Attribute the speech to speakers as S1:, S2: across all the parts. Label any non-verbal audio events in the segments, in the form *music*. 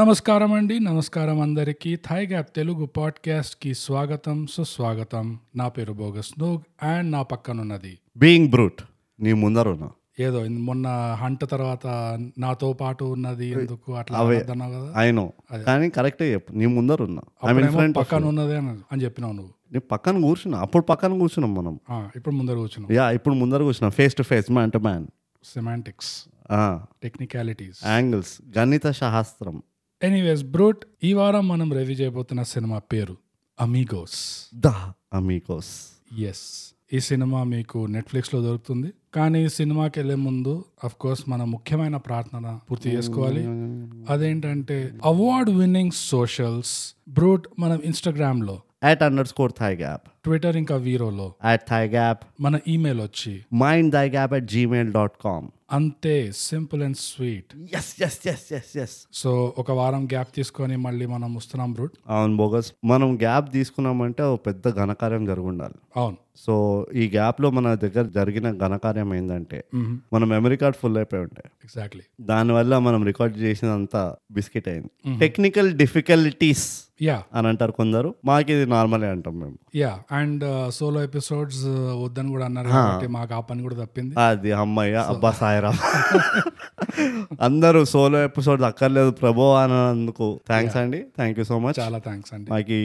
S1: నమస్కారం అండి నమస్కారం అందరికీ థాయ్ గ్యాప్ తెలుగు పాడ్కాస్ట్కి స్వాగతం సుస్వాగతం నా పేరు బోగస్ నోగ్ అండ్ నా పక్కనున్నది
S2: బీయింగ్ బ్రూట్ నీ ముందర ఉన్నా
S1: ఏదో ఇన్- మొన్న హంట తర్వాత నాతో పాటు ఉన్నది ఎందుకు అట్లా
S2: అవే.
S1: అన్నావు కదా
S2: ఆయన కానీ కరెక్టే చెప్పు నీ ముందర ఉన్నా ఐ మీన్
S1: అప్పుడేమో
S2: ఫ్రంట్
S1: పక్కన ఉన్నది అని అని చెప్పినావు నువ్వు
S2: నీ పక్కన కూర్చున్నా అప్పుడు పక్కన కూర్చున్నాం మనం
S1: ఆ, ఇప్పుడు ముందర కూర్చున్నావు
S2: యా ఇప్పుడు ముందర కూర్చున్నాం face to face man to man
S1: semantics technicalities
S2: angles గణిత శాస్త్రం
S1: ఎనీవేస్ బ్రూట్ ఈ వారం మనం రివ్యూ చేయబోతున్న సినిమా పేరు అమీగోస్
S2: ద అమీకోస్
S1: ఎస్ ఈ సినిమా మీకు నెట్ఫ్లిక్స్లో దొరుకుతుంది కానీ ఈ సినిమాకి వెళ్ళే ముందు అఫ్ కోర్స్ మన ముఖ్యమైన ప్రార్థన పూర్తి చేసుకోవాలి అదేంటంటే అవార్డ్ విన్నింగ్ సోషల్స్ బ్రూట్ మనం ఇన్స్టాగ్రామ్లో
S2: at underscore thigh gap
S1: Twitter ఇంకా వీరోలో
S2: యాట్ థై గ్యాప్
S1: మన ఈమెయిల్ వచ్చి
S2: mind thigh gap at Gmail dot com
S1: అంతే simple and sweet
S2: yes yes yes yes yes
S1: so ఒక వారం గ్యాప్ తీసుకొని మళ్ళీ మనం వస్తున్నాం బ్రూట్
S2: అవును బోగస్ మనం గ్యాప్ తీసుకున్నామంటే ఓ పెద్ద ఘనకార్యం జరిగి ఉండాలి
S1: అవును
S2: సో ఈ గ్యాప్లో మన దగ్గర జరిగిన ఘనకార్యం ఏంటంటే మన మెమరీ కార్డ్ ఫుల్ అయిపోయి ఉంటాయి
S1: ఎగ్జాక్ట్లీ
S2: దానివల్ల మనం రికార్డ్ చేసినంతా బిస్కెట్ అయింది టెక్నికల్ డిఫికల్టీస్
S1: యా
S2: అని అంటారు కొందరు మాకు ఇది నార్మలే అంటాం మేము
S1: yeah and solo episodes uh, వద్దని కూడా అన్నారు కాబట్టి మాకు ఆ పని కూడా తప్పింది
S2: అది అమ్మయ్య అబ్బా సాయిరా అందరూ సోలో ఎపిసోడ్ అక్కర్లేదు ప్రభు అన్నందుకు థ్యాంక్స్ అండి థ్యాంక్ యూ సో మచ్
S1: చాలా థ్యాంక్స్ అండి
S2: మాకు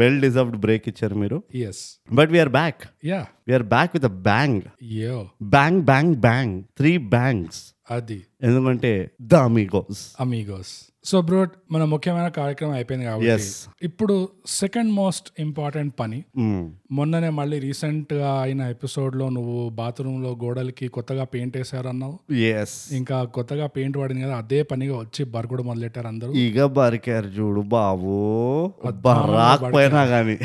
S2: వెల్ డిజర్వ్డ్ బ్రేక్ ఇచ్చారు మీరు
S1: yes
S2: but we are back
S1: yeah
S2: we are back with bang
S1: yo
S2: bang bang bang three bangs
S1: అది
S2: ఎందుకంటే the Amigos
S1: Amigos so brute మన ముఖ్యమైన కార్యక్రమం అయిపోయింది కాబట్టి
S2: ఎస్
S1: ఇప్పుడు సెకండ్ మోస్ట్ ఇంపార్టెంట్ పని మొన్ననే మళ్ళీ రీసెంట్ గా అయిన ఎపిసోడ్ లో నువ్వు బాత్రూమ్ లో గోడలకి కొత్తగా పెయింట్ వేసారు అన్నావు
S2: ఎస్
S1: ఇంకా కొత్తగా పెయింట్ పడింది కదా అదే పనిగా వచ్చి బరకడం మొదలెట్టారు అందరూ
S2: ఇక బరికారు చూడు బాబు అబ్బా, రాకపోయినా కానీ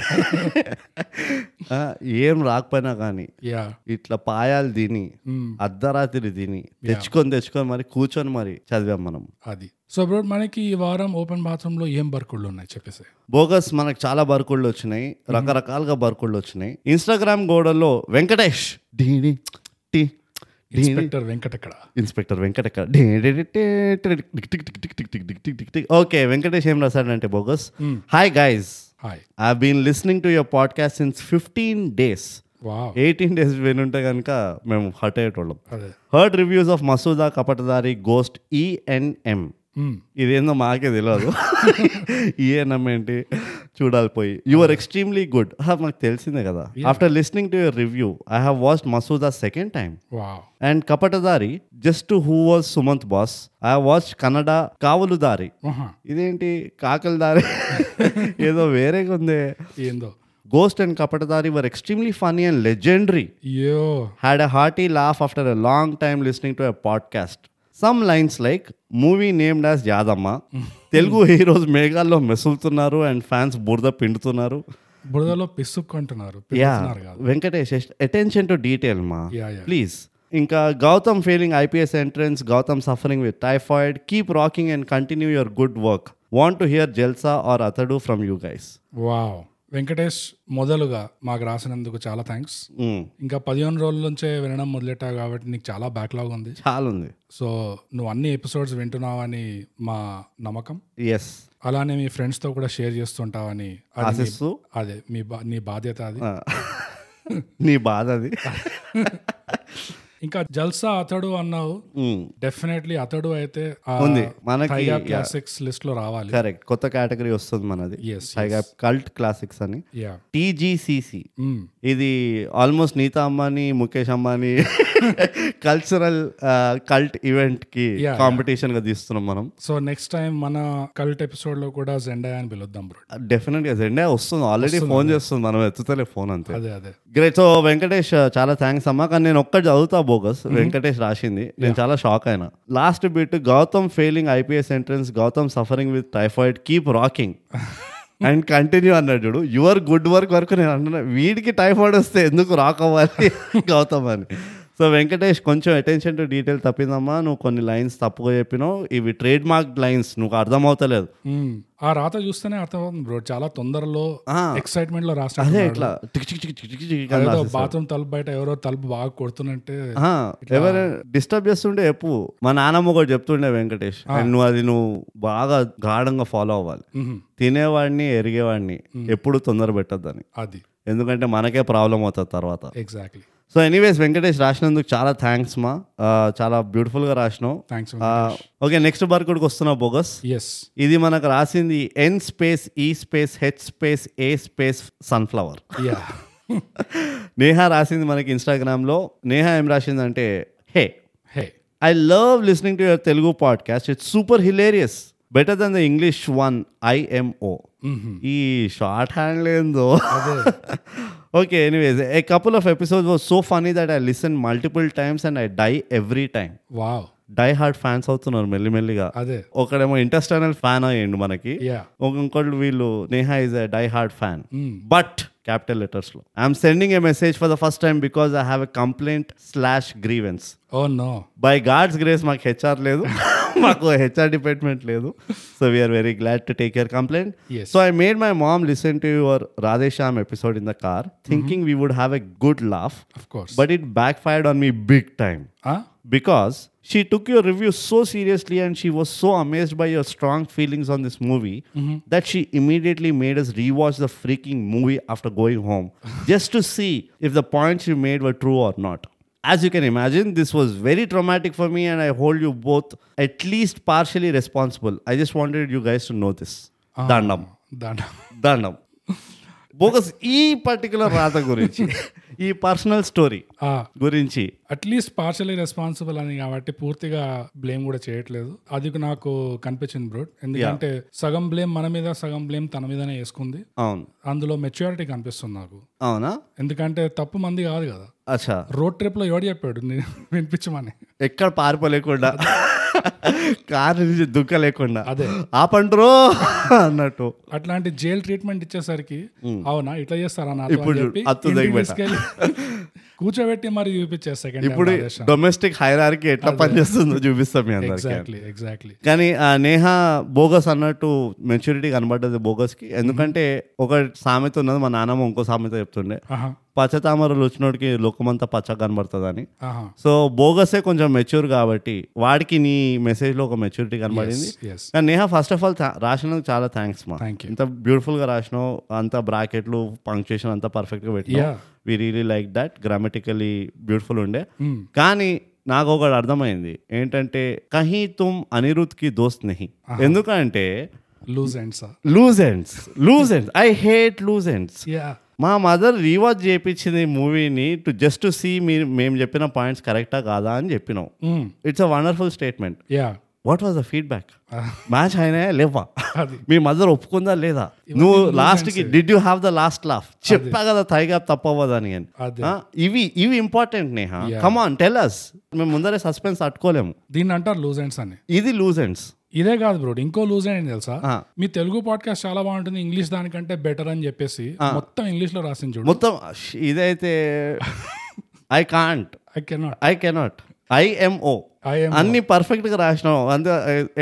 S2: ఆ, ఏం రాకపోయినా కానీ
S1: యా
S2: ఇట్లా పాయాలు తిని
S1: మ్మ్.
S2: అర్ధరాత్రి తిని తెచ్చుకొని తెచ్చుకొని మరి కూర్చొని మరి చదివాం మనం
S1: అది సో బ్రోట్ మనకి ఈ వారం ఓపెన్ బాత్రూమ్ లో ఏం బర్కుళ్ళు ఉన్నాయి చెప్పేసి
S2: బోగస్ మనకు చాలా బర్కుళ్ళు వచ్చినాయి రకరకాలుగా బర్కుళ్ళు వచ్చినాయి ఇన్స్టాగ్రామ్ గోడల్లో Venkatesh DD T D
S1: inspector Venkat అక్కడ
S2: ఇన్స్పెక్టర్ వెంకట ఎక్కడ? Day day day day day day tick tick tick tick tick tick tick tick tick tick. Okay Venkatesh ఏం రాశాడంటే bogus hi guys
S1: hi
S2: I been listening to your podcast since fifteen days
S1: wow
S2: eighteen days వినుంటే కనుక మేము hurt అయ్యేటోళ్ళం
S1: అదే
S2: hurt reviews of Masooda Kapatadhaari ghost ENM
S1: hmm.
S2: E ఇదేందో మాకే తెలియదు ఈఎన్ఎం ఏంటి చూడాలి పోయి you are extremely good Ah, మాకు తెలిసిందే కదా after listening to your review I have watched Masooda second time
S1: wow
S2: and Kapatadhaari just who was Sumanth boss I watch Kannada Kavaludaari
S1: ఆహా.
S2: ఇదేంటి కాకలదారి ఏదో వేరేగా ఉంది
S1: ఏందో
S2: ghost and Kapatadhaari were extremely funny and legendary
S1: yo
S2: had a hearty laugh after a long time listening to a podcast some lines like movie named as Yadamma Telugu heroes మేఘాల్లో మెసులుతున్నారు and fans బురద పిండుతున్నారు
S1: బురదలో పిసుక్కుంటున్నారు
S2: యా
S1: పిలుస్తున్నారు కాదు
S2: వెంకటేష్ అటెన్షన్ టు డీటెయిల్ మా
S1: yeah yeah
S2: please ఇంకా Gautam failing IPS entrance Gautam suffering with typhoid keep rocking and continue your good work want to hear Jalsa or Athadu from you guys
S1: wow Venkatesh మొదలుగా మాకు రాసినందుకు చాలా థ్యాంక్స్
S2: Hmm.
S1: ఇంకా పదిహేను రోజుల నుంచే వినడం మొదలెట్టావు కాబట్టి నీకు చాలా బ్యాక్లాగ్ ఉంది
S2: చాలా ఉంది
S1: సో నువ్వు అన్ని ఎపిసోడ్స్ వింటున్నావని మా నమ్మకం
S2: ఎస్
S1: అలానే మీ ఫ్రెండ్స్తో కూడా షేర్ చేస్తుంటావని అది మీ-
S2: ఆశిస్తూ
S1: అదే మీ బా నీ బాధ్యత అది
S2: ఆ. నీ బాధ అది
S1: ఇంకా జల్సా అతడు అన్నావు
S2: Mm.
S1: డెఫినెట్లీ అతడు అయితే
S2: ఉంది. మనకి-
S1: క్లాసిక్స్ లిస్ట్ లో రావాలి
S2: కరెక్ట్ కొత్త కేటగిరీ వస్తుంది మనది
S1: ఎస్
S2: పైగా కల్ట్ క్లాసిక్స్ అని
S1: యా
S2: టీజీసీసీ
S1: Hmm.
S2: ఇది almost Nita Ambani Mukesh Ambani *laughs* cultural cult event కి
S1: Yeah,
S2: కాంపిటీషన్ గా తీస్తున్నాం మనం
S1: సో నెక్స్ట్ టైం మన కల్ట్ ఎపిసోడ్ లో కూడా జెండా అని పిలుద్దాం బ్రో
S2: డెఫినెట్ గా జెండా వస్తుంది ఆల్రెడీ ఫోన్ చేస్తుంది మనం ఎత్తుతలే ఫోన్ అంతే
S1: అదే అదే
S2: గ్రేట్ సో వెంకటేష్ uh, చాలా థ్యాంక్స్ అమ్మా కానీ నేను ఒక్కటి చదువుతా బోగస్ వెంకటేష్ రాసింది నేను చాలా షాక్ అయినా last bit Gautam failing IPS entrance Gautam suffering with typhoid keep rocking and continue అన్నాడు చూడు *laughs* యువర్ గుడ్ వర్క్ వరకు నేను అంటున్నా వీడికి టైఫాయిడ్ వస్తే ఎందుకు రాక్ అవ్వాలి గౌతమ్ అని సో వెంకటేష్ కొంచెం అటెన్షన్ టు డీటెయిల్ తప్పిందమ్మా నువ్వు కొన్ని లైన్స్ తప్పుగా చెప్పినావు ఇవి ట్రేడ్ మార్క్ లైన్స్ నువ్వు అర్థమవుతలేదు
S1: మ్మ్. ఆ రాత చూస్తేనే అర్థమవుతుంది బ్రో చాలా తొందరలో
S2: ఆ.
S1: ఎక్సైట్మెంట్ లో
S2: అదే
S1: రాష్ట్రం
S2: ఇట్లా tick tick tick tick tick tick అని
S1: ఏదో
S2: రాసేస్తాడు.
S1: బాత్రూమ్ తలుపు బయట ఎవరో తలుపు బాగా కొడుతున్నట్టే
S2: ఆ, ఎవరైనా డిస్టర్బ్ చేస్తుండే ఎప్పు మా నాన్నమ్మ కూడా చెప్తుండే వెంకటేష్ అండ్ నువ్వు అది నువ్వు బాగా గాఢంగా ఫాలో అవ్వాలి
S1: మ్మ్.
S2: తినేవాడిని ఎరిగేవాడిని ఎప్పుడు తొందర పెట్టద్దని
S1: అది
S2: ఎందుకంటే మనకే ప్రాబ్లం అవుతుంది తర్వాత
S1: ఎగ్జాక్ట్లీ
S2: సో ఎనీవేస్ వెంకటేష్ రాసినందుకు చాలా థ్యాంక్స్ మా ఆ, చాలా బ్యూటిఫుల్ గా రాసినావు
S1: థ్యాంక్స్
S2: ఓకే నెక్స్ట్ బర్కుడ్కి వస్తున్నా బోగస్
S1: ఎస్
S2: ఇది మనకు రాసింది E N space E space H space A space sunflower
S1: yeah
S2: *laughs*
S1: *laughs*
S2: Neha రాసింది మనకి ఇన్స్టాగ్రామ్లో నేహా ఏం రాసిందంటే hey
S1: hey
S2: I love listening to your Telugu podcast it's super hilarious better then the English one IMO ఈ షార్ట్ హ్యాండ్ ఏందో *laughs* okay anyways a couple of episode was so funny that I listen multiple times and I die every time
S1: wow
S2: die hard fans అవుతున్నారు మెల్లిమెల్లిగా
S1: అదే
S2: ఒకడేమో ఇంటర్స్టర్నల్ fan అయ్యండు మనకి
S1: yeah
S2: ఒక- ఇంకోటి వీళ్ళు Neha is a die hard fan but capital letters లో I'm sending a message for the first time because I have a complaint slash grievance
S1: oh no
S2: by God's grace మాకు హెచ్ఆర్ లేదు *laughs* మాకు HR department లేదు So we are very glad to take your complaint.
S1: Yes.
S2: So I made my mom listen to your Radhesham episode in the car, thinking we would have a good laugh.
S1: Of course.
S2: But it backfired on me big time. Huh? Because she took your review so seriously and she was so amazed by your strong feelings on this movie that she immediately made us rewatch the freaking movie after going home just to see if the points you made were true or not. As you can imagine, this was very traumatic for me and I hold you both at least partially responsible. I just wanted you guys to know this దండం
S1: దాంట్లో
S2: దండం bogus ఈ particular రాత గురించి ఈ personal story గురించి
S1: at least partially responsible అని కాబట్టి పూర్తిగా బ్లేమ్ కూడా చేయట్లేదు అది నాకు కనిపించింది బ్రో ఎందుకంటే సగం బ్లేమ్ మన మీద సగం బ్లేమ్ తన మీదనే వేసుకుంది
S2: అవును
S1: అందులో మెచ్యూరిటీ కనిపిస్తుంది నాకు
S2: అవునా
S1: ఎందుకంటే తప్పు మంది కాదు కదా
S2: అచ్చా
S1: రోడ్ ట్రిప్ లో ఎవడు చెప్పాడు నేను వినిపించమని
S2: ఎక్కడ పారిపోలేకుండా కారు నుంచి దుక్క లేకుండా
S1: అదే.
S2: ఆపండ్రో అన్నట్టు
S1: అట్లాంటి జైల్ ట్రీట్మెంట్ ఇచ్చేసరికి అవునా ఇట్లా చేస్తారా నాతో అని
S2: ఇప్పుడు
S1: చెప్పి
S2: అత్తు
S1: ఇంటికి
S2: దగ్గర.
S1: తీసుకెళ్ళి
S2: *laughs*
S1: కూర్చోబెట్టి మరి చూపించే సెకండ్
S2: ఇప్పుడు డొమెస్టిక్ హైరార్కి ఎట్లా పనిచేస్తుందో చూపిస్తాం మీ అందరికి
S1: ఎగ్జాక్ట్లీ ఎగ్జాక్ట్లీ
S2: కానీ ఆ నేహ బోగస్ అన్నట్టు మెచ్యూరిటీ కనబడ్డది బోగస్కి ఎందుకంటే ఒక సామెత ఉన్నది మా నాన్నమ్మ ఇంకో సామెత చెప్తుండే
S1: ఆహా
S2: పచ్చతామరలు వచ్చినోడికి లోకమంతా పచ్చగా కనబడుతుందని
S1: ఆహా
S2: సో బోగసే కొంచెం మెచ్యూర్ కాబట్టి వాడికి నీ మెసేజ్లో ఒక మెచ్యూరిటీ కనబడింది
S1: ఎస్
S2: కానీ నేహా ఫస్ట్ ఆఫ్ ఆల్ రాసినందుకు చాలా థ్యాంక్స్ మా
S1: థ్యాంక్ యూ
S2: ఇంత బ్యూటిఫుల్ గా రాసినావు అంత బ్రాకెట్లు పంక్చుయేషన్ అంతా పర్ఫెక్ట్ గా పెట్టినా
S1: Yeah.
S2: We really like that grammatically beautiful ఉండే కానీ నాకు ఒకటి అర్థమైంది ఏంటంటే కహీ తుమ్ అనిరుద్ కి దోస్త్ నహి ఎందుకంటే
S1: loose and sir
S2: loose ends loose ends I hate loose ends
S1: yeah
S2: మా మదర్ రీవాచ్ చేయించింది మూవీని టు జస్ట్ టు సీ మీరు మేము చెప్పిన పాయింట్స్ కరెక్టా కాదా అని చెప్పినాం
S1: mm,
S2: it's a wonderful statement
S1: yeah
S2: what was the feedback match అయినా లేవా
S1: *laughs* అది.
S2: మీ మదర్ ఒప్పుకుందా లేదా నువ్వు లాస్ట్ కి did you have the last laugh చెప్పా కదా తైగా తప్పవదని అని
S1: అదే.
S2: ఆ, ఇవి ఇవి important Neha come on tell us మేము ముందరే సస్పెన్స్ అట్టుకోలేము
S1: దీన్ని అంటారు లూజ్ అండ్స్ అని
S2: ఇది లూజ్ ఎండ్స్
S1: ఇదే కాదు బ్రో ఇంకో లూజ్ అండ్ తెలుసా
S2: ఆ.
S1: మీ తెలుగు పాడ్కాస్ట్ చాలా బాగుంటుంది ఇంగ్లీష్ దానికంటే బెటర్ అని చెప్పేసి మొత్తం ఇంగ్లీష్ లో రాసింది చూడు
S2: మొత్తం ష్, ఇదైతే I can't
S1: I cannot
S2: I cannot IMO
S1: I'm
S2: అన్ని పర్ఫెక్ట్ గా రాసినావు అంతే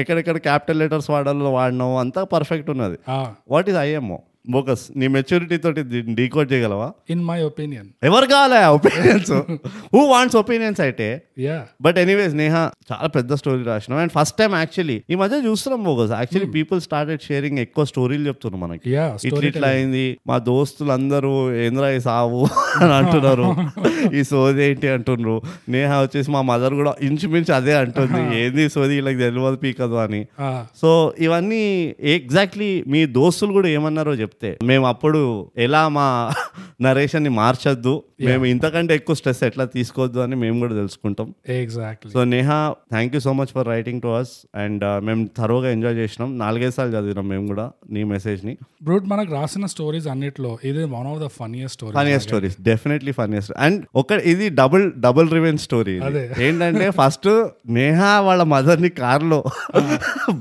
S2: ఎక్కడెక్కడ క్యాపిటల్ లెటర్స్ వాడాలో వాడినావు అంతా పర్ఫెక్ట్ ఉన్నది
S1: Ah,
S2: what is IMO bogus నీ మెచ్యూరిటీ తోటి డీకోడ్ చేయగలవా
S1: ఇన్ మై ఒపీనియన్
S2: ఎవరు కావాలా ఒపీనియన్స్ హూ వాంట్స్ ఒపీనియన్స్ అయితే
S1: యా
S2: బట్ ఎనీవేస్ నేహా చాలా పెద్ద స్టోరీ రాసినాం అండ్ ఫస్ట్ టైం యాక్చువల్లీ ఈ మధ్య చూస్తున్నాం bogus actually people started sharing ఎక్కువ స్టోరీలు చెప్తున్నారు మనకి
S1: యా
S2: ఇట్లా ఇట్లా అయింది మా దోస్తులందరూ ఏంద్రా ఈ సావు అని అంటున్నారు ఈ సోది ఏంటి అంటున్నారు నేహా వచ్చేసి మా మదర్ కూడా ఇంచుమించు అదే అంటుంది ఏంది ఈ సోది వీళ్ళకి తెలియదు పీకదు అని
S1: Ah,
S2: సో ఇవన్నీ ఎగ్జాక్ట్లీ మీ దోస్తులు కూడా ఏమన్నారో చెప్తే మేము అప్పుడు ఎలా మా *laughs* నరేషన్ని మార్చొద్దు మేము ఇంతకంటే ఎక్కువ స్ట్రెస్ ఎట్లా తీసుకోవద్దు అని మేము కూడా తెలుసుకుంటాం
S1: exactly
S2: so Neha thank you so much for writing to us and uh, మేము థరోగా ఎంజాయ్ చేసినాం నాలుగైదు సార్లు చదివినాం మేము కూడా నీ మెసేజ్ని
S1: బ్రూట్ మనకు రాసిన స్టోరీస్ అన్నిట్లో ఇది one of the funniest story
S2: funniest stories definitely funniest and ఒక ఇది డబుల్ డబుల్ రివెన్ స్టోరీ ఇది.
S1: అదే.
S2: ఏంటంటే ఫస్ట్ నేహా వాళ్ళ మదర్ని కార్లో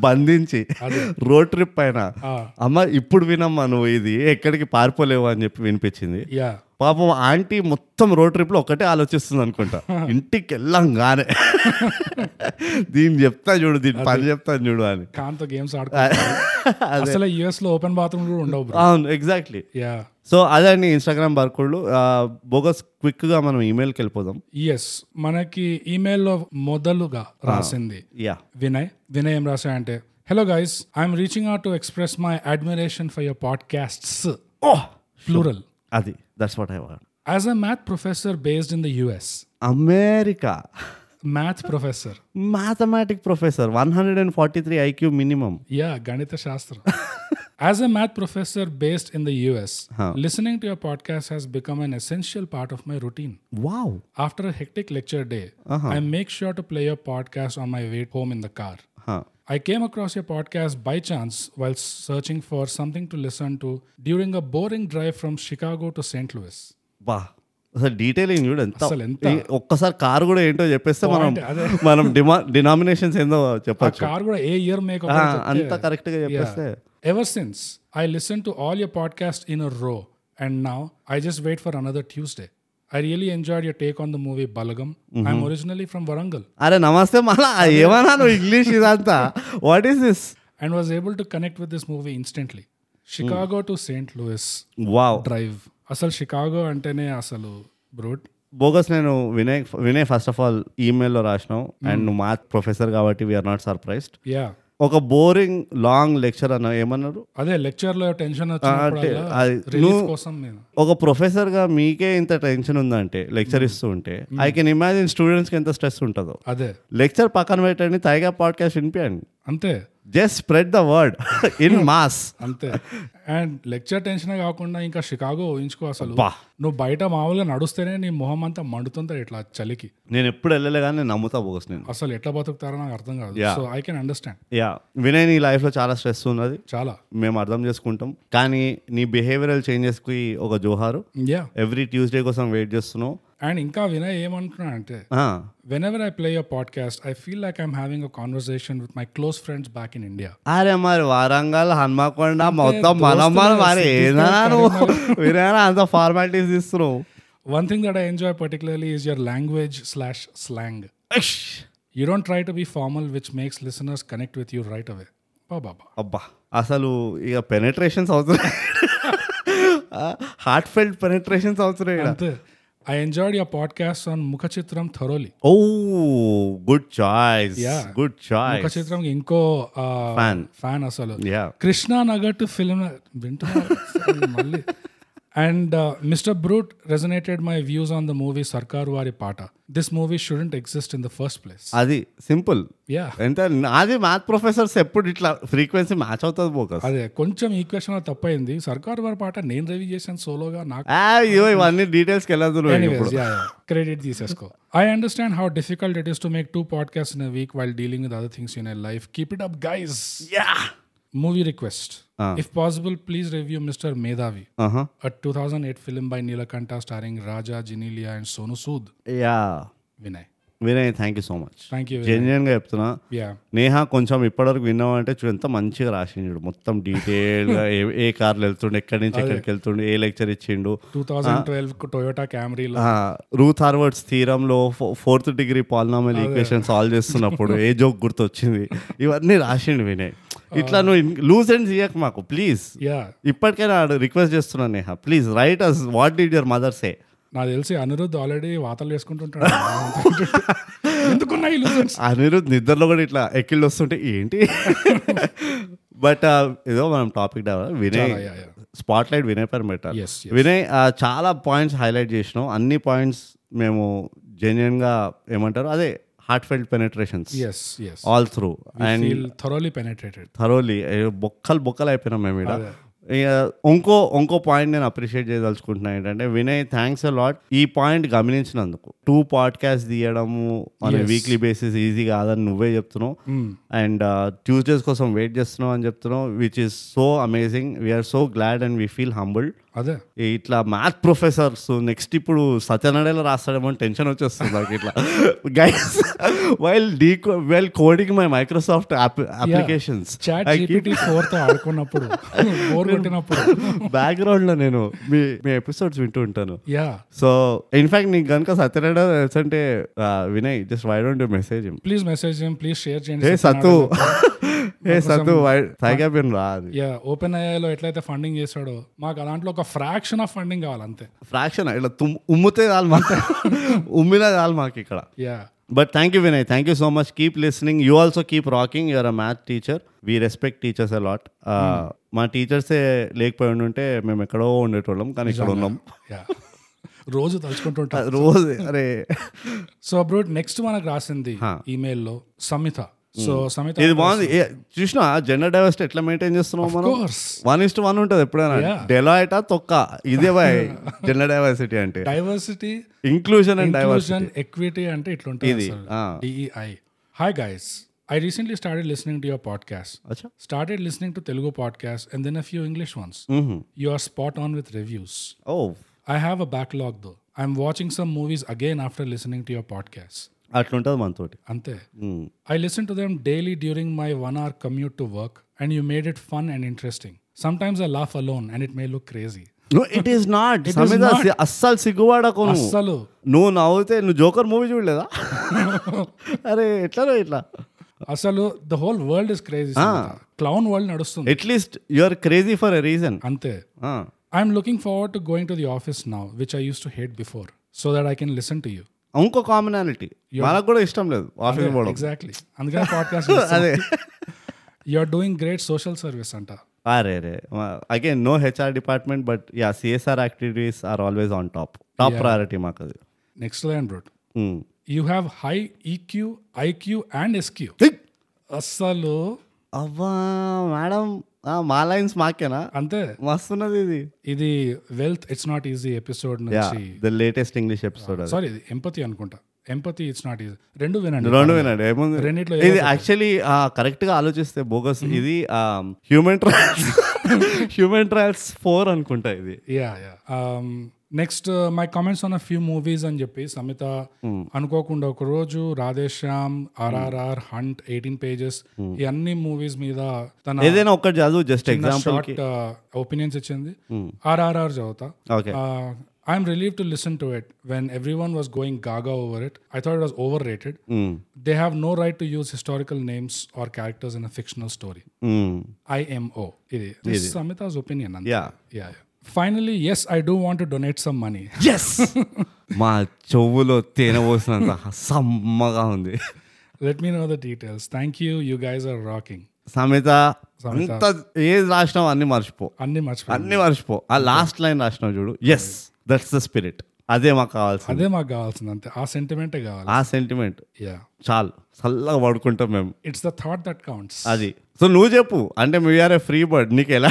S2: బంధించి రోడ్
S1: Ah,
S2: ట్రిప్ పైన అమ్మ ఇప్పుడు వినమ్మా నువ్వు ఇది ఎక్కడికి పారిపోలేవు అని చెప్పి వినిపించింది
S1: యా
S2: పాపం ఆంటీ మొత్తం రోడ్ ట్రిప్లో ఒకటే ఆలోచిస్తుంది అనుకుంటా ఇంటికి వెళ్ళంగానే దీన్ని చెప్తా చూడు దీని పని చెప్తాను చూడు అని
S1: కాంతో గేమ్స్ ఆడుకుంటారు అసలు యుఎస్ లో ఓపెన్ బాత్రూమ్ కూడా ఉండవు బ్రో
S2: అవును ఎగ్జాక్ట్లీ
S1: యా
S2: సో అదే అండి ఇన్స్టాగ్రామ్ బర్కుళ్ళు బోగస్ క్విక్గా మనం ఈమెయిల్కి వెళ్ళిపోదాం
S1: ఎస్ మనకి ఈమెయిల్లో మొదలుగా రాసింది
S2: యా
S1: వినయ్ వినయ్ ఏం రాశాడంటే hello guys I'm reaching out to express my admiration for your podcasts
S2: oh
S1: plural
S2: అది that's what I want
S1: as a math professor based in the US
S2: America
S1: math professor
S2: mathematic professor one hundred and forty three IQ minimum
S1: yeah గణిత *laughs* శాస్త్రం as a math professor based in the US listening to your podcast has become an essential part of my routine
S2: wow
S1: After a hectic lecture day, I make sure to play your podcast on my way home in the car. I came across your podcast by chance while searching for something to listen to during a boring drive from Chicago to St. Louis.
S2: బా అసలు detailing చూడు ఎంత
S1: అసలు ఎంత?
S2: ఈ ఒక్కసారి car కూడా ఏంటో చెప్పేస్తే మనం
S1: Point, అదే.
S2: మనం డిమా డినామినేషన్స్ ఏందో చెప్పచ్చు
S1: Car కూడా ఏ year make
S2: ఆ,
S1: of
S2: అంత correct గా చెప్పేస్తే
S1: Ever since, I listened to all your podcasts in a row, and now I just wait for another Tuesday. I really enjoyed your take on the movie Balagam. I'm originally from Varangal.
S2: అరే నమస్తే మళ్ళా ఏమన్నా నువ్వు English ఇదంతా what is this
S1: and was able to connect with this movie instantly. Chicago to Saint Louis
S2: wow
S1: drive అసలు Chicago అంటేనే అసలు బ్రోడ్
S2: బోగస్ నేను Vinay Vinay first of all ఈమెయిల్లో రాసినావు
S1: Hmm.
S2: అండ్ నువ్వు మ్యాథ్ ప్రొఫెసర్ కాబట్టి వీఆర్ నాట్ సర్ప్రైజ్డ్
S1: యా
S2: ఒక బోరింగ్ లాంగ్ లెక్చర్ అన్న ఏమన్నారు
S1: అదే లెక్చర్ లో టెన్షన్ వచ్చినప్పుడు
S2: అంటే అది
S1: రిలీఫ్ కోసం నేను
S2: ఒక professor గా మీకే ఇంత టెన్షన్ ఉందంటే
S1: Hmm.
S2: లెక్చర్ ఇస్తూ ఉంటే ఐ కెన్ ఇమాజిన్ స్టూడెంట్స్కి ఎంత స్ట్రెస్ ఉంటుందో
S1: అదే
S2: లెక్చర్ పక్కన పెట్టండి తైగా పాడ్కాస్ట్ వినిపించండి
S1: అంతే
S2: just spread the *laughs* word in mass
S1: అంతే అండ్ లెక్చర్ టెన్షన్ కాకుండా ఇంకా షికాగో ఊహించుకో అసలు
S2: బా
S1: నువ్వు బయట మామూలుగా నడుస్తేనే నీ మొహం అంతా మండుతుంది ఇట్లా చలికి
S2: నేను ఎప్పుడు వెళ్ళలే కానీ నేను నమ్ముతా బోగస్ నేను
S1: అసలు ఎట్లా బతుకుతారో నాకు అర్థం కాదు so I can understand
S2: yeah Vinay నీ లైఫ్లో చాలా స్ట్రెస్ ఉన్నది
S1: చాలా
S2: మేము అర్థం చేసుకుంటాం కానీ నీ బిహేవియరల్ చేంజెస్కి ఒక జోహారు
S1: యా
S2: ఎవ్రీ ట్యూస్డే కోసం వెయిట్ చేస్తున్నావు
S1: అండ్ ఇంకా వినయ్ ఏమంటున్నా అంటే
S2: ఆ,
S1: Whenever I play your podcast, I feel like I'm having a conversation with my close friends back in India.
S2: అరే మరి వరంగల్ హన్మకొండ మొత్తం మనం మనం మరి ఏదైనా వినయనా అంత ఫార్మాలిటీస్ ఇస్తున్నావు
S1: One thing that I enjoy particularly is your language slash slang.
S2: ఇష్!
S1: You don't try to be formal, which makes listeners connect with you right away. Ba ba ba.
S2: అబ్బా అసలు ఇక పెనట్రేషన్స్ అవుతున్నాయి హార్ట్ ఫెల్ట్ పెనట్రేషన్స్ అవుతున్నాయి ఈడ.
S1: Ante, I enjoyed your podcast on Mukhachitram thoroughly.
S2: Oh good choice
S1: Yeah.
S2: Good choice
S1: Mukhachitram inko uh,
S2: Fan.
S1: fan asalu.
S2: Yeah
S1: Krishna Nagar to film. వింటున్నారా? అసలు మళ్ళీ. And uh, Mr. Brute resonated my views on the movie Sarkar Vari Pata. This movie shouldn't exist in the first place.
S2: అది simple
S1: Yeah.
S2: ఎంత అది math professors ఎప్పుడు ఇట్లా frequency match అవుతుంది focus
S1: అదే కొంచెం ఈక్వేషన్ లో తప్పైంది సర్కార్ వారి పాట నేను రివ్యూ చేశాను సోలోగా నాకు
S2: అయ్యో ఇవన్నీ డీటెయిల్స్కి వెళ్ళదు నువ్వు ఇప్పుడు
S1: క్రెడిట్ తీసేసుకో I understand how difficult it is to make two podcast in week while dealing with other things in life keep it up guys
S2: Yeah.
S1: Movie request if possible please review mister Medhavi
S2: Uh-huh.
S1: A two thousand eight film by Neelakanta starring Raja Genelia and Sonu Sood
S2: Yeah.
S1: Vinay
S2: Vinay thank you so much
S1: thank you
S2: జెన్యున్గా చెప్తున్నా
S1: yeah
S2: Neha కొంచెం ఇప్పటివరకు విన్నావు అంటే చూడు ఎంత మంచిగా రాసిండు చూడు. మొత్తం డీటెయిల్గా ఏ ఏ కార్లు వెళ్తుండే ఎక్కడి నుంచి ఎక్కడికి వెళ్తుండే ఏ లెక్చర్ ఇచ్చిండు
S1: టూ థౌసండ్ ట్వెల్వ్ టొయోటా క్యామరీలో
S2: రూత్ హార్వర్డ్స్ థీరంలో fourth degree polynomial equation solve చేస్తున్నప్పుడు ఏ జోక్ గుర్తొచ్చింది ఇవన్నీ రాసిండు వినయ్ ఇట్లా నువ్వు లూజ్ అండ్ చేయకు మాకు ప్లీజ్
S1: యా
S2: ఇప్పటికైనా రిక్వెస్ట్ చేస్తున్నాను Neha please write us what did your mother say
S1: నాకు తెలిసి అనిరుద్ధ్ ఆల్రెడీ వాతలు వేసుకుంటుంటాడు ఎందుకున్నాయి illusions?
S2: అనిరుద్ నిద్రలో కూడా ఇట్లా ఎక్కిళ్ళు వస్తుంటే ఏంటి బట్ ఏదో మనం టాపిక్ వినయ్
S1: చాలా, yeah, yeah.
S2: Spotlight Vinay పైన పెట్టాలి
S1: Yes, yes.
S2: వినయ్ ఆ, చాలా పాయింట్స్ హైలైట్ చేసినాం అన్ని పాయింట్స్ మేము జెన్యున్ గా ఏమంటారు అదే heartfelt penetrations
S1: yes yes
S2: all through and
S1: feel thoroughly penetrated
S2: thoroughly బొక్కలు బొక్కలు అయిపోయినాం మేము ఇక్కడ ఇక ఇంకో ఇంకో పాయింట్ నేను అప్రిషియేట్ చేయదలుచుకుంటున్నాను ఏంటంటే వినయ్ థ్యాంక్స్ లాట్ ఈ పాయింట్ గమనించినందుకు టూ పాడ్కాస్ట్ తీయడము అనే వీక్లీ బేసిస్ ఈజీ కాదని నువ్వే చెప్తున్నావు
S1: Hmm.
S2: అండ్ ట్యూస్డేస్ కోసం వెయిట్ చేస్తున్నావు అని చెప్తున్నావు which is so amazing we are so glad and we feel humbled
S1: అదే
S2: ఈ ఇట్లా మ్యాథ్ ప్రొఫెసర్స్ నెక్స్ట్ ఇప్పుడు సత్యనారాయణ రాస్తాడేమో అని టెన్షన్ వచ్చేస్తుంది నాకు ఇట్లా గైస్ వైల్ డీ while coding my Microsoft applications
S1: ChatGPT four తో ఆడుకున్నప్పుడు బోర్ కొట్టినప్పుడు
S2: బ్యాక్గ్రౌండ్ లో నేను మీ మీ ఎపిసోడ్స్ వింటూ ఉంటాను
S1: యా
S2: సో ఇన్ఫాక్ట్ నీకు కనుక సత్యనారాయణ అంటే Vinay just why don't message
S1: please message చేయండి ప్లీజ్ షేర్
S2: హే
S1: చేయండి *laughs*
S2: సత్తు హే సత్తు సైగా బిన్ రా అది
S1: యా ఓపెన్ అయ్యాలో ఎట్లయితే ఫండింగ్ చేశాడో మాకు అలాంట్లో ఒక ఫ్రాక్షన్ ఆఫ్ ఫండింగ్ కావాలి అంతే
S2: ఫ్రాక్షన్ ఇట్లా తుమ్ ఉమ్మితే చాలు మాకు ఉమ్మినా చాలు మాకు ఇక్కడ
S1: yeah
S2: but thank you Vinay thank you so much keep listening you also keep rocking you're a math teacher we respect teachers a lot Uh, మా టీచర్సే లేకపోయి ఉంటే మేము ఎక్కడో ఉండేటోళ్ళం కానీ ఇక్కడ ఉన్నాం
S1: యా *laughs* రోజు తలుచుకుంటుంటాం
S2: *laughs* రోజు అరే
S1: సో అబ్రోడ్ నెక్స్ట్ మనకు రాసింది ఈమెయిల్లో సమిత సో సమిత
S2: Hmm. ఇది బాగుంది ఏ, చూసినా జెండర్ డైవర్సిటీ ఎట్లా మెయింటైన్ చేస్తున్నాం మనం
S1: కోర్స్
S2: వన్ ఇస్ట్ వన్ ఉంటుంది ఎప్పుడైనా డెలాయిటా తొక్క ఇదే *laughs* బాయ్ జెండర్ డైవర్సిటీ అంటే
S1: diversity
S2: inclusion and diversity
S1: inclusion equity అంటే ఇట్లుంటుంది E DEI hi guys I recently started listening to your podcast
S2: అచ్చా
S1: started listening to Telugu podcast and then a few English ones you are spot on with reviews
S2: oh
S1: I have a backlog though I'm watching some movies again after listening to your podcast
S2: అట్లుంటుంది మనతోటి
S1: అంతే
S2: Mm.
S1: I listen to them daily during my one hour commute to work, and you made it fun and interesting. Sometimes I laugh alone, and it may look crazy.
S2: No, it is not. సమేత సి- అస్సలు సిగ్గుపడకు నువ్వు
S1: అసలు
S2: నువ్వు నవ్వుతే నువ్వు joker movie చూడలేదా అరే ఎట్లా ఇట్లా
S1: అసలు the whole world is crazy clown world నడుస్తుంది
S2: at least you are crazy for a reason
S1: అంతే I'm looking forward to going to the office now which I use to hate before so that I can listen to you
S2: ఇంకో commonality మనకు కూడా ఇష్టం లేదు office పోవడం
S1: exactly అందుకని podcast
S2: అదే
S1: you are doing great social service అంట
S2: అరే రే again no HR department but yeah CSR activities are always on top top priority మాకు అది
S1: నెక్స్ట్ లైన్ బ్రోట్
S2: Mm.
S1: You have high EQ IQ and SQ అస్సలు
S2: అవ్వా madam మా lines మాకేనా
S1: అంతే
S2: మస్తున్నది ఇది
S1: ఇది wealth it's not easy episode నుంచి
S2: ద లేటెస్ట్ ఇంగ్లీష్ ఎపిసోడ్ అది
S1: సారీ ఇది ఎంపతి అనుకుంటా ఎంపతి ఇట్స్ నాట్ ఈజీ రెండు వినండి
S2: రెండు వినండి ఏముంది
S1: రెండిట్లో
S2: ఇది యాక్చువల్లీ కరెక్ట్ గా ఆలోచిస్తే బోగస్ ఇది human *laughs* trials human trials four అనుకుంటా ఇది
S1: yeah yeah next my comments on few movies అని చెప్పి సమిత అనుకోకుండా ఒక రోజు Radhe Shyam RRR hunt eighteen pages ఈ అన్ని మూవీస్ మీద తన
S2: ఏదైనా ఒక్కటి చదువు జస్ట్ ఎగ్జాంపుల్
S1: షార్ట్ ఒపీనియన్స్ ఇచ్చింది ఆర్ఆర్ఆర్ చదువుతా Uh,
S2: okay
S1: I'm relieve to listen to it when every one was going gaga over it I thought it was over rated they have no right to use historical names or characters in a fictional story. IMO. It is. This is Samita's opinion. Nand.
S2: Yeah
S1: Yeah, yeah. Finally, yes, I do want to donate some money. *laughs*
S2: Yes మా చెవులో తేనె పోసినంత సమ్మగా ఉంది
S1: Let me know the details. Thank you. You guys are rocking.
S2: Samitha అంత ఏది రాసినావు అన్ని మర్చిపో
S1: అన్ని మర్చిపోయి
S2: అన్ని మర్చిపో ఆ లాస్ట్ లైన్ రాసినావు చూడు ఎస్ దట్స్ ద స్పిరిట్ అదే మాకు కావాల్సింది
S1: అదే మాకు కావాల్సింది అంతే ఆ సెంటిమెంటే కావాలి
S2: ఆ సెంటిమెంట్
S1: యా
S2: చాలు చల్లగా పడుకుంటాం మేము
S1: it's the thought that counts
S2: అది సో నువ్వు చెప్పు అంటే వీఆర్ ఏ ఫ్రీ బర్డ్ నీకు
S1: *laughs*
S2: ఎలా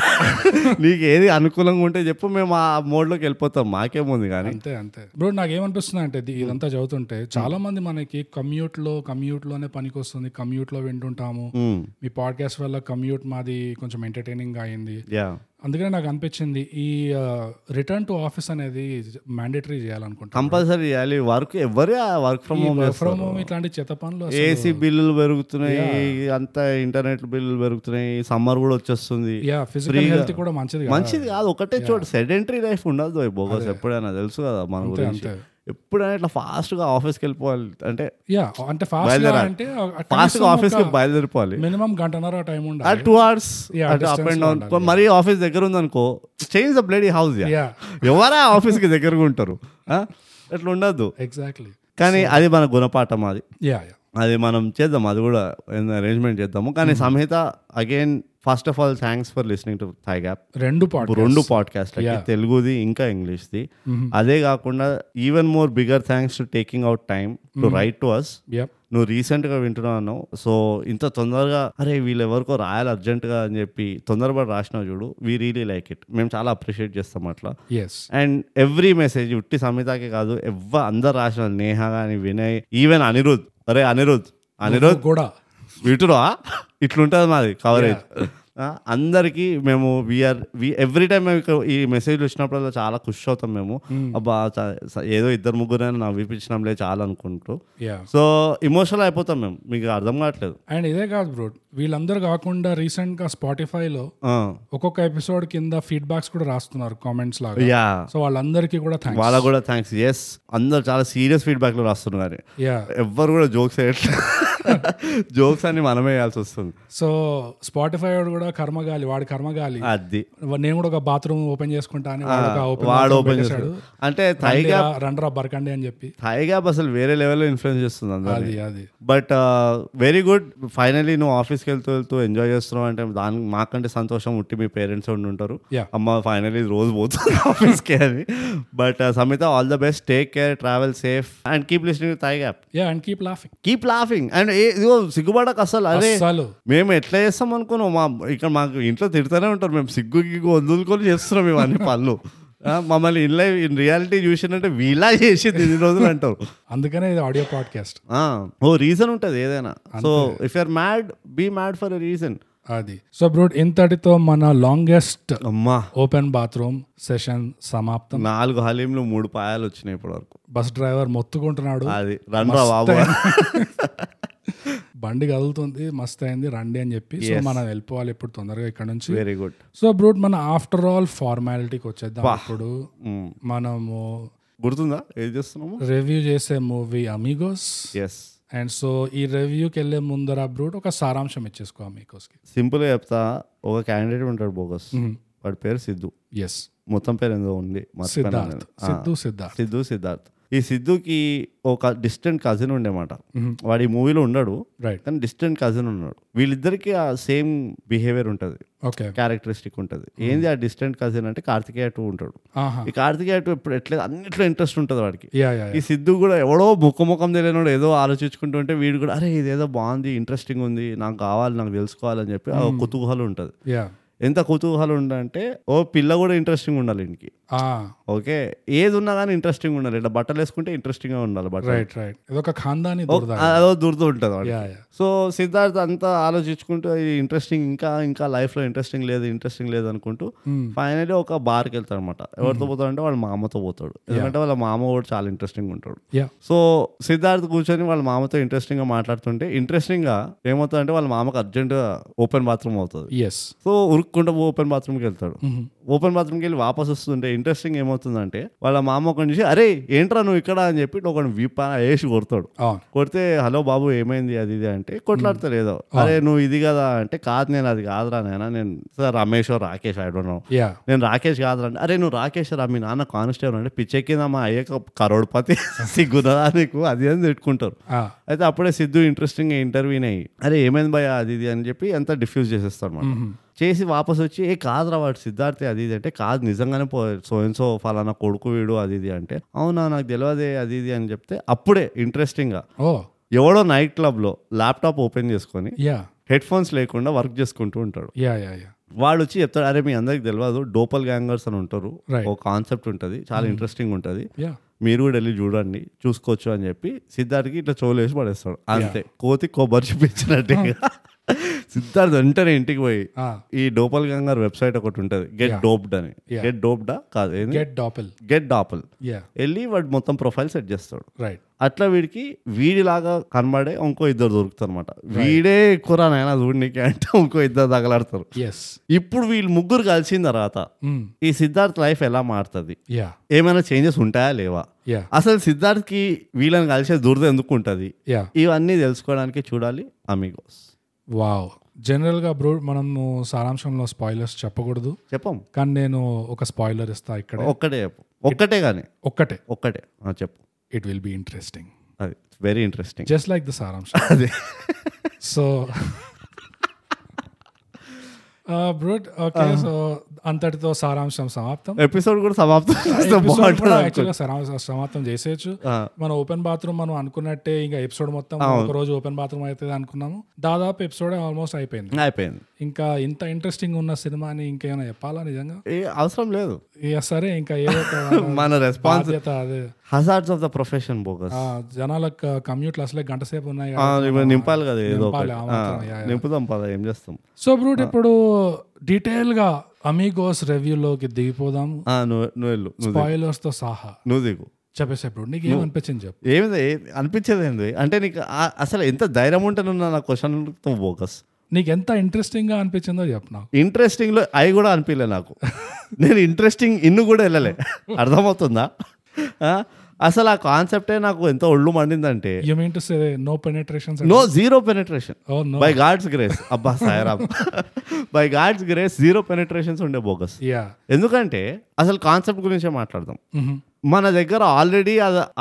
S2: నీకు ఏది అనుకూలంగా ఉంటే చెప్పు మేము ఆ మోడ్లోకి వెళ్ళిపోతాం మాకేముంది కానీ
S1: అంతే అంతే బ్రో నాకు ఏమనిపిస్తుంది అంటే ఇది- ఇదంతా చదువుతుంటే చాలా మంది మనకి కమ్యూట్ లో కమ్యూట్ లోనే పనికి వస్తుంది కమ్యూట్ లో వింటుంటాము మీ పాడ్కాస్ట్ వల్ల కమ్యూట్ మాది కొంచెం ఎంటర్టైనింగ్ అయింది
S2: యా
S1: అందుకనే నాకు అనిపించింది ఈ రిటర్న్ టు ఆఫీస్ అనేది మ్యాండేటరీ చేయాలనుకుంటా
S2: కంపల్సరీ చేయాలి వర్క్ ఎవరే work from home
S1: from home ఇట్లాంటి చెత్త పనులు అసలు-
S2: ఏసీ బిల్లులు పెరుగుతున్నాయి అంతా ఇంటర్నెట్ బిల్లులు పెరుగుతున్నాయి సమ్మర్ కూడా వచ్చేస్తుంది
S1: యా ఫిజికల్ హెల్త్ కూడా మంచిది కదా
S2: మంచిది కాదు ఒకటే చోటు సెడెంటరీ లైఫ్ ఉండదు బోగస్ ఎప్పుడైనా తెలుసు కదా మన గురించి
S1: అంతే.
S2: ఎప్పుడైనా ఇట్లా ఫాస్ట్గా ఆఫీస్కి వెళ్ళిపోవాలి అంటే
S1: యా అంటే ఫాస్ట్
S2: బయలుదేరాలి.
S1: అంటే
S2: ఫాస్ట్గా ఆఫీస్కి బయలుదేరిపోవాలి
S1: మినిమం గంటన్నర టైం
S2: ఆ
S1: ఉండాలి
S2: టూ అవర్స్ అటు అప్ అండ్ డౌన్ మరీ ఆఫీస్ దగ్గర ఉందనుకో change the bloody house
S1: yeah
S2: ఎవరా ఆఫీస్ కి దగ్గరగా ఉంటారు ఆ? అట్లా ఉండద్దు
S1: ఎగ్జాక్ట్లీ
S2: కానీ అది మన గుణపాఠం అది
S1: యా యా
S2: అది మనం చేద్దాం అది కూడా అరేంజ్మెంట్ చేద్దాము కానీ Samhita again first of all thanks for listening to thigh gap
S1: రెండు పాట
S2: రెండు పాడ్కాస్ట్లకి తెలుగుది ఇంకా ఇంగ్లీష్ది అదే కాకుండా even more bigger thanks to taking out time to write to us
S1: yeah
S2: నువ్వు రీసెంట్గా వింటున్నావు అన్నావు సో ఇంత తొందరగా అరే వీళ్ళు ఎవరికో రాయాలి అర్జెంటుగా అని చెప్పి తొందరపడి రాసినావు చూడు వీ రియలీ లైక్ ఇట్ మేము చాలా అప్రిషియేట్ చేస్తాం అట్లా
S1: ఎస్
S2: అండ్ ఎవ్రీ మెసేజ్ ఉట్టి సమితాకే కాదు ఎవ్వ అందరు రాసిన నేహ కానీ వినయ్ ఈవెన్ అనిరుద్ అరే అనిరుద్ అనిరుద్
S1: కూడా
S2: విటురా ఇట్లుంటుంది మాది కవరేజ్ ఆ, అందరికీ మేము వీఆర్ వి ఎవ్రీ టైం మేము ఇక్కడ ఈ మెసేజ్ వచ్చినప్పుడల్లా చాలా ఖుషి అవుతాం మేము అబ్బా చా- స- ఏదో ఇద్దరు ముగ్గురైనా నవ్విపించడంలే చాలా అనుకుంటూ
S1: యా
S2: సో ఇమోషనల్ అయిపోతాం మేము మీకు అర్థం కావట్లేదు
S1: అండ్ ఇదే కాదు బ్రో వీళ్ళందరూ కాకుండా రీసెంట్ గా స్పాటిఫైలో
S2: ఆ,
S1: ఒక్కొక్క ఎపిసోడ్ కింద ఫీడ్బ్యాక్స్ కూడా రాస్తున్నారు కామెంట్స్ లాగా
S2: యా
S1: సో వాళ్ళందరికీ కూడా థ్యాంక్స్
S2: వాళ్ళకు కూడా థ్యాంక్స్ ఎస్ అందరు చాలా సీరియస్ ఫీడ్బ్యాక్లు రాస్తున్నారు
S1: యా
S2: ఎవ్వరు కూడా జోక్స్ *laughs* వేయట్లేదు జోక్స్ అన్ని మనమే వేయాల్సి వస్తుంది
S1: సో స్పాటిఫై వాడు కూడా కర్మగాలి వాడి కర్మగాలి
S2: అది
S1: నేను కూడా ఒక బాత్రూమ్ ఓపెన్ చేసుకుంటా అని వాడు ఒక open
S2: వాడు
S1: bathroom
S2: ఓపెన్
S1: పెట్టేశాడు.
S2: చేశాడు అంటే థై
S1: రండిరా, రండిరా బరకండి అని చెప్పి
S2: థై గ్యాప్ అసలు వేరే లెవెల్లో ఇన్ఫ్లుయెన్స్ చేస్తుంది అందరినీ
S1: అది అది
S2: బట్ వెరీ గుడ్ ఫైనలీ నువ్వు ఆఫీస్కి వెళ్తూ వెళ్తూ ఎంజాయ్ చేస్తున్నావు అంటే దానికి మాకంటే సంతోషం ఉట్టి మీ పేరెంట్స్ ఉండి ఉంటారు
S1: Yeah.
S2: అమ్మ ఫైనలీ రోజు పోతుంది ఆఫీస్కి అని but Samita all the best take care travel safe and keep listening thigh gap
S1: yeah and keep laughing
S2: keep laughing and ఇదిగో సిగ్గుపడక అసలు అదే
S1: అసలు
S2: మేము ఎట్లా చేస్తాం అనుకున్నాం మా ఇక్కడ మాకు ఇంట్లో తిడతానే ఉంటారు మేము సిగ్గు గిగ్గు వదులుకొని చేస్తున్నాం ఇవన్నీ పనులు ఆ, మమ్మల్ని ఇలా ఇన్ రియాలిటీ చూసిందంటే వీలా చేసింది ఇన్ని రోజులు అంటారు
S1: అందుకనే ఇది ఆడియో పాడ్కాస్ట్
S2: ఆ, ఓ రీజన్ ఉంటుంది ఏదైనా so if you're mad be mad for a reason
S1: అది సో బ్రూట్ ఇంతటితో మన లాంగెస్ట్
S2: అమ్మా
S1: ఓపెన్ బాత్రూమ్ సెషన్ సమాప్తం
S2: నాలుగు హలీంలు మూడు పాయాలు వచ్చినాయి ఇప్పటి వరకు
S1: బస్ డ్రైవర్ మొత్తుకుంటున్నాడు
S2: అది రన్ రా బాబు
S1: బండి కదులుతుంది మస్తు అయింది రండి అని చెప్పి సో మనం వెళ్ళిపోవాలి ఇప్పుడు తొందరగా ఇక్కడ నుంచి
S2: వెరీ గుడ్
S1: సో బ్రూట్ మన ఆఫ్టర్ ఆల్ ఫార్మాలిటీకి వచ్చేద్దాం ఇప్పుడు మనము
S2: గుర్తుందా ఏది చేస్తున్నాము
S1: రివ్యూ చేసే movie Amigos
S2: yes
S1: and so ఈ రివ్యూకి వెళ్ళే ముందర బ్రూట్ ఒక సారాంశం ఇచ్చేసుకో అమిగోస్కి
S2: సింపుల్గా చెప్తా ఒక క్యాండిడేట్ ఉంటాడు బోగస్ వాడి పేరు సిద్ధు
S1: ఎస్
S2: మొత్తం పేరు ఏదో ఉంది మర్చిపోయాను
S1: సిద్ధార్థ్
S2: నేను.
S1: సిద్ధు సిద్ధార్థ్
S2: సిద్ధు సిద్ధార్థ్ ఈ సిద్ధుకి ఒక డిస్టెంట్ కజిన్ ఉండేమాట వాడు ఈ మూవీలో ఉండడు
S1: రైట్
S2: కానీ డిస్టెంట్ కజిన్ ఉన్నాడు వీళ్ళిద్దరికి ఆ సేమ్ బిహేవియర్ ఉంటుంది
S1: ఓకే
S2: క్యారెక్టరిస్టిక్ ఉంటుంది ఏంది ఆ డిస్టెంట్ కజిన్ అంటే కార్తికేయ టూ ఉంటాడు
S1: ఆహా
S2: ఈ కార్తికేయ టూ ఎప్పుడు ఎట్లా అన్నిట్లో ఇంట్రెస్ట్ ఉంటుంది వాడికి
S1: యా యా
S2: ఈ సిద్ధు కూడా ఎవడో ముఖ ముఖం తెలియనోడు ఏదో ఆలోచించుకుంటూ ఉంటే వీడు కూడా అరే ఇదేదో బాగుంది ఇంట్రెస్టింగ్ ఉంది నాకు కావాలి నాకు తెలుసుకోవాలని చెప్పి ఆ కుతూహలం ఉంటుంది
S1: యా
S2: ఎంత కుతూహలం ఉందంటే ఓ పిల్ల కూడా ఇంట్రెస్టింగ్ ఉండాలి ఇంటికి
S1: ఆ
S2: ఓకే ఏది ఉన్నా కానీ ఇంట్రెస్టింగ్ ఉండాలి ఇట్లా బట్టలు వేసుకుంటే ఇంట్రెస్టింగ్ గా ఉండాలి బట్టలు
S1: రైట్ రైట్ ఇదొక ఖాందాని దురద
S2: అదో దుర్దు ఉంటుంది వాడు
S1: యా యా
S2: సో సిద్ధార్థ్ అంతా ఆలోచించుకుంటూ ఇంట్రెస్టింగ్ ఇంకా ఇంకా లైఫ్ లో ఇంట్రెస్టింగ్ లేదు ఇంట్రెస్టింగ్ లేదు అనుకుంటూ
S1: Hmm.
S2: ఫైనలీ ఒక బార్కి వెళ్తాడు అనమాట ఎవరితో పోతాడంటే వాళ్ళ మామతో పోతాడు ఎందుకంటే వాళ్ళ మామ కూడా చాలా ఇంట్రెస్టింగ్ ఉంటాడు
S1: యా
S2: సో సిద్ధార్థ్ కూర్చొని వాళ్ళ మామతో ఇంట్రెస్టింగ్ గా మాట్లాడుతుంటే ఇంట్రెస్టింగ్ గా ఏమవుతుందంటే వాళ్ళ మామకు అర్జెంట్ ఓపెన్ బాత్రూమ్ అవుతుంది
S1: ఎస్
S2: సో ఉరుక్కుంటూ ఓపెన్ బాత్రూమ్కి వెళ్తాడు
S1: Mm-hmm.
S2: ఓపెన్ బాత్రూమ్కి వెళ్ళి వాపస్ వస్తుంటే ఇంట్రెస్టింగ్ ఏమవుతుందంటే వాళ్ళ మామ ఒక నుంచి అరే ఏంట్రా నువ్వు ఇక్కడ అని చెప్పి ఒక వీపా వేసి కొడతాడు
S1: అవును
S2: కొడితే హలో బాబు ఏమైంది అది ఇది అంటే కొట్లాడతారు ఏదో అరే నువ్వు ఇది కదా అంటే కాదు నేను అది కాదురా నాయన నేను sir Ramesh oh Rakesh I don't know
S1: yeah
S2: నేను రాకేష్ కాదురా అంటే అరే నువ్వు రాకేష్ రా మీ నాన్న కానిస్టేబుల్ అంటే పిచ్చెక్కిందా మా అయ్యక కరోడ్పతి *laughs* సిగ్గుదా నీకు అది అని తిట్టుకుంటారు
S1: ఆ
S2: అయితే అప్పుడే సిద్ధు ఇంట్రెస్టింగ్ ఇంటర్వ్యూని అయ్యి అరే ఏమైంది భయ అది ఇది అని చెప్పి అంతా డిఫ్యూజ్ చేసేస్తాడు మనం
S1: Mm-hmm.
S2: చేసి వాపస్ వచ్చి ఏ కాదురా వాడు సిద్ధార్థే అది ఇది అంటే కాదు నిజంగానే పో సోయన్సో ఫలానా కొడుకు వీడు అది ఇది అంటే అవునా నాకు తెలియదే అది ఇది అని చెప్తే అప్పుడే ఇంట్రెస్టింగ్గా
S1: ఓ
S2: ఎవడో నైట్ క్లబ్లో ల్యాప్టాప్ ఓపెన్ చేసుకొని
S1: యా
S2: హెడ్ ఫోన్స్ లేకుండా వర్క్ చేసుకుంటూ ఉంటాడు
S1: యా యా యా
S2: వాడు వచ్చి చెప్తాడు అరే మీ అందరికి తెలియదు డోపల్ గ్యాంగర్స్ అని ఉంటారు
S1: Right.
S2: ఒక కాన్సెప్ట్ ఉంటుంది చాలా ఇంట్రెస్టింగ్ ఉంటుంది
S1: యా
S2: మీరు కూడా వెళ్ళి చూడండి చూసుకోవచ్చు అని చెప్పి సిద్ధార్థకి ఇట్లా చోలేసి పడేస్తాడు అంతే కోతి కొబ్బరి చూపించినట్టు ఇంకా. సిద్ధార్థ్ వెంటనే ఇంటికి పోయి
S1: ఆ
S2: ఈ డోపల్ గంగారు వెబ్సైట్ ఒకటి ఉంటుంది గెట్ డోప్డ్ అని గెట్ డోప్డా కాదు ఏంది
S1: get doppel
S2: get doppel
S1: yeah
S2: వెళ్ళి వాడు మొత్తం ప్రొఫైల్ సెట్ చేస్తాడు
S1: రైట్
S2: అట్లా వీడికి వీడిలాగా కనబడే ఇంకో ఇద్దరు దొరుకుతారు అనమాట వీడే ఎక్కువ నాయన చూడనీకి అంటే ఇంకో ఇద్దరు తగలాడతారు
S1: ఎస్
S2: ఇప్పుడు వీళ్ళు ముగ్గురు కలిసిన తర్వాత
S1: Hmm.
S2: ఈ సిద్ధార్థ్ లైఫ్ ఎలా మారుతుంది
S1: యా
S2: ఏమైనా చేంజెస్ ఉంటాయా లేవా
S1: యా
S2: అసలు సిద్ధార్థ్కి వీళ్ళని కలిసే దురద ఎందుకు ఉంటుంది
S1: యా
S2: ఇవన్నీ తెలుసుకోవడానికి చూడాలి అమిగోస్
S1: వావ్ జనరల్గా బ్రో మనము సారాంశంలో స్పాయిలర్స్ చెప్పకూడదు
S2: చెప్పం
S1: కానీ నేను ఒక స్పాయిలర్ ఇస్తా ఇక్కడ
S2: ఒక్కటే చెప్పు ఒక్కటే కానీ
S1: ఒక్కటే
S2: ఒక్కటే ఆ, చెప్పు
S1: ఇట్ విల్ బి ఇంట్రెస్టింగ్
S2: అది very interesting
S1: just like the సారాంశం
S2: అదే
S1: *laughs* సో బ్రూట్ ఓకే సో అంతటితో సారాంశం సమాప్తం
S2: ఎపిసోడ్ కూడా సమాప్తం చేస్తే
S1: ఎపిసోడ్ కూడా
S2: *laughs* బాగుంటుంది అనుకో.
S1: యాక్చువల్గా సమాప్తం- సమాప్తం చేసేయచ్చు
S2: ఆ,
S1: మన ఓపెన్ బాత్రూమ్ మనం అనుకున్నట్టే ఇంకా ఎపిసోడ్ మొత్తం ఒక రోజు ఓపెన్ బాత్రూమ్ అవుతుంది అనుకున్నాము దాదాపు ఎపిసోడ్ ఆల్మోస్ట్ అయిపోయింది
S2: అయిపోయింది
S1: ఇంకా ఇంత ఇంట్రెస్టింగ్ ఉన్న సినిమాని ఇంకేమైనా చెప్పాలా నిజంగా
S2: ఏ అవసరం లేదు
S1: ఇక సరే ఇంకా ఏదో ఒక
S2: మన రెస్పాన్స్
S1: బాధ్యత అదే
S2: hazards of the profession bogus
S1: ఆ, జనాలకు కమ్యూట్లు అసలే గంట సేపు ఉన్నాయి
S2: నింపాలి కదా ఏదో
S1: నింపాలి,
S2: ఒకటి
S1: ఆ
S2: ఆ,
S1: మాత్రం, యా, యా.
S2: నింపుదాం పద ఏం చేస్తాం
S1: సో బ్రూట్ ఇప్పుడు డీటెయిల్ గా అమీగోస్ రివ్యూలోకి దిగిపోదాము
S2: ఆ, నువ్వు నువ్వు వెళ్ళు నువ్వు దిగు.
S1: స్పాయిలర్స్ తో సహా
S2: నువ్వు దిగు
S1: చెప్పేసేప్పుడు నీకు ఏమనిపించింది చెప్పు
S2: ఏమిది ఏ- అనిపించేది ఏంది అంటే నీకు ఆ- అసలు ఎంత ధైర్యం ఉంటేనున్నా నా క్వశ్చన్తో ఫోకస్
S1: నీకు ఎంత ఇంట్రెస్టింగ్ గా అనిపించిందో చెప్పు నాకు
S2: ఇంట్రెస్టింగ్లో అవి కూడా అనిపించలే నాకు నేను ఇంట్రెస్టింగ్ ఇన్ను కూడా వెళ్ళలే అర్థమవుతుందా ఆ? అసలు ఆ కాన్సెప్టే నాకు ఎంత ఒళ్ళు మండిందంటే
S1: you mean to say no penetrations
S2: no zero penetration
S1: oh no
S2: by God's grace అబ్బా Sairam by God's grace zero penetrations ఉండే బోగస్
S1: యా
S2: ఎందుకంటే అసలు కాన్సెప్ట్ గురించే మాట్లాడదాం
S1: Mm-hmm.
S2: మన దగ్గర ఆల్రెడీ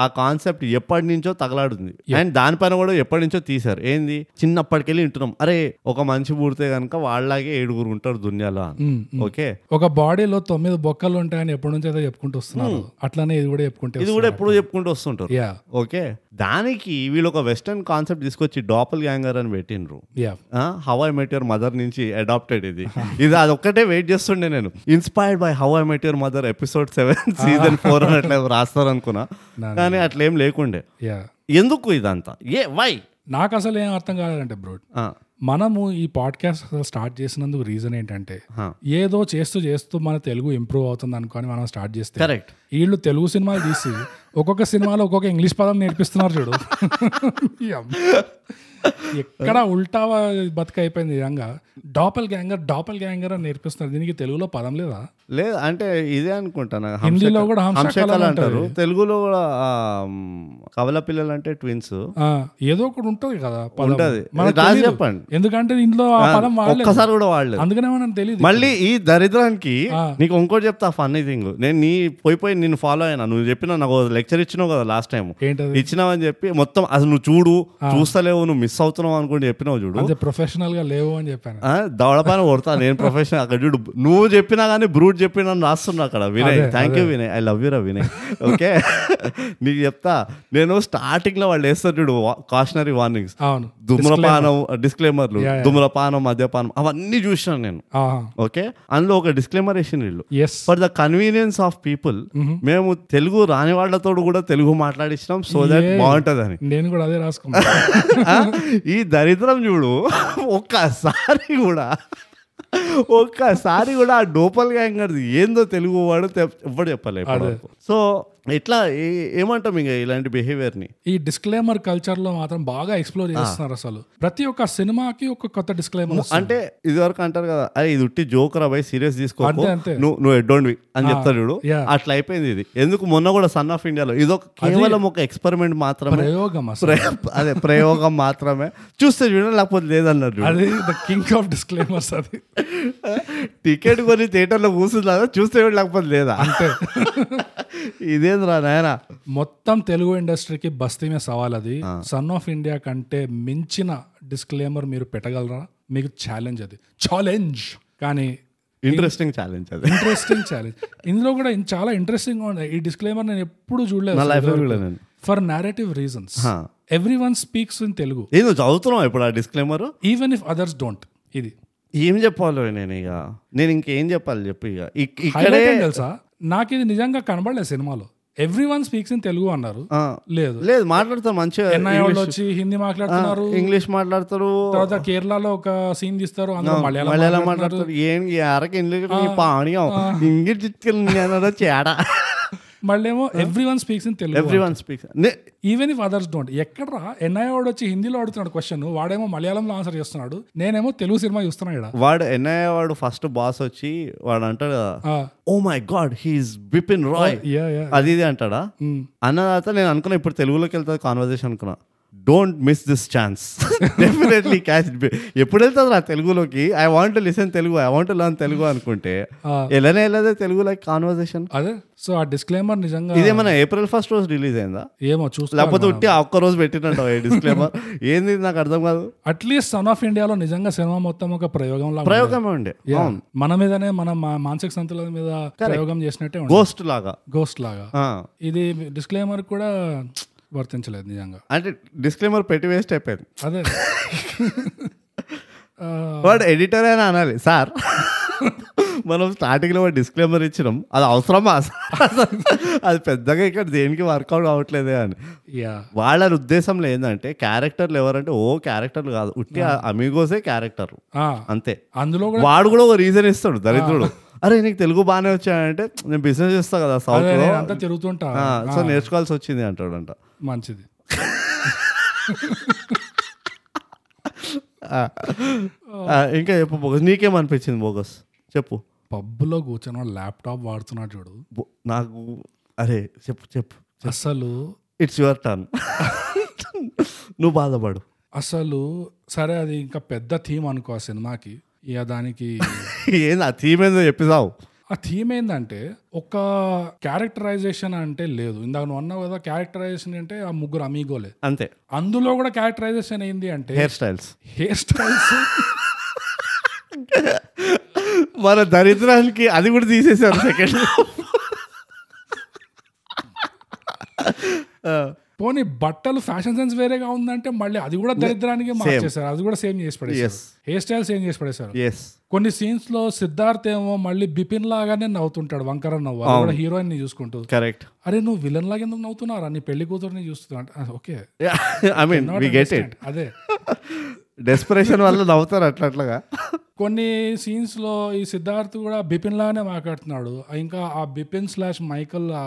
S2: ఆ కాన్సెప్ట్ ఎప్పటి నుంచో తగలాడుంది అండ్ దానిపైన కూడా ఎప్పటి నుంచో తీశారు ఏంది చిన్నప్పటికెళ్ళి వింటున్నాం అరే ఒక మనిషి పుడితే కనుక వాళ్ళలాగే ఏడుగురు ఉంటారు దునియాలో అని ఓకే
S1: ఒక బాడీలో తొమ్మిది బొక్కలు ఉంటాయని ఎప్పటి నుంచి అయితే చెప్పుకుంటూ వస్తున్నారు అట్లానే ఇది కూడా చెప్పుకుంటే
S2: ఇది కూడా ఎప్పుడు చెప్పుకుంటూ వస్తుంటారు
S1: యా
S2: ఓకే దానికి వీళ్ళు ఒక వెస్టర్న్ కాన్సెప్ట్ తీసుకొచ్చి డాపల్ గ్యాంగర్ అని పెట్టినరు
S1: yeah
S2: how I met your mother నుంచి అడాప్టెడ్
S1: *laughs*
S2: ఇది ఇది అదొక్కటే వెయిట్ చేస్తుండే నేను inspired by how I met your mother episode
S1: *laughs*
S2: seven season four అని అట్లా రాస్తారు అనుకున్నా
S1: నా-
S2: కానీ అట్లేం లేకుండే
S1: యా
S2: ఎందుకు ఇదంతా ఏ వై
S1: నాకు అసలు ఏం అర్థం కాలేదంటే బ్రో మనము ఈ పాడ్కాస్ట్ అసలు స్టార్ట్ చేసినందుకు రీజన్ ఏంటంటే ఏదో చేస్తూ చేస్తూ మన తెలుగు ఇంప్రూవ్ అవుతుంది అనుకొని మనం స్టార్ట్ చేస్తే
S2: కరెక్ట్
S1: వీళ్ళు తెలుగు సినిమాలు తీసి ఒక్కొక్క సినిమాలో ఒక్కొక్క ఇంగ్లీష్ పదం నేర్పిస్తున్నారు చూడు యమ్మ. ఎక్కడ ఉల్టా బతుక అయిపోయింది నిజంగా డాపల్ గ్యాంగర్ డాపల్ గ్యాంగర్ అని నేర్పిస్తున్నారు దీనికి తెలుగులో పదం లేదా
S2: లేదు అంటే ఇదే అనుకుంటాను
S1: హిందీలో కూడా హంసకళ
S2: హంశకళ అంటారు తెలుగులో కూడా ఆ, మ్, కవల పిల్లలు అంటే ట్విన్స్
S1: ఆ, ఏదో ఒకటి ఉంటుంది కదా పదం.
S2: ఉంటది
S1: మనకు
S2: రాజు
S1: తెలీదు.
S2: చెప్పండి
S1: ఎందుకంటే ఇంట్లో ఆ పదం వాడలేదు
S2: ఒక్కసారి కూడా వాడలేదు
S1: అందుకనే మనం తెలియదు
S2: మళ్ళీ ఈ దరిద్రానికి నీకు ఇంకోటి చెప్తా ఫన్నీ థింగ్ నేను నీ పోయి పోయి నేను ఫాలో అయినా నువ్వు చెప్పిన నాకు లెక్చర్ ఇచ్చినావు కదా లాస్ట్ టైం
S1: ఏంటది
S2: ఇచ్చినావని చెప్పి మొత్తం అసలు నువ్వు చూడు చూస్తలేవు నువ్వు మిస్ అవుతున్నావు అనుకుంటే చెప్పినావు చూడు
S1: అంతే ప్రొఫెషనల్ గా లేవు అని చెప్పాను
S2: ఆ, దవడపైన కొడతా నేను ప్రొఫెషనల్ అక్కడ చూడు నువ్వు చెప్పినా కానీ బ్రూట్ చెప్పినా అని రాస్తున్నా అక్కడ Vinay thank you Vinay I love you రా వినయ్ ఓకే *laughs* నీకు చెప్తా నేను స్టార్టింగ్ లో వాళ్ళు వేస్తారు చూడు కాషనరీ వార్నింగ్స్
S1: అవును
S2: దుమ్రపానం డిస్క్లైమర్లు దుమ్రపానం మద్యపానం అవన్నీ చూసినాను నేను ఓకే అందులో ఒక డిస్క్లైమర్ వేసిన వీళ్ళు
S1: yes
S2: for the convenience of people మేము తెలుగు రాని వాళ్ళతో కూడా తెలుగు మాట్లాడించినాం సో దట్ బాగుంటదని
S1: నేను కూడా అదే రాసుకున్నా
S2: ఆ, ఈ దరిద్రం చూడు ఒక్కసారి కూడా ఒక్కసారి కూడా ఆ డోపల్ గ్యాంగర్ది ఏందో తెలుగు వాడు తెప్- ఎవ్వడు చెప్పలే ఇప్పటివరకు. సో ఇట్లా ఏ- ఏమంటాం ఇంకా ఇలాంటి బిహేవియర్ని
S1: ఈ డిస్క్లైమర్ కల్చర్ లో మాత్రం బాగా ఎక్స్ప్లోర్ చేస్తున్నారు అసలు ప్రతి ఒక్క సినిమాకి ఒక కొత్త డిస్క్లైమర్
S2: అంటే ఇది వరకు అంటారు కదా అరే ఇది ఉట్టి జోక్ రా బై సీరియస్ తీసుకో
S1: అంతే, అంతే.
S2: నువ్వు నువ్వు ఎడ్డోండివి అని చెప్తారు చూడు
S1: yeah.
S2: అట్లా అయిపోయింది ఇది ఎందుకు మొన్న కూడా సన్ ఆఫ్ ఇండియాలో ఇది ఒక కేవలం ఒక ఎక్స్పెరిమెంట్ మాత్రమే
S1: ప్రయోగం అసలు
S2: ప్రయ- అదే ప్రయోగం మాత్రమే చూస్తే చూడండి లేకపోతే లేదన్నారు చూడు
S1: అది ద కింగ్ ఆఫ్ డిస్క్లైమర్స్ అది
S2: టికెట్ కొని థియేటర్లో కూర్చున్నా చూస్తే కూడా లేకపోతే లేదా
S1: అంతే
S2: ఇదేంద్రా నాయనా
S1: మొత్తం తెలుగు ఇండస్ట్రీకి బస్తీమే సవాల్ అది సన్ ఆఫ్ ఇండియా కంటే మించిన డిస్క్లైమర్ మీరు పెట్టగలరా మీకు ఛాలెంజ్ అది ఛాలెంజ్ కానీ
S2: ఇంట్రెస్టింగ్ ఛాలెంజ్ అది
S1: ఇంట్రెస్టింగ్ ఛాలెంజ్ ఇందులో కూడా ఇన్- చాలా ఇంట్రెస్టింగ్ గా ఉన్నాయి ఈ డిస్క్లైమర్ నేను ఎప్పుడు
S2: నా
S1: చూడలేదు
S2: లైఫ్ కూడా నేను
S1: ఫర్ నారేటివ్ రీజన్స్
S2: హా.
S1: Every one speaks in Telugu
S2: ఏ నువ్వు చదువుతున్నావు ఇప్పుడు ఆ disclaimer
S1: even if others don't ఇది
S2: ఏం చెప్పాలో నేను ఇక నేను ఇంకేం చెప్పాలి చెప్పు ఇక ఇక్- ఇక్కడే
S1: హైలైట్ ఏం తెలుసా నాకు ఇది నిజంగా కనబడలేదు సినిమాలో every one speaks in Telugu అన్నారు
S2: ఆ,
S1: లేదు
S2: లేదు మాట్లాడతారు మంచిగా
S1: ఎన్ఐ వాళ్ళు వచ్చి హిందీ మాట్లాడుతున్నారు
S2: ఇంగ్లీష్ మాట్లాడతారు
S1: తర్వాత కేరళలో ఒక సీన్ తీస్తారు అందులో మలయాళం
S2: మలయాళం మాట్లాడతారు ఏం అరకి ఇంగ్లీష్ పాణ్యం ఇంగ్లీష్ చిత్కెళ్ళి *laughs* చేడ
S1: మళ్ళీ ఏమో every one speaks in Telugu
S2: every one speaks
S1: even if others don't ఎక్కడ్రా ఎన్ఐ వాడు వచ్చి హిందీలో అడుగుతున్నాడు క్వశ్చన్ వాడేమో మలయాళంలో ఆన్సర్ చేస్తున్నాడు నేనేమో తెలుగు సినిమా చూస్తున్నా ఇక్కడ
S2: వాడు ఎన్ఐ వాడు ఫస్ట్ బాస్ వచ్చి వాడు అంటాడు కదా oh my God he's Bipin Roy
S1: yeah yeah
S2: అది ఇది అంటాడా అన్న తర్వాత నేను అనుకున్నా ఇప్పుడు తెలుగులోకి వెళ్తుంది కాన్వర్జేషన్ అనుకున్నా don't miss this *laughs* chance definitely catch ఎప్పుడు వెళ్తుంది నా తెలుగులోకి I want to listen Telugu I want learn Telugu అనుకుంటే ఎలానే వెళ్ళదే తెలుగు లైక్ కాన్వర్జేషన్
S1: అదే సో ఆ డిస్క్లైమర్ నిజంగా
S2: ఇదేమన్నా ఏప్రిల్ ఫస్ట్ రోజు రిలీజ్ అయిందా
S1: ఏమో చూస్తా
S2: లేకపోతే ఉట్టి ఆ ఒక్క రోజు పెట్టినట్టు డిస్క్లైమర్ ఏంది నాకు అర్థం కాదు
S1: అట్లీస్ట్ సన్ ఆఫ్ ఇండియాలో నిజంగా సినిమా మొత్తం ఒక ప్రయోగం లాగా
S2: ప్రయోగమే ఉండే అవును
S1: మన మీదనే మన మా- మానసిక సంతుల మీద ప్రయోగం చేసినట్టే ఉంటుంది
S2: గోస్ట్ లాగా
S1: గోస్ట్ లాగా
S2: ఆ.
S1: ఇది డిస్క్లైమర్ కూడా వర్తించలేదు నిజంగా
S2: అంటే డిస్క్లైమర్ పెట్టి వేస్ట్ అయిపోయింది *laughs*
S1: అదే ఆ,
S2: వాడు ఎడిటర్ అయినా అనాలి సార్ మనం స్టార్టింగ్ లో డిస్క్లైమర్ ఇచ్చినాం అది అవసరమా అసలు? అది పెద్దగా ఇక్కడ దేనికి వర్కౌట్ అవ్వట్లేదే అని
S1: యా
S2: వాళ్ళ ఉద్దేశంలో ఏంటంటే క్యారెక్టర్లు ఎవరంటే ఓ క్యారెక్టర్లు కాదు ఉట్టి అమిగోసే క్యారెక్టర్
S1: ఆ,
S2: అంతే
S1: అందులో కూడా
S2: వాడు కూడా ఒక రీజన్ ఇస్తాడు దరిద్రుడు అరే నీకు తెలుగు బాగానే వచ్చాడంటే నేను బిజినెస్ చేస్తా కదా సౌత్
S1: అదే
S2: లో
S1: అంతా తిరుగుతుంటా
S2: ఆ, సో నేర్చుకోవాల్సి వచ్చింది అంటాడంట
S1: మంచిది
S2: ఆ, ఇంకా చెప్పు బోగస్ నీకేమనిపించింది బోగస్ చెప్పు
S1: పబ్బులో కూర్చొని ల్యాప్టాప్ వాడుతున్నాడు చూడు
S2: బో- నాకు అరే చెప్పు చెప్పు
S1: అసలు
S2: ఇట్స్ యువర్ టర్న్ నువ్వు బాధపడు
S1: అసలు సరే అది ఇంకా పెద్ద థీమ్ అనుకో ఆ సినిమాకి ఇక దానికి
S2: ఏంది ఆ థీమ్ ఏందో చెప్పిసావు
S1: ఆ థీమ్ ఏంటంటే ఒక క్యారెక్టరైజేషన్ అంటే లేదు ఇందాక నువ్వు అన్నావు కదా క్యారెక్టరైజేషన్ అంటే ఆ ముగ్గురు అమీగోలే
S2: అంతే
S1: అందులో కూడా క్యారెక్టరైజేషన్ ఏంది అంటే
S2: హెయిర్ స్టైల్స్
S1: హెయిర్ స్టైల్స్
S2: మన దరిద్రానికి అది కూడా తీసేశారు సెకండ్
S1: పోనీ బట్టలు ఫ్యాషన్ సెన్స్ వేరేగా ఉందంటే మళ్ళీ అది కూడా దరిద్రానికి మార్చేశారు అది కూడా సేమ్ చేసి పడేసారు హెయిర్ స్టైల్ సేమ్ చేసి పడేశారు
S2: ఎస్
S1: కొన్ని సీన్స్ లో సిద్ధార్థ్ ఏమో మళ్ళీ బిపిన్ లాగానే నవ్వుతుంటాడు వంకర నవ్వు అది కూడా హీరోయిన్ ని చూసుకుంటూ
S2: కరెక్ట్
S1: అరే నువ్వు విలన్ లాగా ఎందుకు నవ్వుతున్నారా నీ పెళ్లి కూతురుని చూస్తున్నా అంటే, "ఆ, okay
S2: I mean we get it
S1: అదే
S2: డెస్పరేషన్ వల్ల నవ్వుతారు అట్లా అట్లాగా
S1: కొన్ని సీన్స్ లో ఈ సిద్ధార్థ్ కూడా బిపిన్ లాగానే మాట్లాడుతున్నాడు ఇంకా ఆ బిపిన్ స్లాష్ మైకల్ ఆ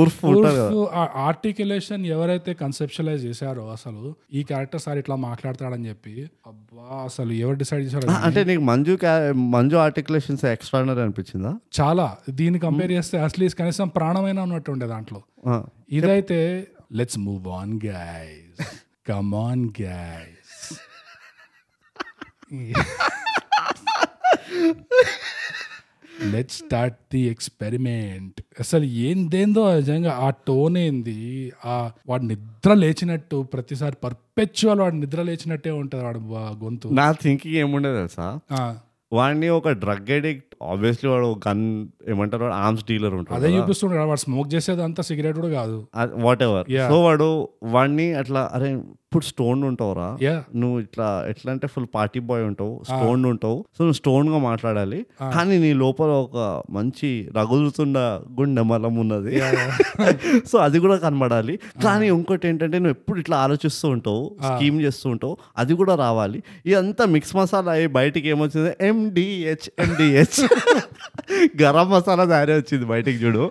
S2: ఉర్ఫ్ ఉంటారు కదా
S1: ఆర్టికులేషన్ ఎవరైతే కన్సెప్షలైజ్ చేశారో అసలు ఈ క్యారెక్టర్ సార్ ఇట్లా మాట్లాడతాడని చెప్పి అబ్బా అసలు ఎవరు డిసైడ్ చేశారు
S2: ఆ, అంటే నీకు మంజు క్యా- మంజు ఆర్టికులేషన్స్ ఎక్స్ట్రానరీ అనిపించిందా
S1: చాలా దీన్ని కంపేర్ చేస్తే అసలు ఇది కనీసం ప్రాణమైన ఉన్నట్టు ఉండే దాంట్లో
S2: ఆ.
S1: ఇదైతే let's move on *laughs* guys come on *laughs* guys let's start the experiment అసలు ఏందేందో నిజంగా ఆ టోన్ ఏంది ఆ వాడు నిద్ర లేచినట్టు ప్రతిసారి పర్పెచువల్ వాడు నిద్ర లేచినట్టే ఉంటుంది వాడు ఆ గొంతు
S2: నా థింకింగ్ ఏముండే తెలుసా
S1: ఆ,
S2: వాడిని ఒక డ్రగ్ అడిక్ట్ ఆబ్వియస్లీ వాడు గన్ ఏమంటారు వాడు ఆర్మ్స్ డీలర్
S1: అదే
S2: ఉంటాడు
S1: చూపిస్తుంటాడు వాడు స్మోక్ చేసేది అంతా సిగరెట్ కూడా కాదు
S2: వాట్ ఎవర్
S1: Yeah.
S2: సో వాడు వాడిని అట్లా అరే ఇప్పుడు స్టోన్ ఉంటావురా
S1: యా
S2: నువ్వు ఇట్లా ఎట్లా అంటే ఫుల్ పార్టీ బాయ్ ఉంటావు స్టోన్ ఉంటావు సో నువ్వు స్టోన్ గా మాట్లాడాలి కానీ నీ లోపల ఒక మంచి రగులుతున్న గుండె మలం ఉన్నది *laughs* సో అది కూడా కనబడాలి కానీ ఇంకోటి ఏంటంటే నువ్వు ఎప్పుడు ఇట్లా ఆలోచిస్తూ ఉంటావు స్కీమ్ చేస్తూ ఉంటావు అది కూడా రావాలి ఇదంతా మిక్స్ మసాలా అయ్యి బయటికి ఏమొచ్చింది ఎండిహెచ్ ఎండిహెచ్ గరం మసాలా తయారీ వచ్చింది బయటికి చూడు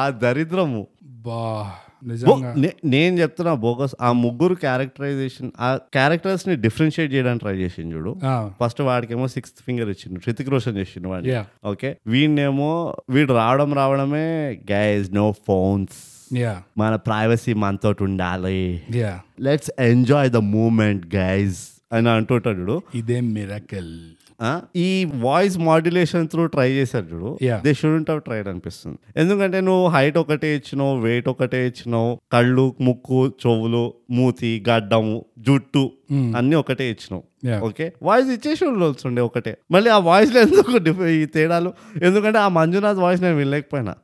S2: ఆ దరిద్రము
S1: బా
S2: బో-
S1: నిజంగా
S2: నే- నేను చెప్తున్నా బోగస్ ఆ ముగ్గురు క్యారెక్టరైజేషన్ ఆ క్యారెక్టర్స్ ని డిఫరెన్షియేట్ చేయడానికి ట్రై చేసిండు చూడు
S1: ఆ,
S2: ఫస్ట్ వాడికేమో సిక్స్త్ ఫింగర్ ఇచ్చిండు హృతిక్ రోషన్ చేసిండు వాడిని
S1: Yeah.
S2: ఓకే వీడినేమో వీడు రావడం రావడమే గైజ్ నో ఫోన్స్
S1: యా
S2: మన ప్రైవసీ మనతో ఉండాలి
S1: yeah
S2: let's enjoy the moment guys అని అంటుంటాడు చూడు
S1: ఇదే మిరకల్
S2: ఆ, ఈ వాయిస్ మాడ్యులేషన్ త్రూ ట్రై చేశారు చూడు
S1: Yeah.
S2: They shouldn't have tried అనిపిస్తుంది ఎందుకంటే నువ్వు హైట్ ఒకటే ఇచ్చినావు వెయిట్ ఒకటే ఇచ్చినావు కళ్ళు ముక్కు చెవులు మూతి గడ్డము జుట్టు అన్ని ఒకటే ఇచ్చినావు
S1: Hmm. Yeah.
S2: ఓకే వాయిస్ ఇచ్చేసి ఉండే ఒకటే మళ్ళీ ఆ వాయిస్ లో ఎందుకు డిఫ- ఈ తేడాలు ఎందుకంటే ఆ మంజునాథ్ వాయిస్ నేను వినలేకపోయినా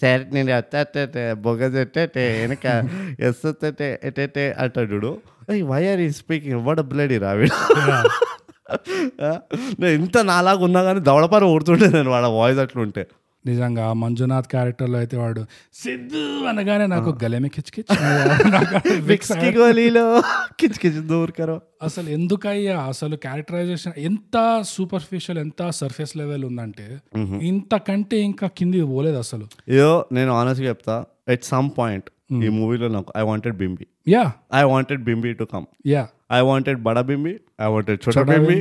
S2: సరే నేను అట్టే బొగజెట్టే వెనక ఎస్సెట్టే ఎట్టే అంటాడు why are you speaking what blood రావిడ *laughs* నేను ఇంత నాలాగా ఉన్నా కానీ దవడపార ఊడుతుంటే నేను వాడ వాయిస్ అట్లా ఉంటే
S1: నిజంగా ఆ మంజునాథ్ క్యారెక్టర్ లో అయితే వాడు సిద్ధు అనగానే నాకు గలేమి కిచ్కిచ్ *laughs*
S2: విక్స్కి గోలీలో కిచ్ కిచ్ దూరుకరో
S1: అసలు ఎందుకయ్యా అసలు క్యారెక్టరైజేషన్ ఎంత సూపర్ఫిషియల్ ఎంత సర్ఫేస్ లెవెల్ ఉందంటే ఇంతకంటే ఇంకా కింది పోలేదు అసలు
S2: ఏదో నేను ఆనెస్ట్గా చెప్తా ఎట్ సమ్ పాయింట్ ఈ మూవీలో నాకు ఐ వాంటెడ్ బింబి
S1: యా
S2: ఐ వాంటెడ్ బింబి to come
S1: yeah
S2: I wanted బడా బింబి ఐ వాంటెడ్ చోటా బింబి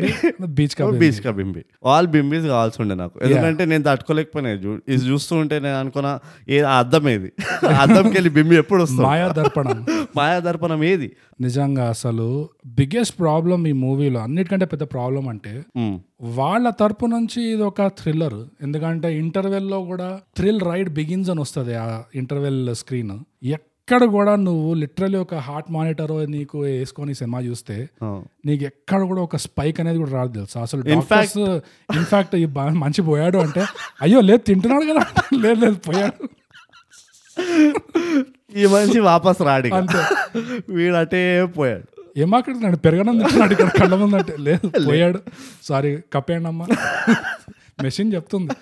S1: బీచ్ *laughs* కా
S2: బీచ్ కా బింబి ఆల్ బింబీస్ కావాల్సి ఉండే నాకు ఎందుకంటే నేను తట్టుకోలేకపోయినా ఇది చూ- ఇది చూస్తూ ఉంటే నేను అనుకున్నా ఏ ఆ అద్దం ఏది ఆ అద్దంకి వెళ్ళి బింబి ఎప్పుడు వస్తుంది
S1: మాయా దర్పణం
S2: మాయా దర్పణం ఏది
S1: నిజంగా అసలు బిగ్గెస్ట్ ప్రాబ్లం ఈ మూవీలో అన్నిటికంటే పెద్ద ప్రాబ్లం అంటే
S2: మ్.
S1: వాళ్ళ తరపు నుంచి ఇది ఒక థ్రిల్లర్ ఎందుకంటే ఇంటర్వెల్ లో కూడా థ్రిల్ రైడ్ బిగిన్స్ అని వస్తుంది ఆ ఇంటర్వెల్ స్క్రీన్ ఎక్కడ కూడా నువ్వు లిటరలీ ఒక హార్ట్ మానిటర్ నీకు వేసుకొని సినిమా చూస్తే
S2: ఆ.
S1: నీకు ఎక్కడ కూడా ఒక స్పైక్ అనేది కూడా రాదు తెలుసా అసలు డాక్టర్స్ ఇన్ఫాక్ట్ మంచి పోయాడు అంటే అయ్యో లేదు తింటున్నాడు కదా *laughs* లేదు లేదు పోయాడు
S2: ఈ మనిషి వాపస్ రాడు ఇక.
S1: అంతే.
S2: వీడు అటే పోయాడు
S1: ఏం మాట్లాడుతున్నాడు పెరగడం తింటున్నాడు ఇక్కడ కళ్ళ ముందు అంటే లేదు పోయాడు సారీ కప్పేయండి అమ్మా మెషిన్ చెప్తుంది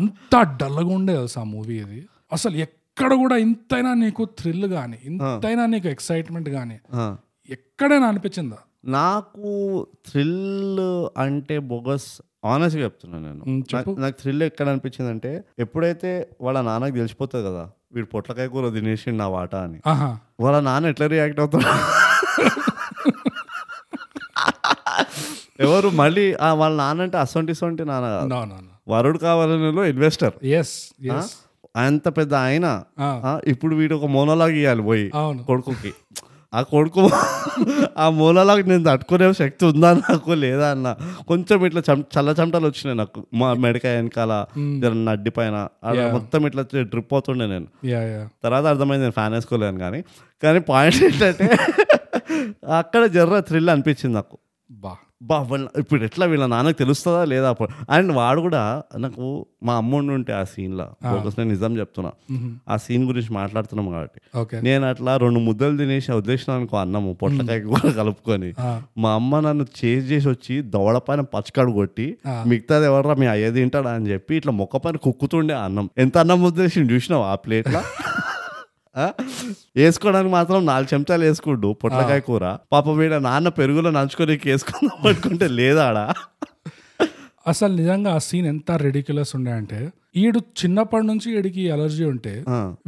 S1: అంత డల్గా ఉండే తెలుసా ఆ మూవీ ఇది అసలు ఎక్కడ కూడా ఇంతైనా నీకు థ్రిల్ కానీ ఇంతైనా నీకు ఎక్సైట్మెంట్ కానీ
S2: ఆ.
S1: ఎక్కడైనా అనిపించిందా
S2: నాకు థ్రిల్ అంటే బొగస్ ఆనెస్ట్గా చెప్తున్నాను నేను
S1: మ్,
S2: నాకు- నాకు థ్రిల్ ఎక్కడ అనిపించింది అంటే ఎప్పుడైతే వాళ్ళ నాన్నకి తెలిసిపోతుంది కదా వీడు పొట్లకాయ కూర తినేసిండు నా వాటా అని
S1: ఆహా
S2: వాళ్ళ నాన్న ఎట్లా రియాక్ట్ అవుతాడు ఎవరు మళ్ళీ ఆ, వాళ్ళ నాన్న అంటే అసొంటి ఇసొంటి నాన్న కాదు.
S1: నో నో నో
S2: వరుడు కావాలనేలో ఇన్వెస్టర్
S1: ఎస్ ఎస్
S2: అంత పెద్ద ఆయన
S1: ఆ.
S2: ఆ, ఇప్పుడు వీడు ఒక మోనోలాగ్ ఇవ్వాలి పోయి
S1: అవును
S2: కొడుకుకి ఆ కొడుకు ఆ మూలలాగా నేను తట్టుకునే శక్తి ఉందా నాకు లేదా అన్న కొంచెం ఇట్లా చం చల్ల చెమటలు వచ్చినాయి నాకు మా మెడకాయ వెనకాల జర నడ్డి పైన ఆడ మొత్తం ఇట్లా డ్రిప్ అవుతుండే నేను
S1: యా యా
S2: తర్వాత అర్థమైంది నేను ఫ్యాన్ వేసుకోలేను కానీ కానీ పాయింట్ ఏంటంటే అక్కడ జర్ర థ్రిల్ అనిపించింది నాకు
S1: బా
S2: బా వీళ్ళ ఇప్పుడు ఎట్లా వీళ్ళ నాన్నకు తెలుస్తుందా లేదా అప్పుడు అండ్ వాడు కూడా నాకు మా అమ్ముండి ఉంటే ఆ సీన్లో ఫోకస్ నేను నిజం చెప్తున్నా ఆ సీన్ గురించి మాట్లాడుతున్నాం కాబట్టి
S1: ఓకే
S2: నేను అట్లా రెండు ముద్దలు తినేసి వదిలేసిన అనుకో అన్నము పొట్లకాయ కూడా కలుపుకొని
S1: ఆ.
S2: మా అమ్మ నన్ను చేజ్ చేసి వచ్చి దవడ పైన పచ్చకాడు కొట్టి
S1: ఆ.
S2: మిగతాది ఎవర్రా మీ అయ్య తింటాడా అని చెప్పి ఇట్లా మొక్క పైన కుక్కుతుండే అన్నం ఎంత అన్నం వదిలేసి చూసినావు ఆ ప్లేట్లో ఆ? వేసుకోవడానికి మాత్రం నాలుగు చెంచాలు వేసుకుండు పొట్లకాయ కూర పాప వీడ నాన్న పెరుగులో నంచుకొని వేసుకుందాం అనుకుంటే లేదాడా
S1: అసలు నిజంగా ఆ సీన్ ఎంత రెడిక్యులస్ ఉండే అంటే ఈడు చిన్నప్పటి నుంచి వీడికి అలర్జీ ఉంటే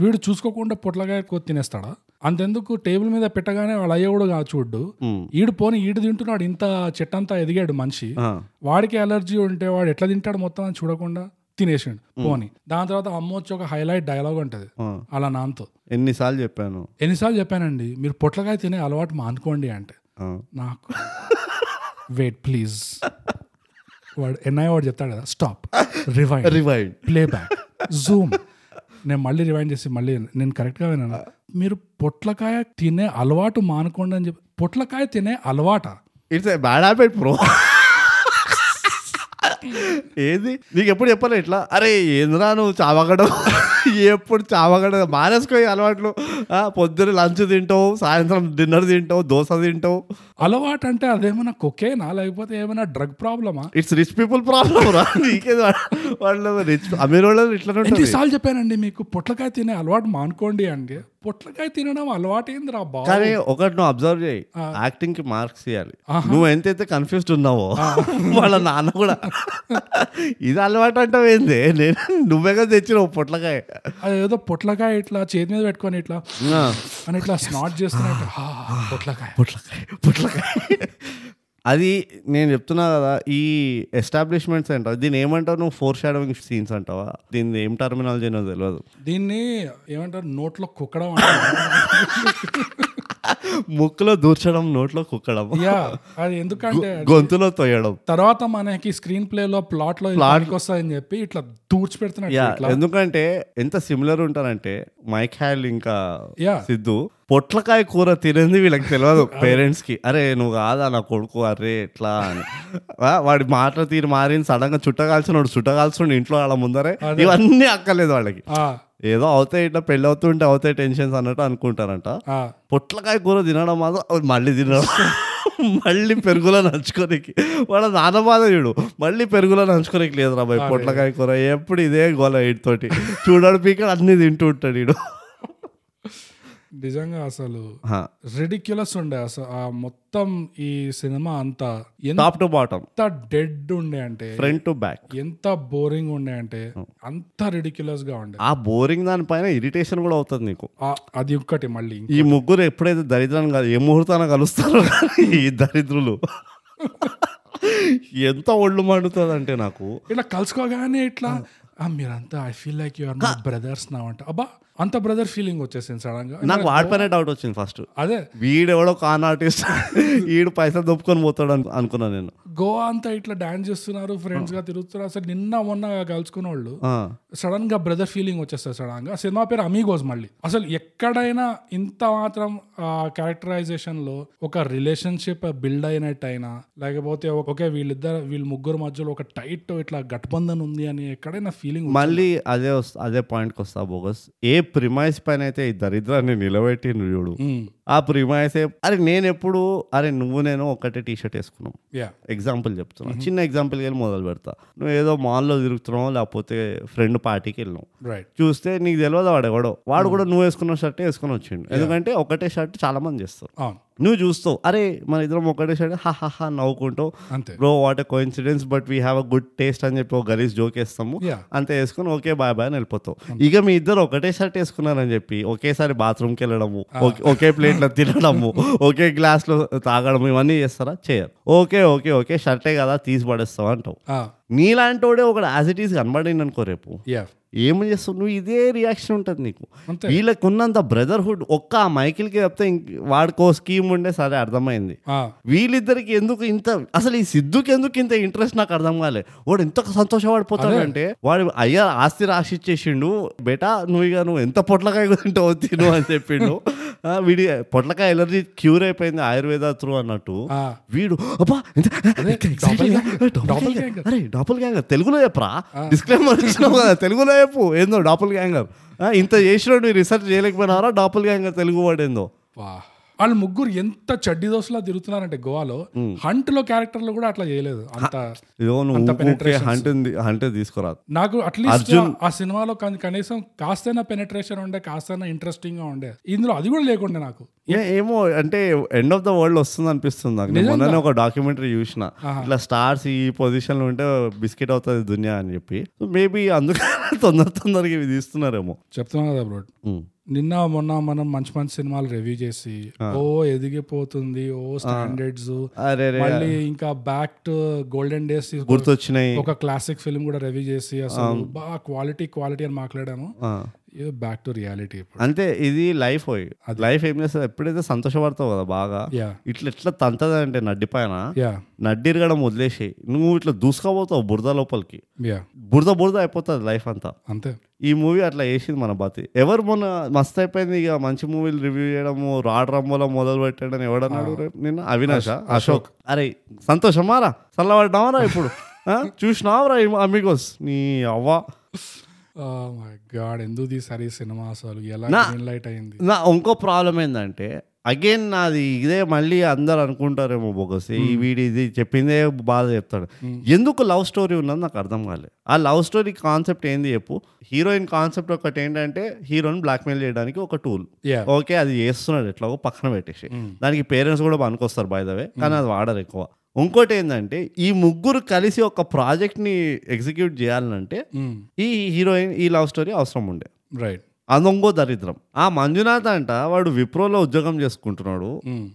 S1: వీడు చూసుకోకుండా పొట్లకాయ కొ- తినేస్తాడా అంతెందుకు టేబుల్ మీద పెట్టగానే వాళ్ళ అయ్య కూడా కాదు చూడ్డు ఈడు పోని ఈడు తింటున్నాడు ఇంత చెట్టంతా ఎదిగాడు మనిషి
S2: ఆ.
S1: వాడికి అలర్జీ ఉంటే వాడు ఎట్లా తింటాడు మొత్తం అని చూడకుండా తినేసిండు పోని దాని తర్వాత అమ్మ వచ్చి ఒక హైలైట్ డైలాగ్ ఉంటది
S2: ఆ.
S1: అలా నాన్నతో
S2: ఎన్నిసార్లు చెప్పాను
S1: ఎన్నిసార్లు చెప్పానండి మీరు పొట్లకాయ తినే అలవాటు మానుకోండి అంటే
S2: ఆ.
S1: నాకు వెయిట్ ప్లీజ్ వాడు ఎన్ఐ వాడు చెప్తాడు కదా stop rewind
S2: rewind
S1: play back zoom నేను మళ్ళీ రివైండ్ చేసి మళ్ళీ నేను కరెక్ట్గా విన్నాను మీరు పొట్లకాయ తినే అలవాటు మానుకోండి అని చెప్పి పొట్లకాయ తినే అలవాట
S2: it's a bad habit bro ఏది నీకు ఎప్పుడు చెప్పలే ఇట్లా అరే ఏంద్రా నువ్వు చావగడం ఎప్పుడు చావగడం మానేసుకో ఈ అలవాట్లు ఆ, పొద్దున్న లంచ్ తింటావు సాయంత్రం డిన్నర్ తింటావు దోశ తింటావు
S1: అలవాటు అంటే అదేమైనా కొకేనా లేకపోతే ఏమైనా డ్రగ్ ప్రాబ్లమా
S2: ఇట్స్ రిచ్ పీపుల్ ప్రాబ్లం రా నీకే వాళ్ళు రిచ్ అమీర్ వాళ్ళు ఇట్లనే ఉంటుంది
S1: ఎన్నిసార్లు చెప్పానండి మీకు పొట్లకాయ తినే అలవాటు మానుకోండి అంటే పొట్లకాయ తినడం అలవాటు ఏందిరా బాబు
S2: కానీ ఒకటి నువ్వు అబ్జర్వ్ చేయి యాక్టింగ్ కి మార్క్స్ ఇవ్వాలి నువ్వు ఎంతైతే కన్ఫ్యూజ్డ్ ఉన్నావో వాళ్ళ నాన్న కూడా ఇది అలవాటు అంటావు ఏంది నేను నువ్వేగా తెచ్చినావు పొట్లకాయ
S1: అదేదో పొట్లకాయ ఇట్లా చేతి మీద పెట్టుకొని ఇట్లా
S2: ఆ.
S1: అని ఇట్లా స్నాట్ చేస్తున్నట్టు "ఆ, పొట్లకాయ
S2: పొట్లకాయ పొట్లకాయ అది నేను చెప్తున్నా కదా ఈ ఎస్టాబ్లిష్మెంట్స్ అంటావు దీన్ని ఏమంటావు నువ్వు ఫోర్ షాడోవింగ్ సీన్స్ అంటావా దీన్ని ఏం టర్మినాలజీ నాకు తెలియదు
S1: దీన్ని ఏమంటారు నోట్లో కుక్కడం అంటారు.
S2: ముక్కులో దూర్చడం నోట్లో కుక్కడం
S1: యా అది ఎందుకంటే
S2: గొంతులో తొయ్యడం
S1: తర్వాత మనకి స్క్రీన్ ప్లే లో ప్లాట్ లో ప్లాట్ వస్తాయని చెప్పి ఇట్లా దూడ్చి పెడుతున్నట్టు
S2: యా
S1: ఇట్లా
S2: ఎందుకంటే ఎంత సిమిలర్ ఉంటారంటే మైక్ హ్యాల్ ఇంకా
S1: Yeah.
S2: సిద్ధు పొట్లకాయ కూర తినేది వీళ్ళకి తెలియదు పేరెంట్స్ కి అరే నువ్వు కాదా నా కొడుకు అరే ఎట్లా అని ఆ, వాడి మాటల తీరు మారింది సడన్ గా చుట్టగాల్సినోడు చుట్టగాల్సిన ఇంట్లో వాళ్ళ ముందరే ఇవన్నీ అక్కర్లేదు వాళ్ళకి
S1: ఆ,
S2: ఏదో అవుతాయి ఇట్లా పెళ్ళి అవుతుంటే అవుతాయి టెన్షన్స్ అన్నట్టు అనుకుంటారంట
S1: ఆ.
S2: పొట్లకాయ కూర తినడం మాత్రం అది మళ్ళీ తినడం మళ్ళీ పెరుగులో నంచుకోనికి వాళ్ళ నాన్న బాధ చూడు మళ్ళీ పెరుగులో నంచుకోనికి లేదు రా భయ్ పొట్లకాయ కూర ఎప్పుడు ఇదే గోల వీటితోటి చూడడు పీక అన్ని తింటూ ఉంటాడు వీడు
S1: నిజంగా అసలు
S2: హా.
S1: రెడిక్యులస్ ఉండే అసలు ఆ మొత్తం ఈ సినిమా అంతా ఎంత
S2: టాప్ టు బాటమ్
S1: డెడ్ ఉండే అంటే
S2: ఫ్రంట్ టు బ్యాక్
S1: ఎంత బోరింగ్ ఉండే అంటే అంత రెడిక్యులస్ గా ఉండే
S2: ఆ బోరింగ్ దానిపైన ఇరిటేషన్ కూడా అవుతుంది నీకు
S1: ఆ, అది ఒక్కటి మళ్ళీ
S2: ఈ ముగ్గురు ఎప్పుడైతే దరిద్రాన్ని కాదు ఏ ముహూర్తాన కలుస్తారో కానీ ఈ దరిద్రులు ఎంత ఒళ్ళు మండుతుంది అంటే నాకు
S1: ఇట్లా కలుసుకోగానే ఇట్లా "ఆ, మీరంతా I feel like your my brothers నా అంట అబ్బా అంత బ్రదర్ ఫీలింగ్ వచ్చేసింది సడన్ గా
S2: నాకు వాడిపైన డౌట్ వచ్చింది ఫస్ట్
S1: అదే
S2: వీడెవడో కాన్ ఆర్టిస్ట్ వీడు పైసలు దొప్పుకొని పోతాడు అను- అనుకున్నా నేను
S1: గోవా అంతా ఇట్లా డాన్స్ చేస్తున్నారు ఫ్రెండ్స్ గా తిరుగుతున్నారు అసలు నిన్న మొన్న కలుసుకున్న వాళ్ళు
S2: ఆ,
S1: సడన్ గా బ్రదర్ ఫీలింగ్ వచ్చేస్తారు సడన్ గా సినిమా పేరు అమీగోస్ మళ్ళీ అసలు ఎక్కడైనా ఇంత మాత్రం క్యారెక్టరైజేషన్ లో ఒక రిలేషన్షిప్ బిల్డ్ అయినట్టయినా లేకపోతే ఓకే వీళ్ళిద్దరు వీళ్ళ ముగ్గురు మధ్యలో ఒక టైట్ ఇట్లా గట్బంధన్ ఉంది అని ఎక్కడైనా ఫీలింగ్
S2: మళ్ళీ అదే వస్తా అదే పాయింట్కి వస్తా బోగస్ ఏ ప్రిమైజ్ పైన అయితే ఈ దరిద్రాన్ని నిలబెట్టిండ్రు చూడు ఆ ప్రిమాయసే అరే నేను ఎప్పుడు అరే నువ్వు నేను ఒకటే టీ షర్ట్ వేసుకున్నాం
S1: యా
S2: ఎగ్జాంపుల్ చెప్తున్నా చిన్న ఎగ్జాంపుల్కి వెళ్ళి మొదలు పెడతా నువ్వు ఏదో మాల్లో తిరుగుతున్నావు లేకపోతే ఫ్రెండ్ పార్టీకి వెళ్ళినావు
S1: రైట్
S2: చూస్తే నీకు తెలియదు వాడు ఎవడో వాడు కూడా నువ్వు వేసుకున్న షర్ట్ వేసుకుని వచ్చిండు ఎందుకంటే ఒకటే షర్ట్ చాలా మంది చేస్తారు
S1: అవును
S2: నువ్వు చూస్తావు అరే మన ఇద్దరం ఒకటే షర్ట్ హాహాహా నవ్వుకుంటావు
S1: అంతే
S2: bro what a coincidence but we have a good taste అని చెప్పి ఒక గలీస్ జోక్ వేస్తాము
S1: Yeah.
S2: అంతే వేసుకుని ఓకే బాయ్ బాయ్ అని వెళ్ళిపోతావు ఇక మీ ఇద్దరు ఒకటే షర్ట్ వేసుకున్నారని చెప్పి ఒకేసారి బాత్రూమ్కి వెళ్ళడము ఒకే- ఒకే ప్లేట్లో
S1: *laughs*
S2: తినడము ఒకే గ్లాస్లో తాగడం ఇవన్నీ చేస్తారా చేయరు ఓకే ఓకే ఓకే షర్టే కదా తీసి పడేస్తావు అంటావు నీలాంటోడే ఒకడు యాజ్ ఇట్ ఈస్ కనబడింది అనుకో రేపు
S1: యా
S2: ఏం చేస్తావు నువ్వు ఇదే రియాక్షన్ ఉంటుంది నీకు
S1: అంతే.
S2: వీళ్ళకి ఉన్నంత బ్రదర్హుడ్ ఒక్క ఆ మైకిల్కి చెప్తే ఇంక- వాడికో స్కీమ్ ఉండే సరే అర్థమైంది వీళ్ళిద్దరికి ఎందుకు ఇంత అసలు ఈ సిద్ధుకి ఎందుకు ఇంత ఇంట్రెస్ట్ నాకు అర్థం కాలే వాడు ఎంత సంతోషపడిపోతాడంటే వాడు అయ్యా ఆస్తి రాసిచ్చేసిండు బేటా నువ్వు ఇక నువ్వు ఎంత పొట్లకాయ తింటావు తిను అని చెప్పిండు ఆ, వీడి పొట్లకాయ ఎలర్జీ క్యూర్ అయిపోయింది ఆయుర్వేద త్రూ అన్నట్టు
S1: ఆ.
S2: వీడు అబ్బా ఎంత excited గా, double
S1: doppelganger.
S2: అరే డాపుల్ గ్యాంగర్ తెలుగులో చెప్పరా డిస్క్లైమర్ ఇచ్చినావు కదా తెలుగులో చెప్పు ఏందో డాపుల్ గ్యాంగర్ ఇంత చేసినట్టు రీసెర్చ్ చేయలేకపోయినారా డాపుల్ గ్యాంగర్ తెలుగు వాడు ఏందో
S1: వా వాళ్ళు ముగ్గురు ఎంత చడ్డి దోశలా తిరుగుతున్నారంటే గోవాలో హంట్ లో క్యారెక్టర్ లో కూడా అట్లా చేయలేదు అంత
S2: ఇదో
S1: అంత
S2: నువ్వు
S1: penetrations.
S2: హంట్ హంట్ తీసుకురాదు
S1: నాకు అట్లీస్ట్
S2: అర్జున్-
S1: ఆ సినిమాలో కన్- కనీసం కాస్తైనా పెనట్రేషన్ ఉండే కాస్తైనా ఇంట్రెస్టింగ్ గా ఉండే ఇందులో అది కూడా లేకుండా నాకు
S2: ఏ- ఏమో అంటే ఎండ్ ఆఫ్ ద వరల్డ్ వస్తుంది అనిపిస్తుంది నాకు నేను మొన్ననే ఒక డాక్యుమెంటరీ చూసిన ఇట్లా స్టార్స్ ఈ పొజిషన్ లో ఉంటే బిస్కెట్ అవుతుంది దునియా అని చెప్పి మేబీ అందుకే *laughs* తొందర తొందరగా ఇవి తీస్తున్నారేమో
S1: చెప్తున్నా కదా బ్రోడ్
S2: ఉమ్.
S1: నిన్న మొన్న మనం మంచి మంచి సినిమాలు రివ్యూ చేసి ఓ ఎదిగిపోతుంది ఓ స్టాండర్డ్స్
S2: అరే రే
S1: మళ్ళీ ఇంకా బ్యాక్ టు గోల్డెన్ డేస్
S2: గుర్తొచ్చినాయి
S1: ఒక క్లాసిక్ ఫిల్మ్ కూడా రివ్యూ చేసి అసలు బాగా క్వాలిటీ క్వాలిటీ అని మాట్లాడాము
S2: ఆ.
S1: ఇది బ్యాక్ టు రియాలిటీ ఇప్పుడు
S2: అంతే ఇది లైఫ్ పోయి లైఫ్ ఏం చేస్తుంది ఎప్పుడైతే సంతోషపడతావు కదా బాగా
S1: యా
S2: ఇట్లా ఎట్లా తంతది అంటే నడ్డి పైన
S1: యా
S2: నడ్డిరగడం వదిలేసి నువ్వు ఇట్లా దూసుకోబోతావు బురద లోపలికి
S1: యా
S2: బురద బురద అయిపోతుంది లైఫ్ అంతా
S1: అంతే
S2: ఈ మూవీ అట్లా వేసింది మన బతి ఎవరు మొన్న మస్తు అయిపోయింది ఇక మంచి మూవీలు రివ్యూ చేయడము రాడ్ రమ్మలో మొదలు పెట్టాడని ఎవడన్నాడు రేపు నిన్న అవినాష్ అశోక్ అరే సంతోషమారా చల్లబడ్డావరా ఇప్పుడు ఆ? చూసినావరా అమిగోస్ నీ అవ్వ
S1: మై గాడ్ Oh ఎందుకు తీసారు ఈ సినిమా అసలు ఎలా గ్రీన్ లైట్ అయింది
S2: నా ఇంకో ప్రాబ్లం ఏంటంటే అగైన్ నాది ఇదే మళ్ళీ అందరు అనుకుంటారేమో బొగస్ ఈ వీడి ఇది చెప్పిందే బాధ చెప్తాడు ఎందుకు లవ్ స్టోరీ ఉన్నది నాకు అర్థం కాలే ఆ లవ్ స్టోరీ కాన్సెప్ట్ ఏంది చెప్పు హీరోయిన్ కాన్సెప్ట్ ఒకటి ఏంటంటే హీరోని బ్లాక్మెయిల్ చేయడానికి ఒక టూల్
S1: యా
S2: ఓకే అది చేస్తున్నాడు ఎట్లాగో పక్కన పెట్టేసి దానికి పేరెంట్స్ కూడా పనికొస్తారు బై ద వే కానీ అది వాడరు ఎక్కువ ఇంకోటి ఏంటంటే ఈ ముగ్గురు కలిసి ఒక ప్రాజెక్ట్ని ఎగ్జిక్యూట్ చేయాలంటే
S1: mm,
S2: ఈ హీరోయిన్ ఈ లవ్ స్టోరీ అవసరం ఉండే
S1: రైట్
S2: అదొంగో దరిద్రం ఆ మంజునాథ్ అంట వాడు విప్రోలో ఉద్యోగం చేసుకుంటున్నాడు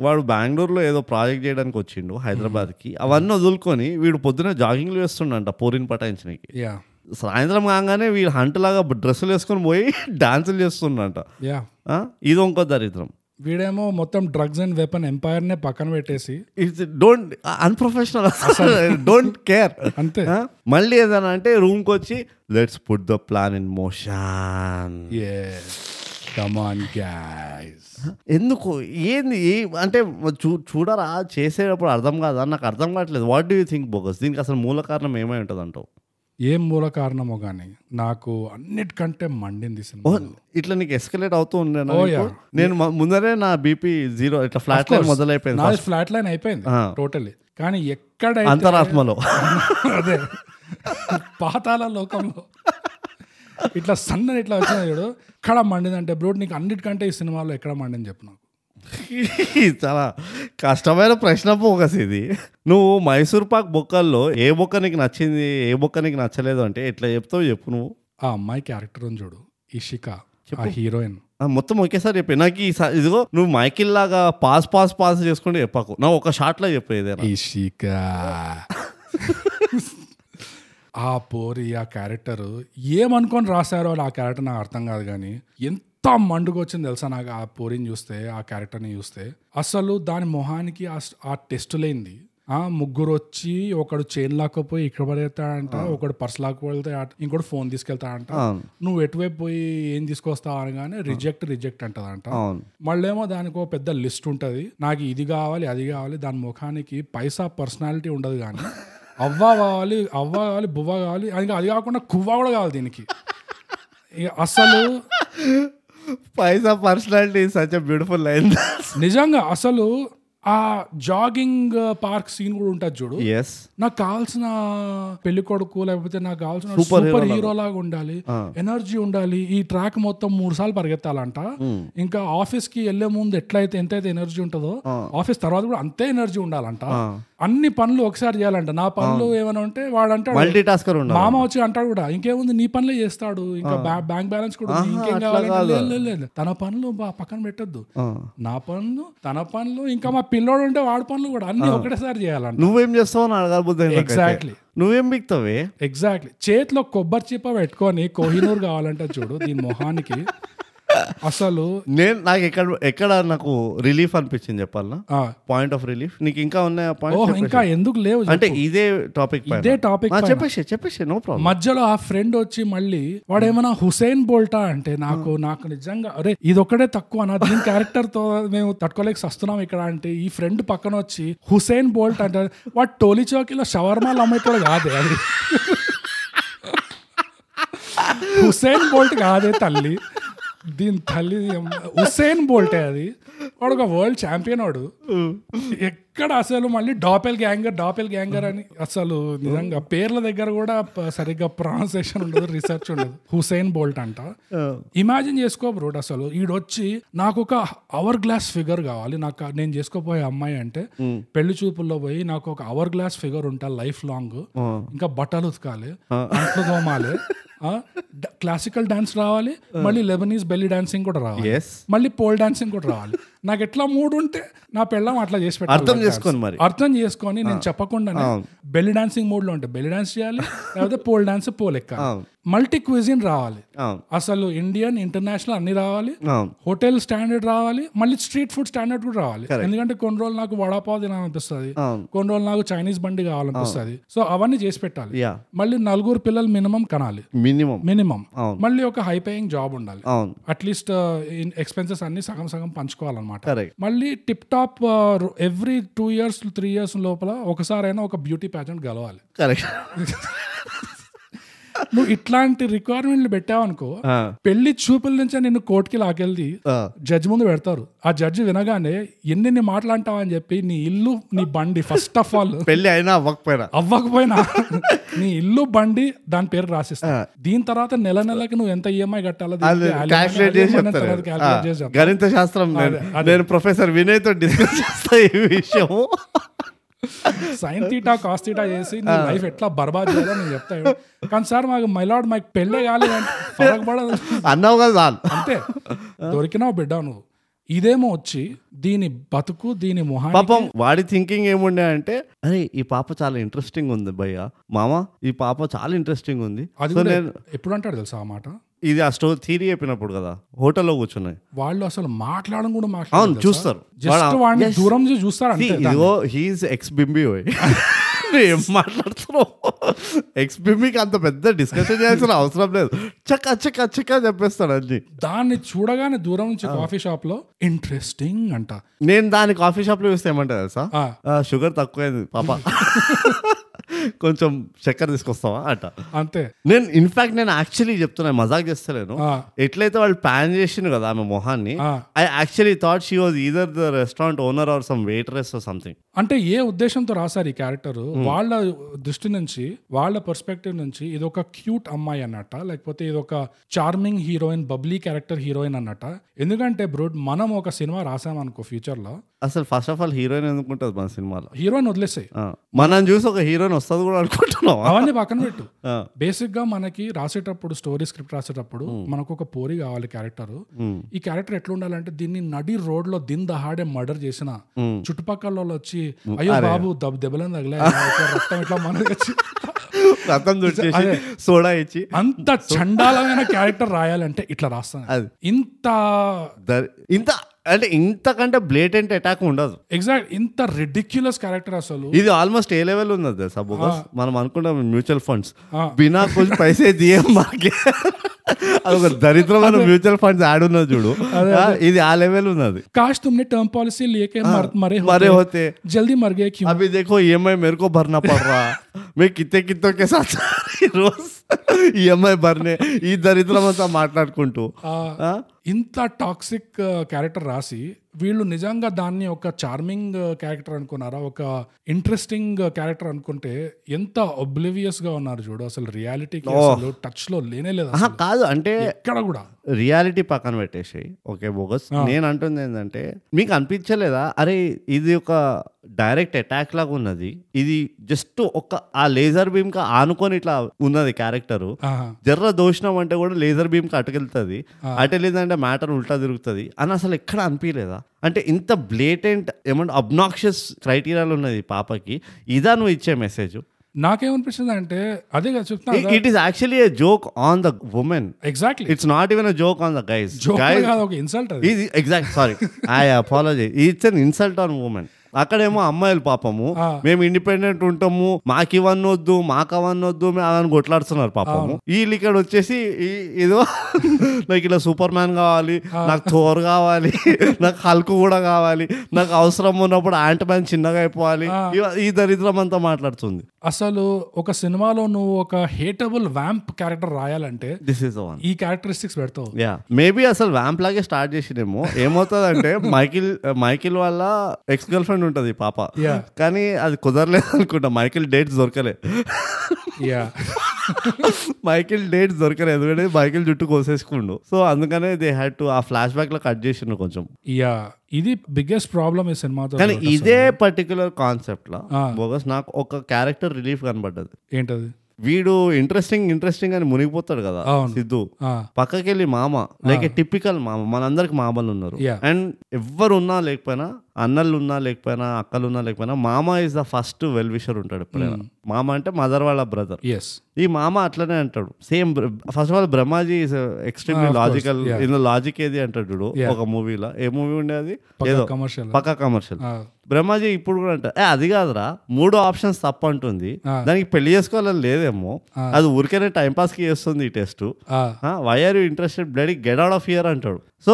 S2: వాడు బెంగళూరులో ఏదో ప్రాజెక్ట్ చేయడానికి వచ్చిండు హైదరాబాద్కి అవన్నీ వదులుకొని వీడు పొద్దున జాగింగ్లు వేస్తుండంట పోరిని పటాయించడానికి
S1: యా
S2: సాయంత్రం కాగానే వీడు హంటలాగా డ్రెస్సులు వేసుకొని పోయి *laughs* డాన్సులు చేస్తుండంట
S1: యా
S2: ఆ? ఇది ఇంకో దరిద్రం
S1: వీడేమో మొత్తం డ్రగ్స్ అండ్ వెపన్ ఎంపైర్ నే పక్కన పెట్టేసి
S2: it's don't unprofessional *laughs* don't care
S1: అంతే
S2: మళ్ళీ ఏదైనా అంటే రూమ్కి వచ్చి let's put the plan in motion
S1: యే కమాన్ గ్యాస్
S2: ఎందుకు ఏంది ఏ- అంటే చూ చూడరా చేసేటప్పుడు అర్థం కాదా నాకు అర్థం కావట్లేదు what do you think bogus దీనికి అసలు మూల కారణం ఏమై ఉంటుంది అంటావు
S1: ఏం మూల కారణమో కానీ నాకు అన్నిటికంటే మండింది ఈ
S2: Oh,
S1: సినిమా
S2: ఇట్లా నీకు ఎస్కలేట్ అవుతూ ఉండేనా
S1: Hmm. Oh,
S2: నీకు?
S1: yeah.
S2: నేను మ- ముందరే నా బీపీ జీరో ఇట్లా ఫ్లాట్ లైన్ మొదలైపోయింది
S1: నాది ఫ్లాట్ లైన్ అయిపోయింది టోటల్లీ కానీ ఎక్కడైతే
S2: అంతరాత్మలో
S1: అదే పాతాల లోకంలో ఇట్లా సన్నని ఇట్లా వచ్చిన చూడు ఎక్కడ మండింది అంటే బ్రూట్ నీకు అన్నిటికంటే ఈ సినిమాలో ఎక్కడ మండింది చెప్పు నాకు
S2: చాలా కష్టమైన ప్రశ్న పోగస్ ఇది నువ్వు మైసూర్ పాక్ బొక్కల్లో ఏ బొక్క నీకు నచ్చింది ఏ బొక్క నీకు నచ్చలేదు అంటే ఎట్లా చెప్తావు చెప్పు నువ్వు
S1: ఆ అమ్మాయి క్యారెక్టర్ అని చూడు ఇషిక ఆ హీరోయిన్
S2: ఆ, మొత్తం ఒకేసారి చెప్పి నాకు ఈ సా- ఇదిగో నువ్వు మైకిల్ లాగా పాస్ పాస్ పాస్ చేసుకుంటే చెప్పకు నా ఒక షాట్లో చెప్పేది
S1: ఇషిక *laughs* ఆ పోరి ఆ క్యారెక్టర్ ఏమనుకొని రాశారో ఆ క్యారెక్టర్ నాకు అర్థం కాదు కానీ ఎంత మండుకొచ్చింది తెలుసా నాకు ఆ పోరిని చూస్తే ఆ క్యారెక్టర్ని చూస్తే అసలు దాని మొహానికి ఆ స్- ఆ టెస్ట్ లేనిది ఆ ముగ్గురు వచ్చి ఒకడు చైన్ లాక్కపోయి ఇక్కడ పడేస్తాడంట ఒకడు పర్స్ లాక్కపోతే ఇంకోటి ఫోన్ తీసుకెళ్తాడంట
S2: అవును.
S1: నువ్వు ఎటువైపు పోయి ఏం తీసుకొస్తావు అనగానే రిజెక్ట్ రిజెక్ట్ అంటదంట
S2: అవును
S1: మళ్ళేమో దానికి ఒక పెద్ద లిస్ట్ ఉంటుంది నాకు ఇది కావాలి అది కావాలి దాని ముఖానికి పైసా పర్సనాలిటీ ఉండదు కానీ అవ్వ కావాలి అవ్వ కావాలి బువ్వ కావాలి అది అది కాకుండా కువ్వ కూడా కావాలి దీనికి ఇక అసలు
S2: పైసా పర్సనాలిటీ సచ్ బ్యూటిఫుల్ లైన్
S1: నిజంగా అసలు ఆ జాగింగ్ పార్క్ సీన్ కూడా ఉంటుంది చూడు
S2: ఎస్
S1: నాకు కావాల్సిన పెళ్లి కొడుకు లేకపోతే నాకు కావాల్సిన
S2: Super hero
S1: సూపర్
S2: లాగా.
S1: హీరో లాగా ఉండాలి ఎనర్జీ ఉండాలి ఈ ట్రాక్ మొత్తం మూడు సార్లు పరిగెత్తాలంట
S2: Hmm.
S1: ఇంకా ఆఫీస్ కి వెళ్లే ముందు ఎట్లయితే ఎంతైతే ఎనర్జీ ఉంటుందో ఆఫీస్ తర్వాత కూడా అంతే ఎనర్జీ ఉండాలంట అన్ని పనులు ఒకసారి చేయాలంట నా పనులు ఏమైనా ఉంటే వాడంటే
S2: మల్టీ టాస్కర్ ఉండాలి
S1: మామ వచ్చి అంటాడు కూడా ఇంకేముంది నీ పనులే చేస్తాడు ఇంకా బ్యా- బ్యాంక్ బ్యాలెన్స్ కూడా ఉంది. ఇంకేం
S2: అట్లా
S1: కావాలంటే
S2: కాదు.
S1: లేదు, లేదు, లేదు. తన పనులు బా- పక్కన పెట్టద్దు
S2: ఆ.
S1: నా పనులు తన పనులు ఇంకా మా పిల్లోడు ఉంటే వాడి పనులు కూడా అన్ని ఒకటేసారి చేయాలంట
S2: నువ్వేం చేస్తావు అని అడగబోద్దు
S1: ఎగ్జాక్ట్లీ
S2: నువ్వేం బిక్తావే
S1: ఎగ్జాక్ట్లీ చేతిలో కొబ్బరి చిప్ప పెట్టుకొని కోహినూర్ కావాలంట చూడు దీని మొహానికి అసలు
S2: నేను నాకు ఎక్కడ ఎక్కడ నాకు రిలీఫ్ అనిపించింది చెప్పాలనా
S1: ఆ,
S2: పాయింట్ ఆఫ్ రిలీఫ్ నీకు ఇంకా ఉన్నాయా
S1: ఓ
S2: పాయింట్
S1: ఇంకా ఎందుకు లేవు
S2: అంటే ఇదే టాపిక్
S1: ఇదే టాపిక్
S2: చెప్పేసి చెప్పేసి నో ప్రాబ్లం
S1: మధ్యలో ఆ ఫ్రెండ్ వచ్చి మళ్ళీ వాడు ఏమైనా హుసేన్ బోల్టా అంటే నాకు నాకు నిజంగా అరే ఇది ఒకటే తక్కువ నా దీని క్యారెక్టర్ తో మేము తట్టుకోలేక వస్తున్నాం ఇక్కడ అంటే ఈ ఫ్రెండ్ పక్కన వచ్చి హుసేన్ బోల్ట్ అంటే వాడు టోలీ చౌకీలో షవర్మాలు అమ్మేటోడు కాదే అది హుసేన్ బోల్ట్ కాదే తల్లి దీని తల్లి అమ్మ- హుసేన్ బోల్టే అది వాడు ఒక వరల్డ్ ఛాంపియన్ వాడు ఎక్కడ అసలు మళ్ళీ డాపెల్ గ్యాంగర్ డాపెల్ గ్యాంగర్ అని అసలు నిజంగా పేర్ల దగ్గర కూడా ప- సరిగ్గా ప్రొనౌన్సేషన్ ఉండదు రీసెర్చ్ ఉండదు హుసేన్ బోల్ట్ అంట
S2: Uh,
S1: ఇమాజిన్ చేసుకో బ్రోడ్ అసలు ఈడొచ్చి నాకు ఒక అవర్ గ్లాస్ ఫిగర్ కావాలి నాకు నేను చేసుకోపోయే అమ్మాయి అంటే పెళ్లి చూపుల్లో పోయి నాకు ఒక అవర్ గ్లాస్ ఫిగర్ ఉంటా లైఫ్ లాంగ్ ఇంకా బట్టలు ఉతకాలి అంట్లు తోమాలి క్లాసికల్ డాన్స్ రావాలి మళ్ళీ లెబనీస్ బెల్లి డాన్సింగ్ కూడా రావాలి
S2: ఎస్
S1: మళ్ళీ పోల్ డాన్సింగ్ కూడా రావాలి నాకు ఎట్లా మూడు ఉంటే నా పెళ్ళం అట్లా చేసి
S2: అర్థం
S1: పెట్టాలి
S2: చేసుకోను మరి
S1: అర్థం చేసుకొని నేను చెప్పకుండానే బెల్లి డాన్సింగ్ మూడ్ లో ఉంటే బెల్లి డాన్స్ చేయాలి లేకపోతే పోల్ డాన్స్ పోల్ ఎక్కాలి
S2: అవును.
S1: మల్టీ క్విజిన్ రావాలి
S2: అవును
S1: అసలు ఇండియన్ ఇంటర్నేషనల్ అన్ని రావాలి
S2: అవును
S1: హోటల్ స్టాండర్డ్ రావాలి మళ్ళీ స్ట్రీట్ ఫుడ్ స్టాండర్డ్ కూడా రావాలి ఎందుకంటే కొన్ని రోజులు నాకు వడాపావ్ తినాలనిపిస్తుంది
S2: అవును.
S1: కొన్ని రోజులు నాకు చైనీస్ బండి కావాలనిపిస్తుంది సో అవన్నీ చేసి పెట్టాలి
S2: యా
S1: మళ్ళీ నలుగురు పిల్లలు మినిమం కనాలి
S2: మినిమం
S1: మినిమం
S2: అవును.
S1: మళ్ళీ ఒక హై పేయింగ్ జాబ్ ఉండాలి uh,
S2: అవును
S1: అట్లీస్ట్ ఎక్స్పెన్సెస్ అన్ని సగం సగం పంచుకోవాలన్నమాట
S2: కరెక్ట్
S1: మళ్ళీ tip top every two years three years లోపల ఒకసారైనా ఒక బ్యూటీ ప్యాటర్న్ గెలవాలి *laughs*
S2: కరెక్ట్
S1: నువ్వు ఇట్లాంటి రిక్వైర్మెంట్లు పెట్టావనుకో పెళ్లి చూపుల నుంచే నిన్ను కోర్టుకి లాకెళ్ళి జడ్జి ముందు పెడతారు ఆ జడ్జి వినగానే ఎన్ని మాటలు అంటావని చెప్పి నీ ఇల్లు నీ బండి ఫస్ట్ ఆఫ్ ఆల్
S2: పెళ్లి అయినా
S1: *laughs*
S2: అవ్వకపోయినా *laughs*
S1: అవ్వకపోయినా నీ ఇల్లు బండి దాని పేరు రాసిస్తా దీని తర్వాత నెల నెలకి నువ్వు ఎంత ఈఎంఐ కట్టాలో దీనికి
S2: అది
S1: value
S2: క్యాల్కులేట్
S1: అనేది
S2: చేసి
S1: మనం
S2: చెప్తారు
S1: తర్వాత calculate చేసి
S2: ఆ,
S1: చెప్తాం.
S2: గణిత శాస్త్రం నేను నేను ప్రొఫెసర్ వినయ్ తో డిస్కస్ చేస్తా ఈ
S1: *laughs*
S2: విషయం
S1: సైన్ తీటా కాస్ తీటా చేసి నీ లైఫ్ ఎట్లా బర్బాద్ చేయాలో నేను చెప్తాను కానీ సార్ మాకు మైలాడ్ మాకు పెళ్ళే కాలేదు అంటే ఫరక్ పడదు
S2: అన్నావు కదా చాలు
S1: అంతే దొరికినావు బిడ్డ నువ్వు ఇదేమో వచ్చి దీని బతుకు దీని మొహాన్ని
S2: పాపం వాడి థింకింగ్ ఏముండే అంటే అరే ఈ పాప చాలా ఇంట్రెస్టింగ్ ఉంది భయ్య మామ ఈ పాప చాలా ఇంట్రెస్టింగ్ ఉంది
S1: అది
S2: సో
S1: కూడా
S2: నేను
S1: ఎప్పుడు అంటాడు తెలుసా ఆ మాట
S2: ఇది ఆ స్టోర్ థీరీ చెప్పినప్పుడు కదా హోటల్లో కూర్చున్నాయి
S1: వాళ్ళు అసలు మాట్లాడడం కూడా
S2: అవును
S1: మాట్లాడారు
S2: చూస్తారు
S1: జస్ట్
S2: వాడు-
S1: వాడిని
S2: Yes.
S1: దూరం నుంచి చూస్తారు
S2: See,
S1: అంతే
S2: ఇదిగో హీఈస్ ఎక్స్ బింబి *laughs* ఏం మాట్లాడుతున్నావు ఎక్స్ బింబికి అంత పెద్ద డిస్కషన్ చేయాల్సిన అవసరం లేదు చక్క చక్క చక్క చెప్పేస్తాడు అన్ని
S1: దాన్ని చూడగానే దూరం నుంచి కాఫీ షాప్ లో ఇంట్రెస్టింగ్ అంట
S2: నేను దాని కాఫీ షాప్ లో చూస్తే ఏమంటా తెలుసా
S1: ఆ,
S2: షుగర్ తక్కువైంది పాప *laughs* కొంచెం చక్కెర తీసుకొస్తావా అంట
S1: అంతే
S2: నేను ఇన్ఫాక్ట్ నేను యాక్చువల్లీ చెప్తున్నాను మజాక్ చేస్తలేను
S1: ఆ,
S2: ఎట్లయితే వాళ్ళు ప్యాన్ చేసిండు కదా ఆమె మొహాన్ని
S1: ఆ.
S2: I actually thought she was either the restaurant owner or some waitress or something
S1: అంటే ఏ ఉద్దేశంతో రాశారు ఈ క్యారెక్టర్ వాళ్ళ దృష్టి నుంచి వాళ్ళ పర్స్పెక్టివ్ నుంచి ఇది ఒక క్యూట్ అమ్మాయి అన్నట్ట లేకపోతే ఇది ఒక charming heroine bubbly character heroine అన్నట్ట ఎందుకంటే బ్రోడ్ మనం ఒక సినిమా రాసామనుకో ఫ్యూచర్ లో
S2: అసలు ఫస్ట్ ఆఫ్ ఆల్ హీరోయిన్ ఎందుకుంటుంది మన సినిమాలో
S1: హీరోయిన్ వదిలేసాయి
S2: ఆ, మనం చూసి ఒక హీరోయిన్ వస్తుంది కూడా అనుకుంటున్నావా
S1: అవన్నీ పక్కన పెట్టు
S2: ఆ,
S1: బేసిక్ గా మనకి రాసేటప్పుడు స్టోరీ స్క్రిప్ట్ రాసేటప్పుడు మనకు ఒక పోరి కావాలి క్యారెక్టర్
S2: ఉమ్,
S1: ఈ క్యారెక్టర్ ఎట్లా ఉండాలంటే దీన్ని నడి రోడ్ లో దిన్ దహాడే మర్డర్ చేసిన
S2: ఉమ్.
S1: చుట్టుపక్కల వాళ్ళు వచ్చి అయ్యో బాబు దెబ్బ దెబ్బలని తగిలే రక్తం ఇట్లా మనకి వచ్చి
S2: రథం గుర్చేసి సోడా ఇచ్చి
S1: అంత చండాలమైన క్యారెక్టర్ రాయాలంటే ఇట్లా రాస్తాను
S2: అది.
S1: ఇంత
S2: దర్- ఇంత అంటే ఇంతకంటే బ్లేటెంట్ అటాక్ ఉండదు
S1: ఎగ్జాక్ట్ ఇంత రెడిక్యులస్ క్యారెక్టర్ అసలు
S2: ఇది ఆల్మోస్ట్ ఏ లెవెల్ ఉంది అది సపోజ్ మనం అనుకుంటాం మ్యూచువల్ ఫండ్స్
S1: ఆ.
S2: బినా కొంచెం పైసే దియం మాకే అది ఒక దరిద్రమైన మ్యూచువల్ ఫండ్స్ యాడ్ ఉన్నది చూడు ఆ, ఇది ఆ లెవెల్ ఉన్నది
S1: కాష్ తుమ్నే టర్మ్ పాలసీ లేకే మర్- మరే
S2: మరే
S1: హోతే.
S2: హోతే
S1: జల్దీ మర్ గే క్యూ
S2: E *laughs* अभी देखो ई एम आई मेरे को भरना पड़ रहा मैं कितने कितनों के साथ रोज *laughs* E ఈఎంఐ బర్నే ఈ దరిద్రమంతా మాట్లాడుకుంటూ
S1: ఆ,
S2: ఆ?
S1: ఇంత టాక్సిక్ క్యారెక్టర్ రాసి వీళ్ళు నిజంగా దాన్ని ఒక చార్మింగ్ క్యారెక్టర్ అనుకున్నారా ఒక ఇంట్రెస్టింగ్ క్యారెక్టర్ అనుకుంటే ఎంత ఒబ్లివియస్ గా ఉన్నారు చూడు అసలు రియాలిటీకి అసలు టచ్ లో లేనే లేదు
S2: ఆహా,
S1: అసలు
S2: కాదు అంటే
S1: ఎక్కడ కూడా
S2: రియాలిటీ పక్కన పెట్టేసి ఓకే బోగస్ నేను అంటుంది ఏంటంటే మీకు అనిపించలేదా అరే ఇది ఒక డైరెక్ట్ అటాక్ లాగా ఉన్నది ఇది జస్ట్ ఒక ఆ లేజర్ బీమ్ కా ఆనుకొని ఇట్లా ఉన్నది క్యారెక్టరు
S1: ఆహా.
S2: జర్ర దోషణం అంటే కూడా లేజర్ బీమ్ కి అటుకెళ్తుంది అటు వెళ్ళిందంటే మ్యాటర్ ఉల్టా తిరుగుతుంది అని అసలు ఎక్కడ అనిపించలేదా అంటే ఇంత బ్లేటెంట్ ఏమంటే అబ్నాక్షియస్ క్రైటీరియాలు ఉన్నది ఈ పాపకి ఇదా నువ్వు ఇచ్చే మెసేజ్
S1: నాకేమనిపిస్తుంది అంటే అదే కదా చెప్తున్నా
S2: it is actually a joke on the women
S1: exactly
S2: it's not even a joke on the guys
S1: joke
S2: guys
S1: కాదు ఒక ఇన్సల్ట్ అది
S2: ఇది exact sorry I apology it's an insult on women అక్కడేమో అమ్మాయిలు పాపము
S1: ఆ.
S2: మేము ఇండిపెండెంట్ ఉంటాము మాకు ఇవన్నీ వద్దు మాకు అవన్నీ వద్దు మేము అవన్నీ కొట్లాడుతున్నారు పాపము వీళ్ళు ఇక్కడ వచ్చేసి ఈ- ఏదో నాకు ఇలా సూపర్ మ్యాన్ కావాలి నాకు థోర్ కావాలి నాకు హల్క్ కూడా కావాలి నాకు అవసరం ఉన్నప్పుడు ఆంట్ మ్యాన్ చిన్నగా అయిపోవాలి ఇవ- ఈ దరిద్రం అంతా మాట్లాడుతుంది
S1: అసలు ఒక సినిమాలో నువ్వు ఒక హేటబుల్ వ్యాంప్ క్యారెక్టర్ రాయాలంటే
S2: దిస్ ఈస్ వన్
S1: ఈ క్యారెక్టరిస్టిక్స్ పెడతావు
S2: యా మేబీ అసలు వ్యాంప్ లాగే స్టార్ట్ చేసినేమో
S1: *laughs*
S2: ఏమవుతుందంటే మైకిల్ మైకిల్ వాళ్ళ ఎక్స్ గర్ల్ ఫ్రెండ్ ఉంటుంది పాప
S1: Yeah.
S2: కానీ అది కుదరలేదు అనుకుంటా మైకిల్ డేట్స్
S1: *laughs*
S2: దొరకలే
S1: యా
S2: మైకిల్ డేట్స్ దొరకలేదు ఎందుకంటే మైకిల్ జుట్టు కోసేసుకుండు సో అందుకనే దే హ్యాడ్ టు ఆ ఫ్లాష్ బ్యాక్ లో కట్ చేసిండు కొంచెం
S1: యా ఇది బిగ్గెస్ట్ ప్రాబ్లం ఈ సినిమాతో
S2: కానీ ఇదే పర్టికులర్ కాన్సెప్ట్ లో
S1: Ah.
S2: బోగస్ నాకు ఒక క్యారెక్టర్ రిలీఫ్ కనబడ్డది
S1: ఏంటది
S2: వీడు ఇంట్రెస్టింగ్ ఇంట్రెస్టింగ్ అని మునిగిపోతాడు కదా
S1: అవును.
S2: సిద్ధు
S1: ఆ,
S2: పక్కకెళ్ళి మామ లైక్ టిపికల్ మామ మనందరికి మామలు ఉన్నారు
S1: Yeah.
S2: అండ్ ఎవ్వరు ఉన్నా లేకపోయినా అన్నలు ఉన్నా లేకపోయినా అక్కలు ఉన్నా లేకపోయినా మామ is the first well wisher ఉంటాడు ఎప్పుడైనా మామ అంటే మదర్ వాళ్ళ బ్రదర్
S1: ఎస్
S2: ఈ మామ అట్లనే అంటాడు same first of all Brahmaji is extremely logical ఇందులో లాజిక్ ఏది అంటాడు చూడు ఒక మూవీలో ఏ మూవీ ఉండేది ఏదో
S1: కమర్షియల్
S2: పక్క కమర్షియల్
S1: Ah.
S2: బ్రహ్మాజీ ఇప్పుడు కూడా అంటారు "ఏ, అది కాదురా మూడు ఆప్షన్స్ తప్ప అంటుంది దానికి పెళ్లి చేసుకోవాలని లేదేమో అది ఊరికేనే టైం పాస్ కి చేస్తుంది ఈ test
S1: Ah.
S2: Why are you interested bloody get out of here అంటాడు సో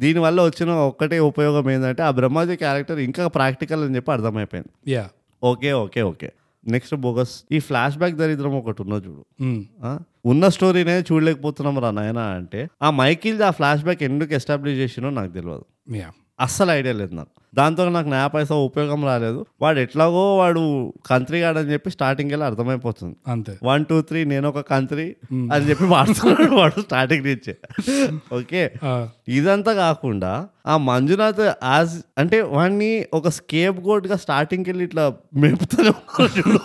S2: దీనివల్ల వచ్చిన ఒక్కటే ఉపయోగం ఏంటంటే ఆ బ్రహ్మాజీ క్యారెక్టర్ ఇంకా ప్రాక్టికల్ అని చెప్పి అర్థమైపోయింది
S1: yeah
S2: okay okay okay next bogus ఈ ఫ్లాష్ బ్యాక్ దరిద్రం ఒకటి ఉన్నది చూడు
S1: Hmm.
S2: ఆ? ఉన్న స్టోరీనే చూడలేకపోతున్నాం రా నాయన అంటే ఆ మైకిల్ ఆ ఫ్లాష్ బ్యాక్ ఎందుకు ఎస్టాబ్లిష్ చేసినో నాకు తెలియదు
S1: యా
S2: అస్సలు ఐడియా లేదు నాకు దాంతో నాకు నా పైసా ఉపయోగం రాలేదు వాడు ఎట్లాగో వాడు కంత్రిగాడని చెప్పి స్టార్టింగ్ వెళ్ళి అర్థమైపోతుంది
S1: అంతే
S2: వన్ టూ త్రీ నేను ఒక కంత్రి అని చెప్పి వాడుతున్నాడు వాడు స్టార్టింగ్ నుంచే ఓకే
S1: ఆ,
S2: ఇదంతా కాకుండా ఆ మంజునాథ్ యాజ్ అంటే వాడిని ఒక స్కేప్ గోట్ గా స్టార్టింగ్ వెళ్ళి ఇట్లా మేపుతూనే ఉన్నాడు చూడు.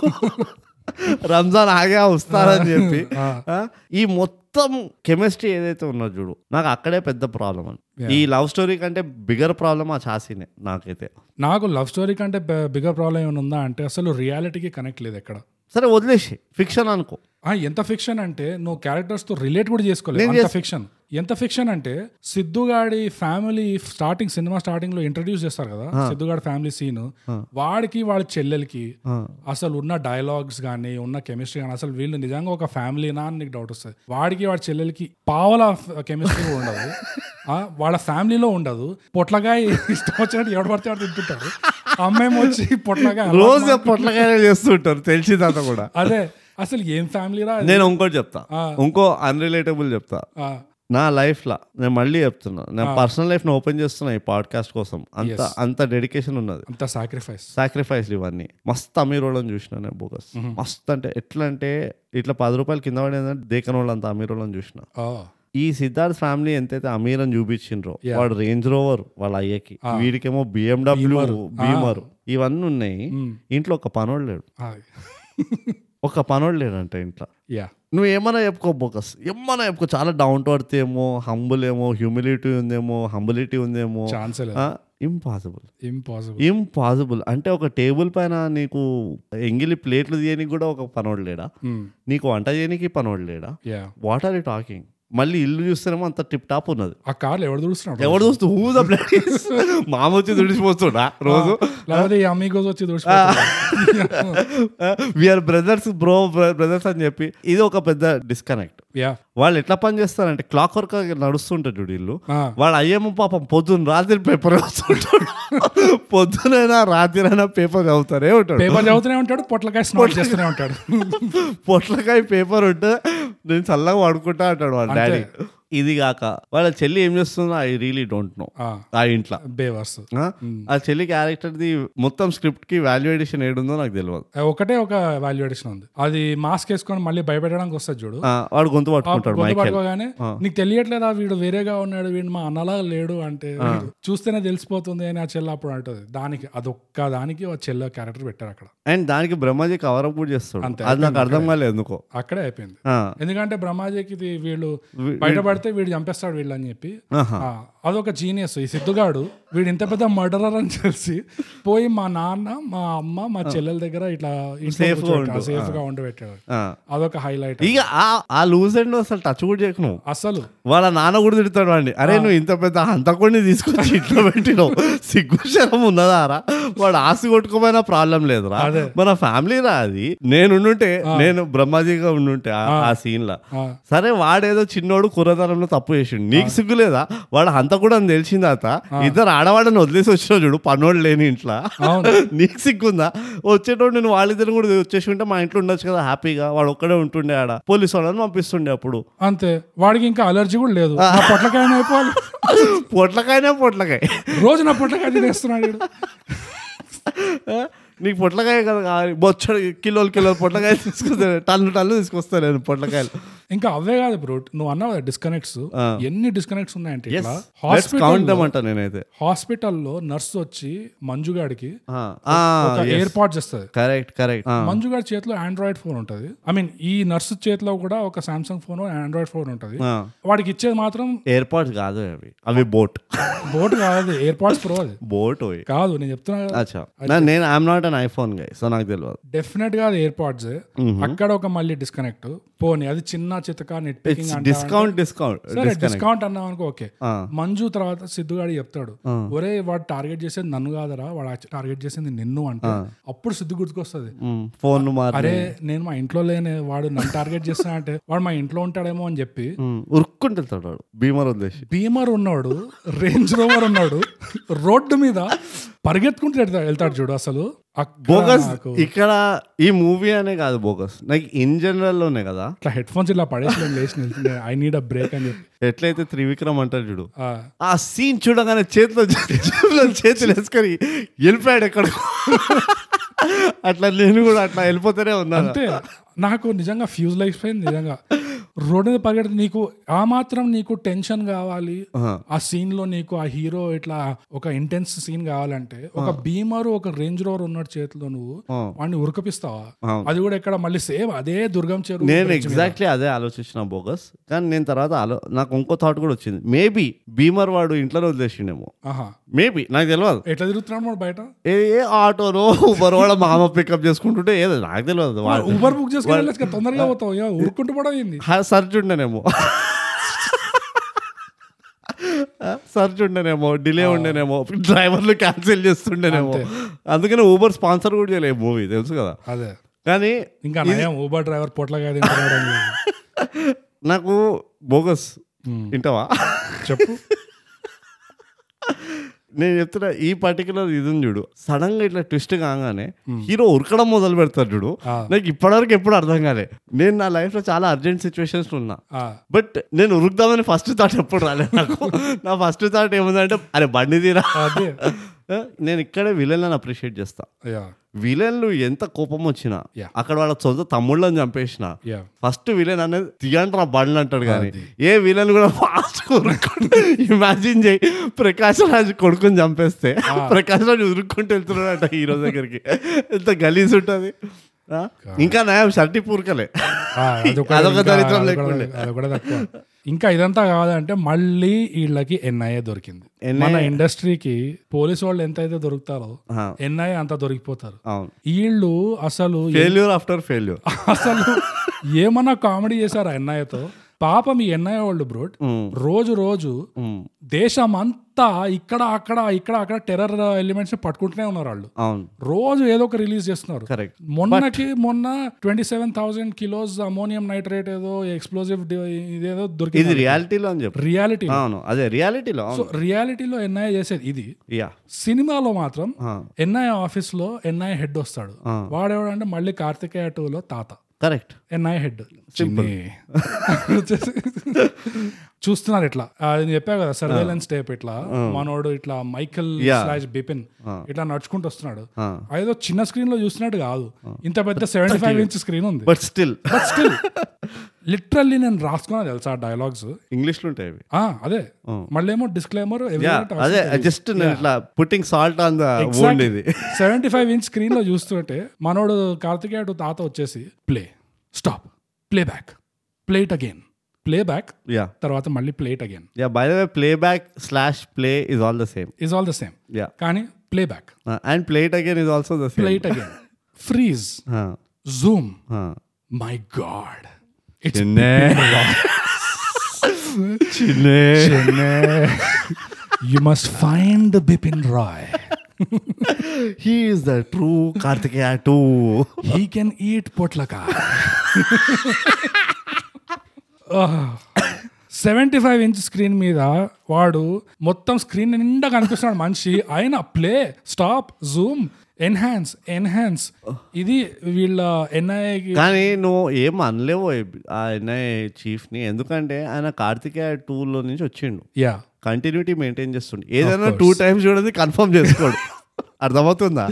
S2: రంజాన్ ఆగా వస్తారని చెప్పి ఆ, ఈ మొత్తం కెమిస్ట్రీ ఏదైతే ఉన్నదో చూడు నాకు అక్కడే పెద్ద ప్రాబ్లం అని ఈ లవ్ స్టోరీ కంటే బిగర్ ప్రాబ్లం ఆ చాసీనే నాకైతే
S1: నాకు లవ్ స్టోరీ కంటే బిగ్గర్ ప్రాబ్లం ఏమైనా ఉందా అంటే అసలు రియాలిటీకి కనెక్ట్ లేదు ఎక్కడ
S2: సరే వదిలేసి ఫిక్షన్ అనుకో
S1: ఆ, ఎంత ఫిక్షన్ అంటే నువ్వు క్యారెక్టర్స్ తో రిలేట్ కూడా చేసుకోలేదు ఎంత ఫిక్షన్ ఎంత ఫిక్షన్ అంటే సిద్ధుగాడి ఫ్యామిలీ స్టార్టింగ్ సినిమా స్టార్టింగ్ లో ఇంట్రడ్యూస్ చేస్తారు కదా సిద్ధుగాడి ఫ్యామిలీ సీన్ వాడికి వాడి చెల్లెలకి అసలు ఉన్న డైలాగ్స్ కానీ ఉన్న కెమిస్ట్రీ కానీ అసలు వీళ్ళు నిజంగా ఒక ఫ్యామిలీనా అని నీకు డౌట్ వస్తుంది వాడికి వాడి చెల్లెలకి పావల కెమిస్ట్రీ ఉండదు ఆ, వాళ్ళ ఫ్యామిలీలో ఉండదు పొట్లకాయ ఇష్టం వచ్చినట్టు ఎవడు పడితే వాడు తింటుంటారు అమ్మాయి వచ్చి పొట్లకాయ అలా
S2: రోజు పొట్లకాయనే చేస్తుంటారు తెలిసిందంతా కూడా
S1: అదే అసలు ఏం ఫ్యామిలీరా అది?
S2: నేను ఇంకోటి చెప్తా ఇంకో అన్రిలేటబుల్ చెప్తా
S1: ఆ,
S2: నా లైఫ్ లా నేను మళ్ళీ చెప్తున్నా నేను పర్సనల్ లైఫ్ ను ఓపెన్ చేస్తున్నా ఈ పాడ్కాస్ట్ కోసం అంత అంత డెడికేషన్ ఉన్నది
S1: అంత సాక్రిఫైస్
S2: సాక్రిఫైస్లు ఇవన్నీ మస్తు అమీర్ వాళ్ళని చూసిన నేను బోగస్ మస్తు అంటే ఎట్లా అంటే ఇట్లా పది రూపాయలు కింద పడేదంటే దేకన వాళ్ళు అంత అమీర్ వాళ్ళని చూసిన
S1: Oh,
S2: ఈ సిద్ధార్థ్ ఫ్యామిలీ ఎంతైతే అమీర్ అని చూపించిండ్రో వాడు రేంజ్ రోవర్ వాళ్ళ అయ్యకి వీడికేమో బిఎండబ్ల్యూ బీమర్ ఇవన్నీ ఉన్నాయి ఇంట్లో ఒక పనోడు లేడు ఒక పనోడు లేడంటే ఇంట్లో
S1: యా
S2: నువ్వు ఏమైనా చెప్పుకో బోకస్ ఏమైనా చెప్పుకో చాలా డౌన్ టు అర్త్ ఏమో హంబుల్ ఏమో హ్యూమిలిటీ ఉందేమో హంబులిటీ ఉందేమో
S1: ఛాన్స్ లేదు
S2: ఇంపాసిబుల్
S1: ఇంపాసిబుల్
S2: ఇంపాసిబుల్ అంటే ఒక టేబుల్ పైన నీకు ఎంగిలి ప్లేట్లు తీయనికి కూడా ఒక పనోడు లేడా
S1: Hmm.
S2: నీకు వంట చేయనికి పనోడు లేడా
S1: yeah
S2: what are you talking మళ్ళీ ఇల్లు చూస్తేనేమో అంత టిప్ టాప్ ఉన్నది
S1: ఆ కార్లు ఎవడు తుడుస్తున్నాడు
S2: ఎవడు చూస్తూ హూ ద *laughs* ప్లేస్ మామ వచ్చి తుడిచిపోతున్నా రోజు
S1: లేకపోతే ఈ అమీగోస్ వచ్చి తుడుచుకుంటాడు.
S2: *laughs* వీఆర్ బ్రదర్స్ బ్రో బ్రదర్స్ అని చెప్పి ఇది ఒక పెద్ద డిస్కనెక్ట్
S1: యా
S2: వాళ్ళు ఎట్లా పని చేస్తారంటే క్లాక్ వర్క్ నడుస్తుంటాడు వీళ్ళు వాళ్ళు అయ్యేమో పాపం పొద్దున్న రాత్రి పేపర్ చదువుతుంటాడు పొద్దునైనా రాత్రినైనా పేపర్ చదువుతారే ఉంటాడు
S1: పేపర్ చదువుతూనే ఉంటాడు పొట్లకాయ స్నోట్ చేస్తూనే ఉంటాడు
S2: పొట్లకాయ పేపర్ ఉంటే నేను చల్లగా పడుకుంటా అంటాడు వాళ్ళ డాడీ ఇది కాక వాళ్ళ చెల్లి ఏం చేస్తుందో ఐ రియలీ డోంట్ నో
S1: ఆ,
S2: ఆ ఇంట్లో
S1: బేవర్స్
S2: ఆ? ఆ చెల్లి క్యారెక్టర్ది మొత్తం స్క్రిప్ట్ కి వాల్యుయేషన్ ఏడుందో నాకు తెలియదు
S1: ఒకటే ఒక వాల్యుయేషన్ ఉంది అది మాస్క్ వేసుకొని మళ్ళీ భయపెట్టడానికి వస్తుంది చూడు
S2: ఆ, వాడు గొంతు పట్టుకుంటాడు
S1: గొంతు
S2: మైకేల్
S1: పట్టుకోగానే నీకు తెలియట్లేదా వీడు వేరేగా ఉన్నాడు వీడు మా అన్నలా లేడు అంటే చూస్తేనే తెలిసిపోతుంది అని ఆ చెల్ల అప్పుడు అంటది దానికి అదొక్క దానికి ఆ చెల్ల క్యారెక్టర్ పెట్టారు అక్కడ
S2: అండ్ దానికి బ్రహ్మాజీ కవర్ అప్ కూడా చేస్తాడు అది నాకు అర్థం కాలేదు ఎందుకో
S1: అక్కడే అయిపోయింది
S2: ఆ,
S1: ఎందుకంటే బ్రహ్మాజీకి ఇది వీళ్ళు బయటపడితే వీడు చంపేస్తాడు వీళ్ళు అని చెప్పి
S2: ఆహా.
S1: ఆ, అదొక జీనియస్ ఈ సిద్ధుగాడు వీడు ఇంత పెద్ద మర్డరర్ అని తెలిసి పోయి మా నాన్న మా అమ్మ మా చెల్లెల దగ్గర ఇట్లా
S2: Safe గా
S1: సేఫ్ గా ఉండబెట్టాడు
S2: ఆ.
S1: అదొక హైలైట్
S2: ఇక ఆ- ఆ లూజ్ అండ్ అసలు టచ్ కూడా చేయకు నువ్వు
S1: అసలు
S2: వాళ్ళ నాన్న కూడా తిడతాడు అండి అరే నువ్వు ఇంత పెద్ద హంతకుడిని తీసుకొచ్చి ఇంట్లో పెట్టినావు సిగ్గు శరం ఉన్నదా రా వాడు ఆశ కొట్టుకోమైనా ప్రాబ్లం లేదురా
S1: అదే.
S2: మన ఫ్యామిలీ రా అది నేను ఉండుంటే నేను బ్రహ్మాజీగా ఉండుంటే ఆ- ఆ సీన్ లా
S1: ఆ.
S2: సరే వాడేదో చిన్నోడు కుర్రతనంలో తప్పు చేసిండు నీకు సిగ్గు లేదా వాడు హంతకుడు అని తెలిసిందాత ఇద్దరు ఆడవాళ్ళని వదిలేసి వచ్చిన చూడు పన్నోడు లేని ఇంట్లో
S1: అవును
S2: నీకు సిగ్గుందా వచ్చేటోడు నేను వాళ్ళిద్దరు కూడా వచ్చేసి ఉంటే మా ఇంట్లో ఉండొచ్చు కదా హ్యాపీగా వాడు ఒక్కడే ఉంటుండే ఆడ పోలీసు వాళ్ళని పంపిస్తుండే అప్పుడు
S1: అంతే వాడికి ఇంకా అలర్జీ కూడా లేదు నా పొట్లకాయ అయిపోవాలి
S2: పొట్లకాయనే పొట్లకాయ
S1: రోజు నా పొట్లకాయ తినేస్తున్నాడు వీడు.
S2: ఆ? నీకు పొట్లకాయ కదా కావాలి బొచ్చడు కిలోలు కిలోలు పొట్లకాయ తీసుకొస్తాను *laughs* టన్ను టన్ను తీసుకొస్తాను నేను పొట్లకాయలు
S1: ఇంకా అవే కాదు బ్రో నువ్వు అన్నావు కదా డిస్కనెక్ట్స్ ఎన్ని డిస్కనెక్ట్స్ ఉన్నాయంటే ఇట్లా
S2: లెట్స్ కౌంట్
S1: హాస్పిటల్
S2: అంట నేనైతే
S1: హాస్పిటల్లో నర్స్ వచ్చి మంజుగాడికి ఒక ఏర్పాటు చేస్తుంది
S2: కరెక్ట్ కరెక్ట్
S1: మంజు గారి చేతిలో ఆండ్రాయిడ్ ఫోన్ ఉంటది ఐ మీన్ ఈ నర్స్ చేతిలో కూడా ఒక సామ్సంగ్ ఫోన్ ఆండ్రాయిడ్ ఫోన్ ఉంటది వాడికి ఇచ్చేది మాత్రం
S2: ఏర్పాట్స్ కాదు అవి అవి బోట్
S1: బోట్ కాదు ఎయిర్పాడ్స్ ప్రో అది
S2: బోట్ అవి
S1: కాదు నేను చెప్తున్నా కదా
S2: అచ్చా నా- నేను I'm not an iPhone guy so నాకు తెలియదు
S1: డెఫినెట్ గా అది ఎయిర్పాడ్స్ అక్కడ ఒక మళ్ళీ డిస్కనెక్ట్ పోనీ అది చిన్న చితక నెట్ పికింగ్ అంటే
S2: డిస్కౌంట్ డిస్కౌంట్
S1: సరే డిస్కౌంట్ అన్నాం అనుకో ఓకే మంజు తర్వాత సిద్ధుగాడు చెప్తాడు ఒరే వాడు టార్గెట్ చేసేది నన్ను కాదరా వాడు టార్గెట్ చేసింది నిన్ను అంటే అప్పుడు సిద్ధు గుర్తుకొస్తుంది
S2: ఫోన్ మారి
S1: అరే నేను మా ఇంట్లో లేనే వాడు నన్ను టార్గెట్ చేస్తా అంటే వాడు మా ఇంట్లో ఉంటాడేమో అని చెప్పి
S2: ఉమ్, ఉరుక్కుంటాడు వాడు భీమర్ ఉద్దేశి
S1: బీమర్ ఉన్నాడు రేంజ్ రోవర్ ఉన్నాడు రోడ్డు మీద పరిగెత్తుకుంటూ వెళ్తా- వెళ్తాడు చూడు అసలు అక్కడ
S2: బోగస్
S1: నాకు
S2: ఇక్కడ ఈ మూవీ అనే కాదు బోగస్ నాకు ఇన్ జనరల్ లోనే కదా
S1: ఇట్లా హెడ్ ఫోన్స్ ఇలా పడేసి లేచి ఐ నీడ్ అ బ్రేక్ అని చెప్పి
S2: ఎట్లయితే త్రివిక్రమ్ అంటాడు చూడు
S1: ఆ,
S2: ఆ సీన్ చూడగానే చేతిలో చేతిలో చేతులు వేసుకొని వెళ్ళిపోయాడు ఎక్కడ అట్లా నేను కూడా అట్లా వెళ్ళిపోతూనే ఉన్నాను
S1: అంతే నాకు నిజంగా ఫ్యూజ్ లైఫ్ అయింది నిజంగా రోడ్డు మీద పరిగెడితే నీకు ఆ మాత్రం నీకు టెన్షన్ కావాలి ఆ సీన్ లో నీకు ఆ హీరో ఇట్లా ఒక ఇంటెన్స్ సీన్ కావాలంటే ఒక బీమర్ ఒక రేంజ్ రోవర్ ఉన్నాడు చేతిలో నువ్వు వాడిని ఉరకపిస్తావా అది కూడా ఇక్కడ మళ్ళీ సేమ్ అదే దుర్గం చెరువు
S2: నేను ఎగ్జాక్ట్లీ అదే ఆలోచించిన బోగస్ కానీ నేను తర్వాత ఆలో నాకు ఇంకో థాట్ కూడా వచ్చింది మేబీ బీమర్ వాడు ఇంట్లోనే వదిలేసిండేమో
S1: ఆహా
S2: మేబీ నాకు తెలియదు
S1: ఎట్లా తిరుగుతున్నాడు వాడు బయట
S2: ఏ ఏ ఆటోనో ఊబర్ వాడు మా అమ్మ పికప్ చేసుకుంటుంటే ఏదో నాకు తెలియదు వాడు
S1: ఊబర్ బుక్ చేసుకుని వెళ్ళొచ్చు కదా, తొందరగా పోతావు యా, ఉరుక్కుంటూ కూడా అయింది
S2: హా, సర్చ్ ఉండనేమో ఆ, సర్చ్ ఉండనేమో డిలే ఉండనేమో డ్రైవర్లు క్యాన్సిల్ చేస్తుండేనేమో అందుకనే ఊబర్ స్పాన్సర్ కూడా చేయలేదు మూవీ తెలుసు కదా
S1: అదే
S2: కానీ
S1: ఇంకా నయం ఊబర్ డ్రైవర్ పొట్లకాయ తింటున్నాడు అని లేదు.
S2: నాకు బోగస్ వింటావా
S1: చెప్పు
S2: నేను చెప్తున్నా ఈ పర్టికులర్ ఇది ఉంది చూడు సడన్ గా ఇట్లా ట్విస్ట్ కాగానే హీరో ఉరకడం మొదలు పెడతాడు చూడు నాకు ఇప్పటివరకు ఎప్పుడు అర్థం కాలే నేను నా లైఫ్ లో చాలా అర్జెంట్ సిచ్యువేషన్స్ ఉన్నా
S1: ఆ,
S2: బట్ నేను ఉరుకుదామని ఫస్ట్ థాట్ ఎప్పుడు రాలేదు నాకు నా ఫస్ట్ థాట్ ఏముందంటే అరే బండి తీరా
S1: అదే
S2: నేను ఇక్కడే విలన్లను అప్రిషియేట్ చేస్తా
S1: యా
S2: విలన్లు ఎంత కోపం వచ్చినా
S1: Yeah.
S2: అక్కడ వాళ్ళ సొంత తమ్ముళ్ళని చంపేసిన
S1: యా
S2: ఫస్ట్ విలన్ అనేది తీయంట్రా బండ్లు అంటాడు కానీ ఏ విలన్ కూడా ఫాస్ట్ ఇమాజిన్ చేయి ప్రకాష్ రాజ్ కొడుకుని చంపేస్తే ప్రకాష్ రాజ్ ఉరుక్కుంటూ వెళ్తున్నాడట హీరో దగ్గరికి ఎంత గలీజ్ ఉంటుంది ఆ? ఇంకా నయం షర్టి పూరకలే *laughs*
S1: ఆ, అదొక-
S2: అదొక
S1: ఇంకా
S2: దరిద్రం
S1: అదొక-
S2: లేకుండే.
S1: అదొక తక్కువ. ఇంకా ఇదంతా కాదంటే మళ్ళీ వీళ్ళకి ఎన్ఐఏ దొరికింది
S2: NIA
S1: మన ఇండస్ట్రీకి పోలీసు వాళ్ళు ఎంత అయితే దొరుకుతారో
S2: ఆ.
S1: ఎన్ఐఏ అంత దొరికిపోతారు
S2: అవును
S1: వీళ్ళు అసలు *laughs*
S2: ఫెయిల్యూర్ ఆఫ్టర్ ఫెయిల్యూర్
S1: అసలు ఏమన్నా కామెడీ చేశారా ఎన్ఐఏతో పాపం ఈ ఎన్ఐ వాళ్ళు బ్రోడ్ రోజు రోజు దేశం అంతా ఇక్కడ అక్కడ ఇక్కడ అక్కడ టెర్రర్ ఎలిమెంట్స్ పట్టుకుంటూనే ఉన్నారు వాళ్ళు
S2: అవును
S1: రోజు ఏదో ఒక రిలీజ్ చేస్తున్నారు
S2: కరెక్ట్
S1: మొన్నకి మొన్న twenty seven thousand kilos ammonium nitrate ఏదో ఎక్స్ప్లోజివ్ ఇదేదో
S2: ఇది
S1: దొరికింది
S2: రియాలిటీలో అని చెప్పు
S1: రియాలిటీ
S2: అవును అదే రియాలిటీలో
S1: సో
S2: అవును
S1: రియాలిటీలో ఎన్ఐ చేసేది ఇది
S2: యా
S1: సినిమాలో మాత్రం
S2: ఆ.
S1: ఎన్ఐ ఆఫీస్ లో ఎన్ఐ హెడ్ వస్తాడు
S2: ఆ.
S1: వాడేవాడంటే మళ్ళీ కార్తికేయ టూలో తాత
S2: కరెక్ట్
S1: ఎన్ఐ హెడ్ *laughs* చూస్తున్నారు ఇట్లా ఆ, నేను చెప్పావు కదా సర్వేలెన్స్ టేప్ ఇట్లా మనోడు ఇట్లా మైకల్ స్లాష్ బిపిన్ ఇట్లా నడుచుకుంటూ వస్తున్నాడు ఏదో చిన్న స్క్రీన్ లో చూసినట్టు కాదు ఇంత
S2: *laughs*
S1: పెద్ద సెవెంటీ ఫైవ్ ఇంచ్ స్క్రీన్ ఉంది
S2: but still
S1: but still literally నేను రాసుకున్నాను తెలుసా డైలాగ్స్
S2: ఇంగ్లీష్లో ఉంటాయి అవి
S1: అదే మళ్ళీ ఏమో డిస్క్లైమర్
S2: యా అదే
S1: *laughs*
S2: జస్ట్ నేను ఇట్లా putting salt on the wound ఇది
S1: సెవెంటీ ఫైవ్ ఇంచ్ స్క్రీన్ లో చూస్తుంటే మనోడు కార్తికేయ తాత వచ్చేసి play stop play back play it again play back
S2: yeah
S1: తర్వాత మళ్ళీ play it again
S2: yeah by the way play back slash play is all the same
S1: is all the same
S2: yeah
S1: కానీ play back
S2: and play it again is also the
S1: play
S2: same
S1: it
S2: *laughs*
S1: again freeze zoom my God it's
S2: *laughs* చిన్నే చిన్నే
S1: you must find Bipin Rai
S2: he is the true Karthikeya two
S1: he can eat పొట్లకా seventy five inch screen మీద వాడు మొత్తం screen నిండా కనిపిస్తున్నాడు మనిషి ఆయన play stop zoom enhance enhance ఇది వీళ్ళ ఎన్ఐఏకి
S2: కానీ నువ్వు ఏం అనలేవు ఆ ఎన్ఐఏ చీఫ్ని ఎందుకంటే ఆయన కార్తికేయ టూలో నుంచి వచ్చిండు
S1: యా
S2: కంటిన్యూటీ మెయింటైన్ చేస్తుండే ఏదైనా టూ టైమ్స్ చూడండి కన్ఫర్మ్ చేసుకోడు అర్థమవుతుందా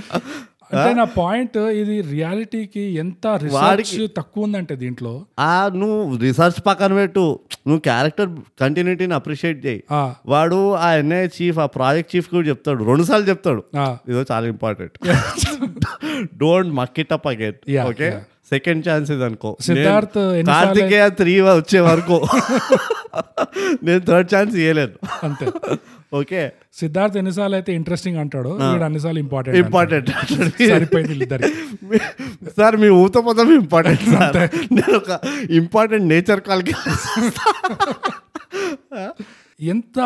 S1: అంటే నా పాయింట్ ఇది రియాలిటీకి ఎంత రీసెర్చ్ తక్కువ ఉందంటే దీంట్లో
S2: ఆ నువ్వు రీసెర్చ్ పక్కన పెట్టు నువ్వు క్యారెక్టర్ కంటిన్యూటీని అప్రిషియేట్ చేయి
S1: ఆ
S2: వాడు ఆ ఎన్ఐఏ చీఫ్ ఆ ప్రాజెక్ట్ చీఫ్ కూడా చెప్తాడు రెండు సార్లు చెప్తాడు
S1: ఆ
S2: ఇదో చాలా important don't muck it up again
S1: Yeah,
S2: okay
S1: yeah.
S2: Second chance ఇది అనుకో
S1: సిద్ధార్థ్ ఎన్నిసార్లు-
S2: కార్తికేయ త్రీ వచ్చే వరకు నేను థర్డ్ ఛాన్స్ ఇవ్వలేను
S1: అంతే
S2: ఓకే
S1: సిద్ధార్థ్ ఎన్నిసార్లు అయితే ఇంట్రెస్టింగ్ అంటాడో వీడు అన్నిసార్లు ఇంపార్టెంట్
S2: ఇంపార్టెంట్
S1: సరిపోయింది వీళ్ళిద్దరికి
S2: *laughs* సార్ మీ ఊత పోతాం ఇంపార్టెంట్ సార్ నేను ఒక ఇంపార్టెంట్ నేచర్ కాల్కి
S1: ఎంత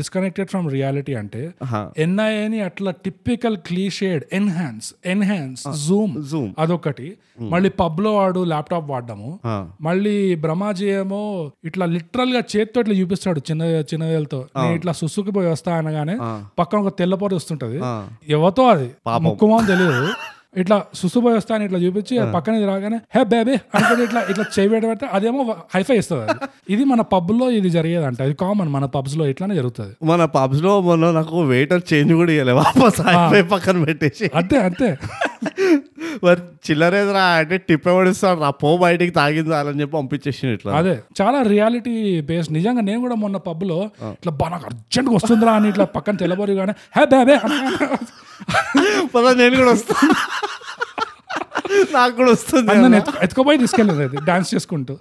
S1: డిస్కనెక్టెడ్ ఫ్రమ్ రియాలిటీ అంటే
S2: Uh-huh.
S1: ఎన్ఐఏని అట్లా typical clichéd enhance enhance zoom
S2: Zoom.
S1: అదొకటి మళ్ళీ పబ్ లో వాడు ల్యాప్టాప్ వాడడము
S2: Ah.
S1: మళ్ళీ బ్రహ్మాజీ ఏమో ఇట్లా లిటరల్ గా చేత్తో ఇట్లా చూపిస్తాడు చిన్న చిన్నవేలతో నేను ఇట్లా సుసుకు పోయి వస్తా అనగానే పక్కన ఒక తెల్లపోరు వస్తుంటది ఎవతో అది ముక్కుమో తెలియదు ఇట్లా సుసు పోయి వస్తా అని ఇట్లా చూపించి అది పక్కన ఇది రాగానే హే బేబీ అంటే ఇట్లా ఇట్లా చేయి పెట్టి పెడితే అదేమో హైఫై ఇస్తుంది అది ఇది మన పబ్ లో ఇది జరిగేదంట ఇది కామన్ మన పబ్స్ లో ఇట్లానే జరుగుతుంది
S2: మన పబ్స్ లో మొన్న నాకు వెయిటర్ చేంజ్ కూడా ఇవ్వలే వాపస్ అయిపోయి పక్కన పెట్టేసి
S1: అంతే అంతే
S2: మరి చిల్లరేదరా అంటే టిప్ ఎవడిస్తాడు రా పో బయటికి తాగింది అని చెప్పి పంపించేసి ఇట్లా
S1: అదే చాలా రియాలిటీ బేస్డ్ నిజంగా నేను కూడా మొన్న పబ్ లో ఇట్లా బా నాకు అర్జెంట్ వస్తుందిరా అని ఇట్లా పక్కన తెల్లబోరు కానీ హే బేబే
S2: పద నేను కూడా వస్తాను నాకు కూడా వస్తుంది
S1: అందరిని ఎత్తుకు- ఎత్తుకుపోయి తీసుకెళ్ళేది అది డాన్స్ చేసుకుంటూ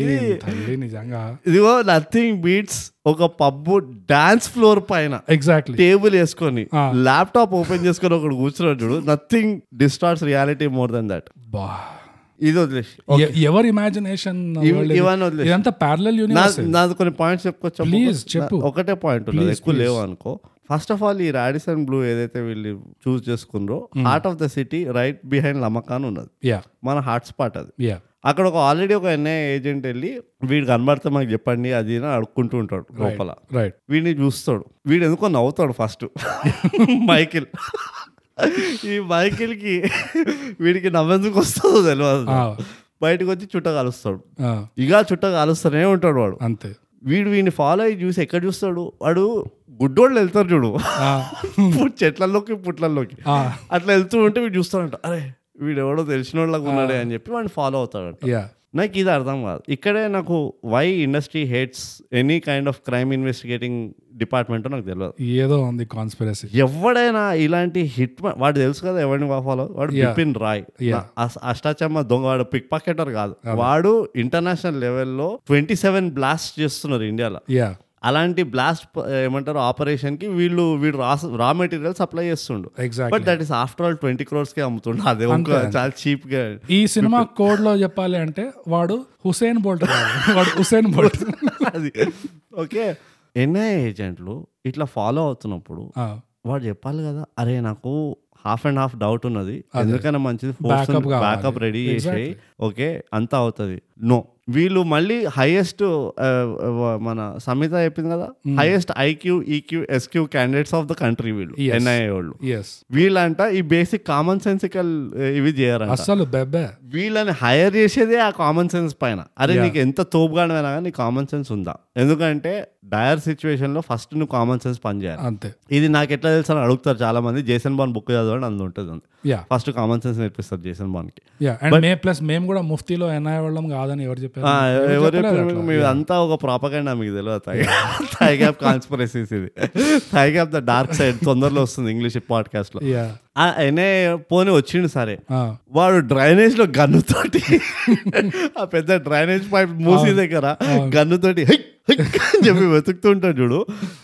S1: ఏం తల్లి నిజంగా
S2: ఇదిగో నథింగ్ బీట్స్ ఒక పబ్బు డాన్స్ ఫ్లోర్ పైన
S1: ఎగ్జాక్ట్లీ
S2: టేబుల్ వేసుకొని
S1: ఆ.
S2: ల్యాప్టాప్ ఓపెన్ చేసుకొని ఒకడు కూర్చున్నాడు చూడు nothing distorts reality more than that
S1: బా
S2: ఇది వదిలేసి
S1: ఎ- ఎవరి ఇమాజినేషన్
S2: ఇవ్- ఇవన్నీ వదిలేసి.
S1: ఇదంతా ప్యారలల్
S2: నా
S1: యూనివర్స్
S2: నాది కొన్ని పాయింట్స్ చెప్పుకోవచ్చు
S1: Please, చెప్పు.
S2: ఒకటే పాయింట్ ఉన్నది ఎక్కువ లేవు అనుకో ఫస్ట్ ఆఫ్ ఆల్ ఈ రాడిసన్ బ్లూ ఏదైతే వీళ్ళు చూస్ చేసుకున్నారో
S1: Hmm.
S2: Heart of the city right behind Lamakaan ఉన్నది
S1: యా
S2: మన హాట్ స్పాట్ అది
S1: యా
S2: అక్కడ ఒక ఆల్రెడీ ఒక ఎన్ఐ ఏజెంట్ వెళ్ళి వీడు కనబడితే మాకు చెప్పండి అది ఇది అని అడుక్కుంటూ ఉంటాడు లోపల
S1: రైట్
S2: వీడిని చూస్తాడు వీడు ఎందుకో నవ్వుతాడు *laughs* ఫస్ట్ మైకిల్ ఈ మైకిల్కి వీడికి నవ్వెందుకు వస్తుందో తెలియదు బయటకు వచ్చి చుట్ట కలుస్తాడు ఇక చుట్ట కలుస్తూనే ఉంటాడు వాడు
S1: అంతే
S2: వీడు వీడిని ఫాలో అయ్యి చూసి ఎక్కడ చూస్తాడు వాడు గుడ్డోళ్ళు వెళ్తారు చూడు *laughs*
S1: ఆ,
S2: ఇప్పుడు చెట్లలోకి పుట్లల్లోకి
S1: ఆ,
S2: అట్లా వెళ్తూ ఉంటే వీడు చూస్తాడంట అరే వీడు ఎవడో తెలిసిన వాళ్ళకి ఉన్నాడే అని చెప్పి వాడిని ఫాలో అవుతాడంట
S1: యా
S2: నాకు ఇది అర్థం కాదు ఇక్కడే నాకు why industry hates any kind of crime investigating department నాకు తెలియదు
S1: ఏదో ఉంది కాన్స్పిరసీ
S2: ఎవడైనా ఇలాంటి హిట్ వాడు తెలుసు కదా ఎవరిని ఫాలో వాడు బిపిన్ రాయ్
S1: Yeah.
S2: అస్- అష్టాచమ్మ దొంగ వాడు పిక్ పాకెటర్ కాదు వాడు ఇంటర్నేషనల్ లెవెల్లో ట్వంటీ సెవెన్ బ్లాస్ట్ చేస్తున్నారు ఇండియాలో
S1: యా
S2: అలాంటి బ్లాస్ట్ ఏమంటారు ఆపరేషన్ కి వీళ్ళు వీడు రా రా మెటీరియల్ సప్లై చేస్తుండు but
S1: exact
S2: that is after all twenty crores కే అమ్ముతుండు అదే ఒక
S1: అంతే.
S2: చాలా చీప్ గా
S1: ఈ సినిమా కోడ్ లో చెప్పాలి అంటే వాడు హుసేన్ బోల్ట్ కాదు. వాడు హుసేన్
S2: *laughs*
S1: బోల్ట్
S2: అది ఓకే ఎన్ఐ ఏజెంట్లు ఇట్లా ఫాలో అవుతున్నప్పుడు
S1: ఆ,
S2: వాడు చెప్పాలి కదా అరే నాకు హాఫ్ అండ్ హాఫ్ డౌట్ ఉన్నది ఎందుకైనా మంచిది
S1: Backup కావాలి.
S2: బ్యాకప్ రెడీ చేసేయి
S1: Exactly.
S2: ఓకే అంతా అవుతుంది నో వీళ్ళు మళ్ళీ హైయెస్ట్ మన సమిత చెప్పింది కదా
S1: Hmm.
S2: Highest IQ EQ SQ candidates of the country వీళ్ళు
S1: Yes.
S2: ఎన్ఐఏ వాళ్ళు
S1: yes
S2: వీళ్ళంట ఈ బేసిక్ కామన్ సెన్సికల్ ఇవి చేయరంట
S1: అస్సలు బెబ్బే
S2: వీళ్ళని హైర్ చేసేదే ఆ కామన్ సెన్స్ పైన అరే నీకు ఎంత తోపుగానైనా కానీ నీ కామన్ సెన్స్ ఉందా ఎందుకంటే డయర్ సిచ్యువేషన్ లో ఫస్ట్ నువ్వు కామన్ సెన్స్ పనిచేయాలి
S1: అంతే
S2: ఇది నాకు ఎట్లా తెలుసు అని అడుగుతారు చాలా మంది జేసన్ బాన్ బుక్ చదవడం అందులో ఉంటుంది అంది
S1: యా
S2: ఫస్ట్ కామన్ సెన్స్ నేర్పిస్తారు జేసన్ బాన్ కి
S1: యా అండ్ మే ప్లస్ మేము కూడా ముఫ్తీలో ఎన్ఐ వాళ్ళం కాదని Hmm. ఎవరు చెప్పారు
S2: ఆ, ఎవరు
S1: చెప్పలేదు
S2: చెప్పారు
S1: అట్లా.
S2: మీకు? మీది అంతా ఒక ప్రాపగండా మీకు తెలియదు థైగ్యాప్ కాన్స్పరసీస్ ఇది థైగ్యాప్ ద డార్క్ సైడ్ తొందరలో వస్తుంది ఇంగ్లీష్ పాడ్కాస్ట్ లో
S1: యా
S2: ఆ, ఆయనే పోనీ వచ్చిండు సరే
S1: ఆ,
S2: వాడు డ్రైనేజ్ లో గన్నుతోటి ఆ పెద్ద డ్రైనేజ్ పైప్ మూసి దగ్గర గన్నుతోటి "హై, హై" అని చెప్పి వెతుకుతుంటాడు చూడు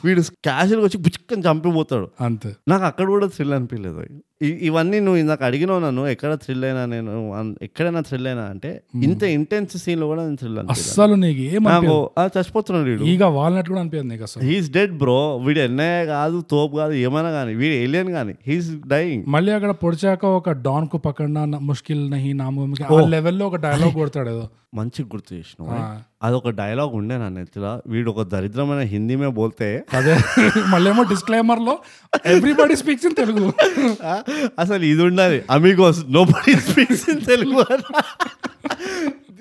S2: వీడు క్యాషువల్గా వచ్చి బుచ్చుకొని చంపిపోతాడు
S1: అంతే
S2: నాకు అక్కడ కూడా థ్రిల్ అనిపించలేదు ఇ- ఇవన్నీ నువ్వు ఇందాక అడిగినావు నన్ను ఎక్కడ థ్రిల్ అయినా నేను అన్- ఎక్కడైనా థ్రిల్ అయినా అంటే ఇంత ఇంటెన్స్ సీన్ లో కూడా నేను థ్రిల్ అనిపించలేదు
S1: అస్సలు నీకు ఏమనిపించదు
S2: నాకు ఆ, చచ్చిపోతున్నాడు వీడు
S1: ఈగ వాల్నట్ కూడా అనిపించదు నీకు అసలు
S2: హీస్ డెడ్ బ్రో వీడు ఎన్నయ్య కాదు తోపు కాదు ఏమైనా కానీ వీడు ఏలియన్ కానీ హీస్ డైయింగ్
S1: మళ్ళీ అక్కడ పొడిచాక ఒక డాన్ కు పక్కన నా- ముష్కిల్ నహి నామూమికి ఆ లెవెల్లో ఒక డైలాగ్
S2: *laughs*
S1: కొడతాడు ఏదో
S2: మంచి గుర్తు చేసినావు
S1: ఆ,
S2: అదొక డైలాగ్ ఉండే నా నెత్తిలో వీడు ఒక దరిద్రమైన హిందీమే బోల్తే
S1: అదే మళ్ళీ ఏమో డిస్క్లైమర్ లో ఎవ్రీబడి స్పీక్స్ ఇన్ తెలుగు
S2: ఆ, అసలు ఇది ఉండాలి Amigos nobody speaks in Telugu అని.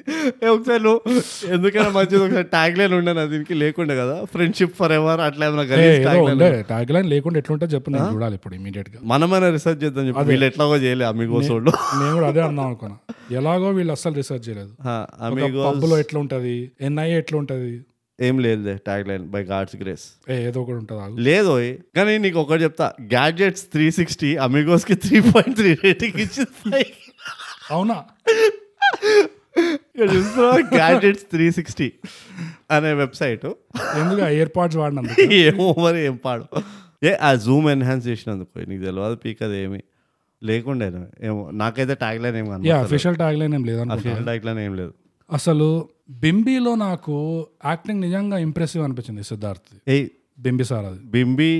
S2: ఏ ఒకసారి నువ్వు ఎందుకైనా మంచిది ఒకసారి ట్యాగ్ లైన్ ఉండే నా దీనికి లేకుండే కదా ఫ్రెండ్షిప్ ఫర్ ఎవర్ అట్లా ఏమైనా
S1: ఏ,
S2: గలీజ్
S1: ఏదో
S2: tag line.
S1: ఉండే ట్యాగ్ లైన్ లేకుండా ఎట్లుంటే చెప్పు నేను చూడాలి ఇప్పుడు ఇమీడియట్ గా
S2: మనమైనా రీసెర్చ్ చేద్దాం చెప్పి వీళ్ళు ఎట్లాగో చేయలే అమిగోస్ వాళ్ళు
S1: నేను కూడా అదే అన్నాం అనుకున్నా ఎలాగో వీళ్ళు అస్సలు రీసెర్చ్ చేయలేదు
S2: అమిగోస్
S1: పబ్బులో ఎట్లా ఉంటది ఎన్ఐ ఎట్లా ఉంటది
S2: ఏం లేదు tagline by God's grace
S1: ఏ, ఏదో ఒకటి ఉంటది ఆగు.
S2: లేదు ఓయ్. కానీ నీకు ఒకటి చెప్తా గ్యాడ్జెట్స్ త్రీ సిక్స్టీ అమిగోస్కి త్రీ పాయింట్ త్రీ రేటింగ్ ఇచ్చింది
S1: అవునా
S2: *laughs* గ్యాడ్జెట్స్ త్రీ సిక్స్టీ అనే వెబ్సైట్
S1: ఎందుకు ఇయర్ పాడ్స్ వాడినందుకు
S2: *laughs* ఏమో మరి ఏం పాడు ఏ ఆ జూమ్ ఎన్హాన్స్ చేసినందుకు నీకు తెలియదు పీక్ అది ఏమి లేకుండే ఏమో నాకైతే ట్యాగ్ లైన్ ఏం
S1: యా
S2: కనబడతలేదు.
S1: అఫీషియల్ ట్యాగ్ లైన్ ఏం లేదనుకుంటా
S2: అఫీషియల్ ట్యాగ్ లైన్ ఏం లేదు
S1: అసలు బింబీలో నాకు యాక్టింగ్ నిజంగా ఇంప్రెసివ్ అనిపించింది సిద్ధార్థ్
S2: ఏ
S1: బింబీ సార్ అది
S2: బింబీ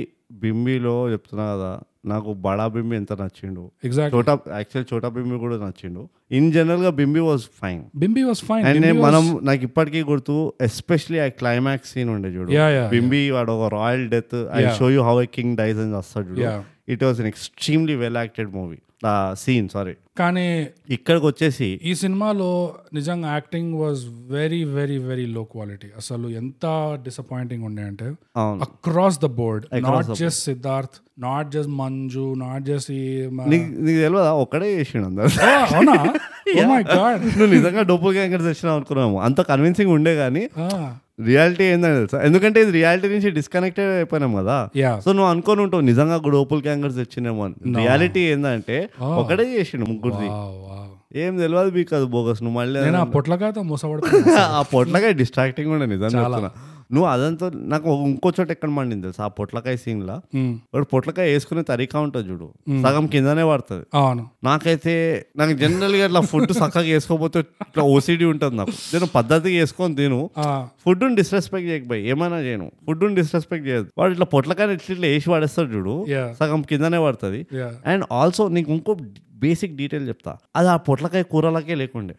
S2: బింబీలో చెప్తున్నా కదా నాకు బడా బింబీ ఎంత నచ్చిండు
S1: ఎగ్జాక్ట్
S2: చోటా యాక్చువల్ చోటా బింబీ కూడా నచ్చిండు ఇన్ జనరల్ గా Bimbi was fine
S1: Bimbi was fine
S2: and నేను మనం నాకు ఇప్పటికీ గుర్తు ఎస్పెషలీ ఆ క్లైమాక్స్ సీన్ ఉండే చూడు
S1: Yeah, yeah,
S2: బింబీ వాడు ఒక royal death I
S1: Yeah.
S2: Show you how a king dies అని వస్తాడు చూడు
S1: Yeah.
S2: It was an extremely well acted movie scene sorry
S1: కానీ
S2: ఇక్కడికి వచ్చేసి
S1: ఈ సినిమాలో నిజంగా acting was very very very low quality అసలు ఎంత డిసప్పాయింటింగ్ ఉండే అంటే
S2: అవును
S1: across the board not just Siddharth not just Manju not just ఈ
S2: *laughs*
S1: మా-
S2: నీకు నీకు తెలియదా ఒక్కడే చేసిండు అందరు
S1: ఓ, అవునా Oh ఓ మై గాడ్
S2: నువ్వు నిజంగా డబ్బు గ్యాంగర్ తెచ్చినావు అనుకున్నాము అంత కన్విన్సింగ్ ఉండే కానీ రియాలిటీ ఏందని తెలుసా ఎందుకంటే ఇది రియాలిటీ నుంచి డిస్కనెక్టెడ్ అయిపోయినాం కదా
S1: యా
S2: సో నువ్వు అనుకోని ఉంటావు నిజంగా డోపుల్ గ్యాంగర్స్ తెచ్చినేమో అని రియాలిటీ ఏంటంటే
S1: Oh.
S2: ఒకడే చేసిండు ముగ్గురిది ఏం తెలియదు మీకు అది బోగస్ నువ్వు మళ్ళీ
S1: నేను ఆ పొట్లకాయతో మూసపడుతున్నాను
S2: ఆ పొట్లకాయ డిస్ట్రాక్టింగ్ ఉండే నిజంగా చెప్తున్నా. నువ్వు అదంతా నాకు ఒక- ఇంకో చోట ఎక్కడ మండింది తెలుసు ఆ పొట్లకాయ సీన్ లా వాడు పొట్లకాయ వేసుకునే తరికా ఉంటుంది చూడు సగం కిందనే పడుతుంది
S1: అవును
S2: నాకైతే నాకు జనరల్గా ఇట్లా ఫుడ్ చక్కగా వేసుకోకపోతే ఇట్లా ఓసిడి ఉంటుంది నాకు నేను పద్ధతిగా వేసుకొని తిను
S1: ఆ,
S2: ఫుడ్ను డిస్రెస్పెక్ట్ చేయకపోయి ఏమైనా చేయను ఫుడ్ను డిస్రెస్పెక్ట్ చేయదు వాడు ఇట్లా పొట్లకాయ ఇట్లా ఇట్లా వేసి పడేస్తాడు చూడు
S1: Yeah.
S2: సగం కిందనే పడుతుంది
S1: యా
S2: అండ్ ఆల్సో నీకు ఇంకో బేసిక్ డీటెయిల్ చెప్తా అది ఆ పొట్లకాయ కూరలాగే లేకుండే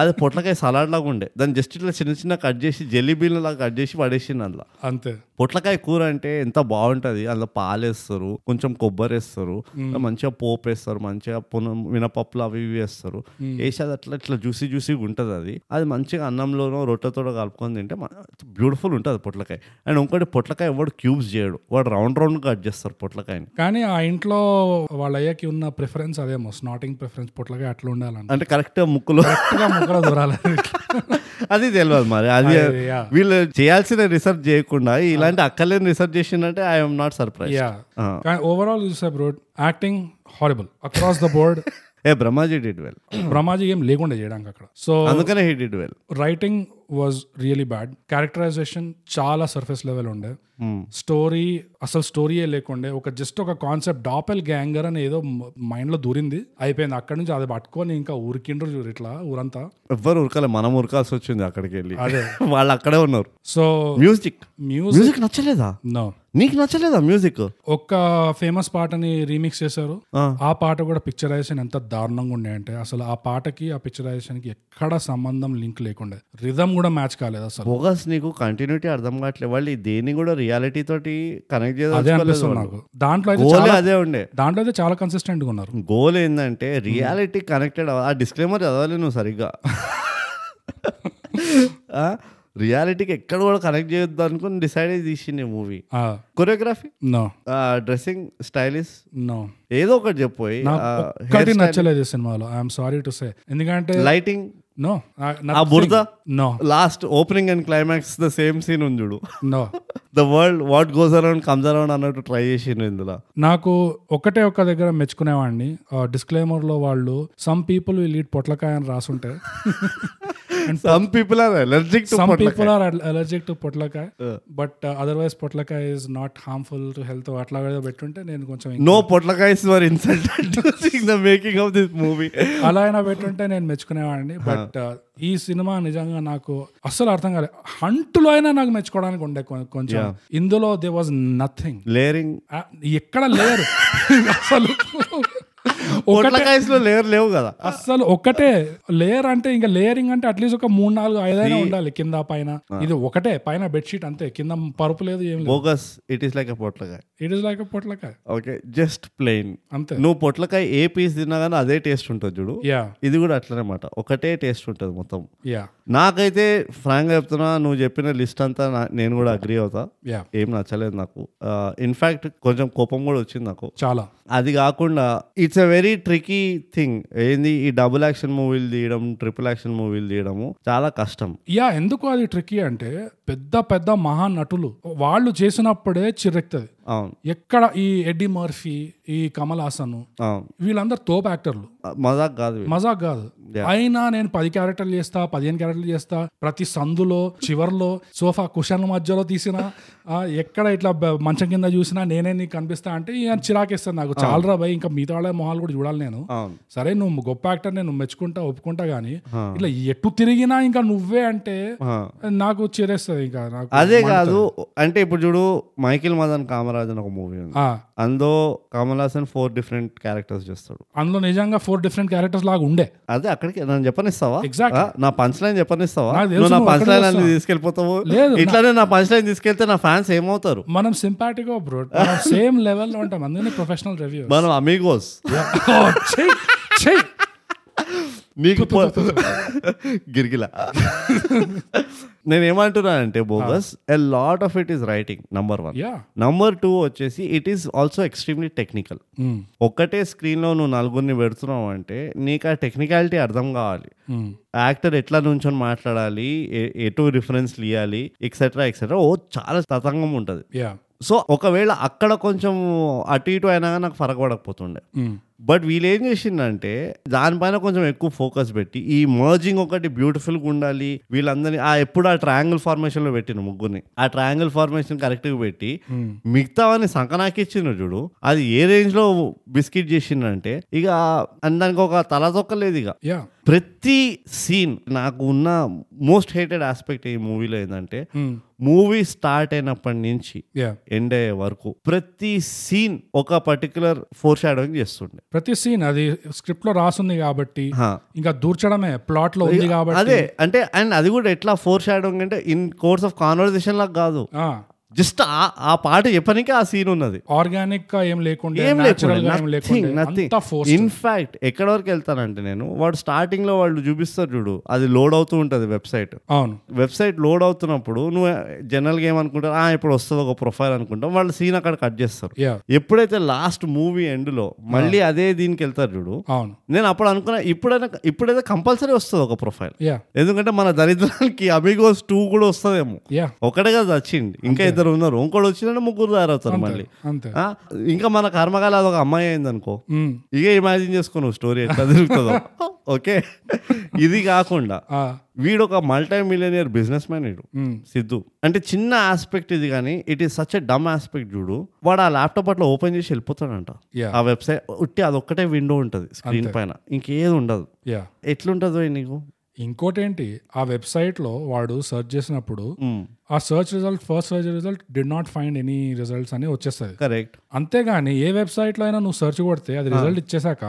S2: అది పొట్లకాయ సలాడ్ లాగా ఉండే దాన్ని జస్ట్ ఇట్లా చిన్న చిన్న కట్ చేసి జెల్లీ బీన్ లాగా కట్ చేసి పడేసింది అందులో
S1: అంతే
S2: పొట్లకాయ కూర అంటే ఎంత బాగుంటుంది అందులో పాలు వేస్తారు కొంచెం కొబ్బరి వేస్తారు మంచిగా పోపు వేస్తారు మంచిగా పున మినపప్పులు అవి ఇవి వేస్తారు వేసి అది అట్లా ఇట్లా జ్యూసీ జ్యూసీగా ఉంటుంది అది అది మంచిగా అన్నంలోనో రొట్టెతో కలుపుకొని తింటే బ్యూటిఫుల్ ఉంటుంది పొట్లకాయ అండ్ ఇంకోటి పొట్లకాయ వాడు క్యూబ్స్ చేయడు వాడు రౌండ్ రౌండ్ కట్ చేస్తారు పొట్లకాయని
S1: కానీ ఆ ఇంట్లో వాళ్ళ అయ్యకి ఉన్న ప్రిఫరెన్స్ అదేమో స్నాటింగ్ ప్రిఫరెన్స్ పొట్లగా అట్లా ఉండాలంట
S2: అంటే కరెక్ట్గా ముక్కులో
S1: కరెక్ట్గా ముక్కలో దూరాలి
S2: *laughs* అది తెలియదు మరి అది
S1: అది, yeah.
S2: వీళ్ళు చేయాల్సిన రీసెర్చ్ చేయకుండా ఇలాంటి అక్కర్లేని రీసెర్చ్ చేసిందంటే ఐఎమ్ నాట్ సర్ప్రైజ్
S1: యా కానీ ఓవరాల్ చూసా bro acting horrible across the board
S2: ఏ బ్రహ్మాజీ డిడ్ వెల్
S1: బ్రహ్మాజీ ఏం లేకుండా చేయడానికి అక్కడ సో
S2: అందుకనే he did well
S1: writing was really bad characterization చాలా సర్ఫేస్ లెవెల్ ఉండే స్టోరీ అసలు స్టోరీయే లేకుండే ఒక జస్ట్ ఒక కాన్సెప్ట్ డాపెల్ గ్యాంగర్ అని ఏదో మైండ్ లో దూరింది అయిపోయింది అక్కడ నుంచి అది పట్టుకొని ఇంకా ఊరికిండ్రు చూడు ఇట్లా ఊరంతా
S2: ఎవ్వరు ఉరకాలి మనం ఉరకాల్సి వచ్చింది అక్కడికి వెళ్ళి
S1: అదే.
S2: *laughs* వాళ్ళు అక్కడే ఉన్నారు
S1: సో
S2: మ్యూజిక్
S1: మ్యూజిక్
S2: మ్యూజిక్ నచ్చలేదా
S1: నో
S2: నీకు నచ్చలేదా మ్యూజిక్
S1: ఒక్క ఫేమస్ పాటని రీమిక్స్ చేశారు ఆ పాట కూడా పిక్చరైజేషన్ ఎంత దారుణంగా ఉండే అంటే అసలు ఆ పాటకి ఆ పిక్చరైజేషన్ కి ఎక్కడ సంబంధం లింక్ లేకుండే రిధమ్ కూడా మ్యాచ్ కాలేదు అసలు
S2: బోగస్ నీకు కంటిన్యూటీ అర్థం కావట్లేదు వాళ్ళు ఈ దేన్ని కూడా రియాలిటీ తోటి కనెక్ట్
S1: అదే
S2: చేయదలుచుకోలేదు
S1: అనిపిస్తుంది నాకు దాంట్లో అయితే
S2: గోల్
S1: చాలా-
S2: అదే ఉండే
S1: దాంట్లో అయితే చాలా కన్సిస్టెంట్ గా ఉన్నారు
S2: గోల్ ఏంటంటే రియాలిటీ కనెక్టెడ్ ఆ డిస్క్లైమర్ చదవాలి నువ్వు సరిగ్గా రియాలిటీకి ఎక్కడ కూడా కనెక్ట్ చేయొద్దు అనుకుని డిసైడ్ అయి తీసింది movie choreography
S1: no
S2: dressing stylist
S1: no
S2: ఏదో ఒకటి చెప్పోయి
S1: ఒక్కటి నచ్చలేదు ఈ సినిమాలో ఐఎమ్ సారీ టు సే ఎందుకంటే
S2: లైటింగ్
S1: నో
S2: ఆ బురద
S1: no
S2: last opening and climax the same scene ఉంది చూడు
S1: no
S2: the world what goes around comes around అన్నట్టు ట్రై చేసిండు ఇందులో
S1: నాకు ఒకటే ఒక్క దగ్గర మెచ్చుకునేవాడిని డిస్క్లైమర్ లో వాళ్ళు సమ్ పీపుల్ విల్ ఈట్ పొట్లకాయ అని రాసుంటే
S2: *laughs* some people are allergic to
S1: some people are allergic to పొట్లకాయ బట్ అదర్వైజ్ పొట్లకాయ is not harmful to health అట్లా ఏదో పెట్టుంటే నేను కొంచెం ఇంకా-
S2: నో పొట్లకాయస్ వర్ *laughs* insulted the making of this movie
S1: అలా అయినా పెట్టుంటే నేను మెచ్చుకునేవాడిని బట్ ఈ సినిమా నిజంగా నాకు అస్సలు అర్థం కాలేదు హంట్లో అయినా నాకు మెచ్చుకోవడానికి ఉండే కొ- కొంచెం ఇందులో దే వాజ్ నథింగ్
S2: లేరింగ్
S1: ఎక్కడ లేరు *laughs* అసలు ఒకటే
S2: పొట్లకాయస్ లో లేయర్ లేవు కదా
S1: అస్సలు ఒకటే లేయర్ అంటే ఇంకా లేయరింగ్ అంటే అట్లీస్ట్ ఒక మూడు నాలుగు ఐదైనా ఉండాలి కింద పైన ఇది ఒకటే పైన బెడ్షీట్ అంతే కింద పరుపు లేదు ఏం లేదు
S2: bogus it is like a potlakaya
S1: it is like potlakaya
S2: okay just plain
S1: అంతే
S2: నువ్వు పొట్లకాయ ఏ పీస్ తిన్నా కానీ అదే టేస్ట్ ఉంటుంది చూడు
S1: యా
S2: ఇది కూడా అట్లనే మాట ఒకటే టేస్ట్ ఉంటుంది మొత్తం
S1: యా
S2: నాకైతే ఫ్రాంక్ చెప్తున్నా నువ్వు చెప్పిన లిస్ట్ అంతా నా- నేను కూడా అగ్రి అవుతా
S1: యా
S2: ఏం నచ్చలేదు నాకు ఇన్ఫ్యాక్ట్ కొంచెం కోపం కూడా వచ్చింది నాకు
S1: చాలా
S2: అది కాకుండా it's a very tricky thing ఏంది ఈ డబుల్ యాక్షన్ మూవీలు తీయడం ట్రిపుల్ యాక్షన్ మూవీలు తీయడము చాలా కష్టం
S1: యా ఎందుకు అది ట్రిక్కీ అంటే పెద్ద పెద్ద మహా నటులు వాళ్ళు చేసినప్పుడే చిరెక్తది
S2: అవును
S1: ఎక్కడ ఈ ఎడ్డి మర్ఫీ ఈ కమల్ హాసన్
S2: అవును
S1: వీళ్ళందరూ తోపు యాక్టర్లు
S2: మజాక్ కాదు ఇది.
S1: మజాక్ కాదు అయినా నేను పది క్యారెక్టర్లు చేస్తా పదిహేను క్యారెక్టర్లు చేస్తా ప్రతి సందులో చివర్లో సోఫా కుషన్ మధ్యలో తీసిన ఆ, ఎక్కడ ఇట్లా బ- మంచం కింద చూసినా నేనే నీకు కనిపిస్తా అంటే ఇక చిరాకేస్తాను నాకు చాలరా భయ్ ఇంకా మిగతా వాళ్ళ మొహాలు కూడా చూడాలి నేను
S2: అవును
S1: సరే నువ్వు గొప్ప యాక్టర్ నేను మెచ్చుకుంటా ఒప్పుకుంటా గానీ ఇట్లా ఎటు తిరిగినా ఇంకా నువ్వే అంటే
S2: ఆ.
S1: నాకు చిరేస్తుంది ఇంకా నాకు
S2: అదే కాదు అంటే ఇప్పుడు చూడు మైకిల్ మదన్ కామరాజ్ అని ఒక మూవీ ఉంది
S1: ఆ,
S2: అందులో Kamal Haasan four different characters చేస్తాడు
S1: అందులో నిజంగా ఫోర్ డిఫరెంట్ క్యారెక్టర్స్ లాగా ఉండే
S2: అదే అక్కడికి నన్ను చెప్పనిస్తావా
S1: Exactly.
S2: ఆ, నా పంచ్ లైన్ చెప్పనిస్తావా
S1: నాకు తెలుసు
S2: నువ్వు నా
S1: నువ్వు
S2: పంచ్ లైన్
S1: అక్కడే
S2: అన్ని తీసుకెళ్ళిపోతావు
S1: లేదు, నా-
S2: ఇట్లానే నా పంచ్ లైన్ తీసుకెళ్తే నా ఫ్యాన్స్ ఏమవుతారు
S1: మనం సింపాటికో బ్రో సేమ్ లెవెల్లో ఉంటాం అందుకని ప్రొఫెషనల్
S2: *laughs*
S1: రివ్యూ
S2: మనం అమీగోస్ నీకు
S1: *laughs*
S2: పో- గిరిగిలా నేను ఏమంటున్నానంటే bogus a lot of it is writing number one
S1: yeah
S2: number two వచ్చేసి it is also extremely technical ఒక్కటే స్క్రీన్లో నువ్వు నలుగురిని పెడుతున్నావు అంటే నీకు ఆ టెక్నికాలిటీ అర్థం కావాలి యాక్టర్ ఎట్లా నుంచొని మాట్లాడాలి ఎ- ఎటు రిఫరెన్స్ ఇవ్వాలి ఎక్సెట్రా ఎక్సెట్రా ఓ చాలా తతంగం ఉంటుంది
S1: యా
S2: సో ఒకవేళ అక్కడ కొంచెం అటు ఇటు అయినా కానీ నాకు ఫరక పడకపోతుండే బట్ వీళ్ళు ఏం చేసిందంటే దానిపైన కొంచెం ఎక్కువ ఫోకస్ పెట్టి ఈ మర్జింగ్ ఒకటి beautiful గా ఉండాలి వీళ్ళందరినీ ఆ ఎప్పుడు ఆ ట్రయాంగిల్ ఫార్మేషన్ లో పెట్టిన ముగ్గురిని ఆ ట్రయాంగిల్ ఫార్మేషన్ కరెక్ట్ గా పెట్టి మిగతావన్నీ సంకనాకిచ్చిన చూడు అది ఏ రేంజ్ లో బిస్కెట్ చేసిందంటే ఇక దానికి ఒక తల తొక్కలేదు ఇక
S1: యా
S2: ప్రతి సీన్ నాకు ఉన్న మోస్ట్ హేటెడ్ ఆస్పెక్ట్ ఈ మూవీలో ఏంటంటే మూవీ స్టార్ట్ అయినప్పటి నుంచి
S1: యా
S2: ఎండ్ అయ్యే వరకు ప్రతి సీన్ ఒక పర్టికులర్ ఫోర్ షాడోయింగ్ చేస్తుండే
S1: ప్రతి సీన్ అది స్క్రిప్ట్ లో రాసుంది కాబట్టి
S2: హా.
S1: ఇంకా దూర్చడమే ప్లాట్ లో ఉంది కాబట్టి
S2: అదే అంటే అండ్ అది కూడా ఎట్లా ఫోర్ షాడోయింగ్ అంటే ఇన్ కోర్స్ ఆఫ్ కాన్వర్సేషన్ లాగా కాదు జస్ట్ ఆ ఆ పాట చెప్పనికే ఆ సీన్ ఉన్నది
S1: ఆర్గానిక్ గా ఏం లేకుండా
S2: ఏం
S1: natural గా ఏం
S2: లేకుండా
S1: లేకుండా
S2: నథింగ్
S1: అంతా ఫోర్స్
S2: ఇన్ఫాక్ట్ ఎక్కడ వరకు వెళ్తానంటే నేను వాడు స్టార్టింగ్ లో వాళ్ళు చూపిస్తారు చూడు అది లోడ్ అవుతూ ఉంటది వెబ్సైట్
S1: అవును
S2: వెబ్సైట్ లోడ్ అవుతున్నప్పుడు నువ్వు జనరల్గా ఏమనుకుంటావు ఆ ఇప్పుడు వస్తుంది ఒక ప్రొఫైల్ అనుకుంటాం వాళ్ళు సీన్ అక్కడ కట్ చేస్తారు
S1: యా
S2: ఎప్పుడైతే లాస్ట్ మూవీ ఎండ్లో మళ్ళీ అదే దీనికి వెళ్తారు చూడు
S1: అవును
S2: నేను అప్పుడు అనుకున్నా ఇప్పుడైనా ఇప్పుడైతే కంపల్సరీ వస్తుంది ఒక ప్రొఫైల్
S1: యా
S2: ఎందుకంటే మన దరిద్రానికి అమిగోస్ టూ కూడా వస్తుందేమో
S1: యా
S2: ఒకటే కదా వచ్చింది ఇంకా ఇద్దరు ఇద్దరు ఉన్నారు ఇంకోటి వచ్చిందంటే ముగ్గురు తయారవుతారు మళ్ళీ
S1: అంతే
S2: ఆ, ఇంకా మన కర్మకాల అదొక అమ్మాయి అయింది అనుకో
S1: ఉమ్.
S2: ఇక ఇమాజిన్ చేసుకో నువ్వు స్టోరీ ఎట్లా తిరుగుతుందో ఓకే ఇది కాకుండా
S1: ఆ,
S2: వీడు ఒక మల్టీ మిలియనియర్ బిజినెస్ మ్యాన్ వీడు
S1: ఉమ్.
S2: సిద్ధు అంటే చిన్న ఆస్పెక్ట్ ఇది కానీ it is such a dumb aspect చూడు వాడు ఆ ల్యాప్టాప్ అట్లా ఓపెన్ చేసి వెళ్ళిపోతాడంట
S1: Yeah.
S2: ఆ వెబ్సైట్ ఉట్టి అదొక్కటే విండో ఉంటుంది స్క్రీన్ పైన ఇంకేది ఉండదు
S1: యా
S2: ఎట్లుంటుందో ఈ నీకు
S1: ఇంకోటేంటి ఆ వెబ్సైట్ లో వాడు సెర్చ్ చేసినప్పుడు ఆ search result first search result did not find any results అని వచ్చేస్తుంది
S2: కరెక్ట్
S1: అంతేగాని ఏ వెబ్సైట్ లో అయినా నువ్వు సెర్చ్ కొడితే అది రిజల్ట్ ఇచ్చేసాక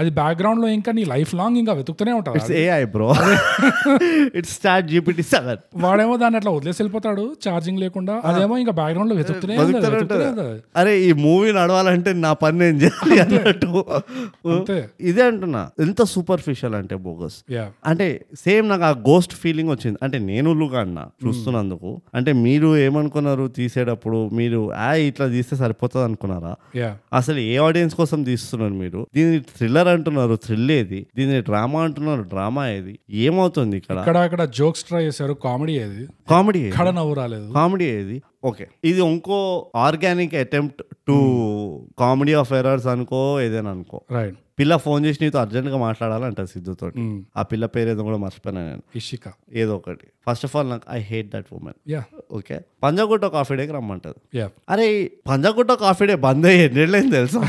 S1: అది బ్యాక్గ్రౌండ్ లో ఇంకా నీ లైఫ్ లాంగ్ ఇంకా వెతుకుతూనే ఉంటుంది
S2: it's AI bro *laughs* it's start GPT seven
S1: వాడేమో దాన్ని అట్లా వదిలేసి వెళ్ళిపోతాడు ఛార్జింగ్ లేకుండా అదేమో ఇంకా బ్యాక్గ్రౌండ్ లో వెతుకుతూనే ఉంది, వెతుకుతూనే ఉంది.
S2: అరే ఈ మూవీ నడవాలంటే నా పని నేను చేయాలి అన్నట్టు
S1: అంతే
S2: ఇదే అంటున్నా ఎంత సూపర్ఫిషియల్ అంటే బోగస్
S1: యా
S2: అంటే సేమ్ నాకు ఆ గోస్ట్ ఫీలింగ్ వచ్చింది అంటే నేను లుగా అన్న చూస్తున్నందుకు అంటే మీరు ఏమనుకున్నారు తీసేటప్పుడు మీరు ఆ ఇట్లా తీస్తే సరిపోతుంది అనుకున్నారా
S1: యా
S2: అసలు ఏ ఆడియన్స్ కోసం తీస్తున్నారు మీరు దీన్ని థ్రిల్లర్ అంటున్నారు థ్రిల్ ఏది దీన్ని డ్రామా అంటున్నారు డ్రామా ఏది ఏమవుతుంది ఇక్కడ
S1: ఇక్కడ అక్కడ జోక్స్ ట్రై చేశారు కామెడీ అది
S2: కామెడీ ఏది?
S1: కడ నవ్వు రాలేదు
S2: కామెడీ ఏది ఓకే ఇది ఇంకో organic attempt to comedy of errors అనుకో ఏదైనా అనుకో
S1: రైట్
S2: పిల్ల ఫోన్ చేసి నీతో అర్జెంట్ గా మాట్లాడాలంట సిద్ధుతో ఆ పిల్ల పేరు ఏదో కూడా మర్చిపోయినా నేను
S1: ఇషిక
S2: ఏదో ఒకటి ఫస్ట్ ఆఫ్ ఆల్ నాకు I hate that women
S1: yeah
S2: okay Panjagutta coffee డేకి రమ్మంటది
S1: యా
S2: అరే పంజాగుట్ట కాఫీ డే బంద్ అయ్యి ఎన్నేళ్ళైంది తెలుసా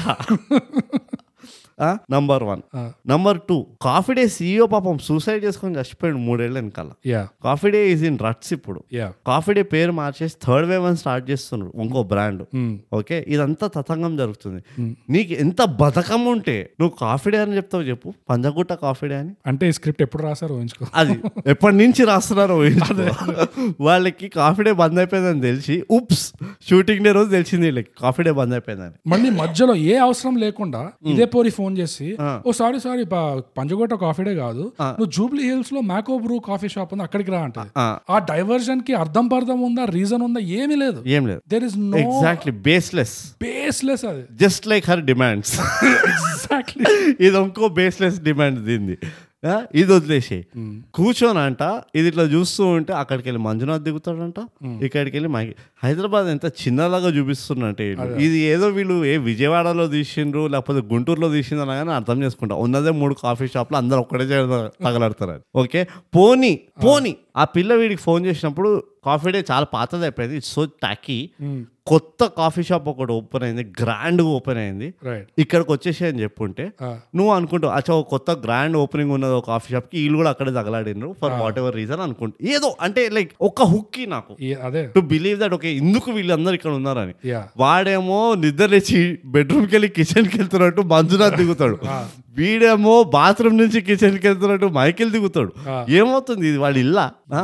S2: నంబర్ వన్
S1: ఆ.
S2: Number two coffee day CEO పాపం సూసైడ్ చేసుకొని చచ్చిపోయాడు మూడేళ్ళ వెనకాల
S1: yeah
S2: coffee day is in ruts ఇప్పుడు
S1: యా
S2: కాఫీ డే పేరు మార్చేసి థర్డ్ వేవ్ అని స్టార్ట్ చేస్తున్నారు ఇంకో బ్రాండ్ ఓకే ఇదంతా తతంగం జరుగుతుంది నీకు ఎంత బతకం ఉంటే నువ్వు కాఫీ డే అని చెప్తావు చెప్పు పంజాగుట్ట కాఫీ డే అని
S1: అంటే ఈ స్క్రిప్ట్ ఎప్పుడు రాశారు ఊహించుకో
S2: అది ఎప్పటి నుంచి రాస్తున్నారో వీళ్ళు. వాళ్ళకి కాఫీ డే బంద్ అయిపోయిందని తెలిసి ఉప్స్ షూటింగ్ డే రోజు తెలిసింది వీళ్ళకి కాఫీ డే బంద్ అయిపోయిందని
S1: మళ్ళీ మధ్యలో ఏ అవసరం లేకుండా
S2: Hmm.
S1: ఇదే పోరి ఫోన్ చేసి ఓ సారీ సారీ పంజగొట్ట కాఫీడే కాదు నువ్వు జూబ్లీ హిల్స్ లో మ్యాకో బ్రూ కాఫీ షాప్ ఉంది అక్కడికి రా అంటే
S2: ఆ.
S1: ఆ డైవర్జన్ కి అర్థం పర్థం ఉందా రీజన్ ఉందా ఏమీ లేదు
S2: ఏం లేదు
S1: there is no
S2: exactly baseless
S1: baseless అది
S2: just like her demands
S1: exactly
S2: ఇది ఇంకో బేస్లెస్ డిమాండ్ దీన్ని ఆ, ఇది వదిలేసి కూర్చోనంట ఇది ఇట్లా చూస్తూ ఉంటే అక్కడికి వెళ్ళి మంజునాథ్ దిగుతాడంట ఇక్కడికి వెళ్ళి మాకి హైదరాబాద్ ఎంత చిన్నలాగా చూపిస్తున్నట్టే ఇది ఏదో వీళ్ళు ఏ విజయవాడలో తీసిండ్రు లేకపోతే గుంటూరులో తీసిండ్రు అనగానే అర్థం చేసుకుంటా ఉన్నదే మూడు కాఫీ షాప్లు అందరూ ఒక్కడే చేర- తగలడతారు ఓకే పోనీ పోనీ ఆ పిల్ల వీడికి ఫోన్ చేసినప్పుడు కాఫీ డే చాలా పాతది అయిపోయింది ఇట్స్ సో టాకీ కొత్త కాఫీ షాప్ ఒకటి ఓపెన్ అయింది గ్రాండ్గా ఓపెన్ అయింది
S1: రైట్
S2: ఇక్కడికి వచ్చేసి అని చెప్పుంటే నువ్వు అనుకుంటావు అచ్చా ఒక కొత్త గ్రాండ్ ఓపెనింగ్ ఉన్నది ఒక కాఫీ షాప్కి వీళ్ళు కూడా అక్కడే తగలాడినరు ఫర్ వాట్ ఎవర్ రీజన్ అనుకుంటా ఏదో అంటే లైక్ ఒక హుక్కి నాకు
S1: అదే
S2: టు బిలీవ్ దట్ ఓకే ఎందుకు వీళ్ళందరూ ఇక్కడ ఉన్నారని
S1: యా
S2: వాడేమో నిద్ర లేచి బెడ్రూమ్కి వెళ్ళి కిచెన్కి వెళ్తున్నట్టు మంజునాథ్ దిగుతాడు వీడేమో బాత్రూమ్ నుంచి కిచెన్కి వెళ్తున్నట్టు మైకిల్ దిగుతాడు ఏమవుతుంది ఇది వాళ్ళ ఇల్లా ఆ?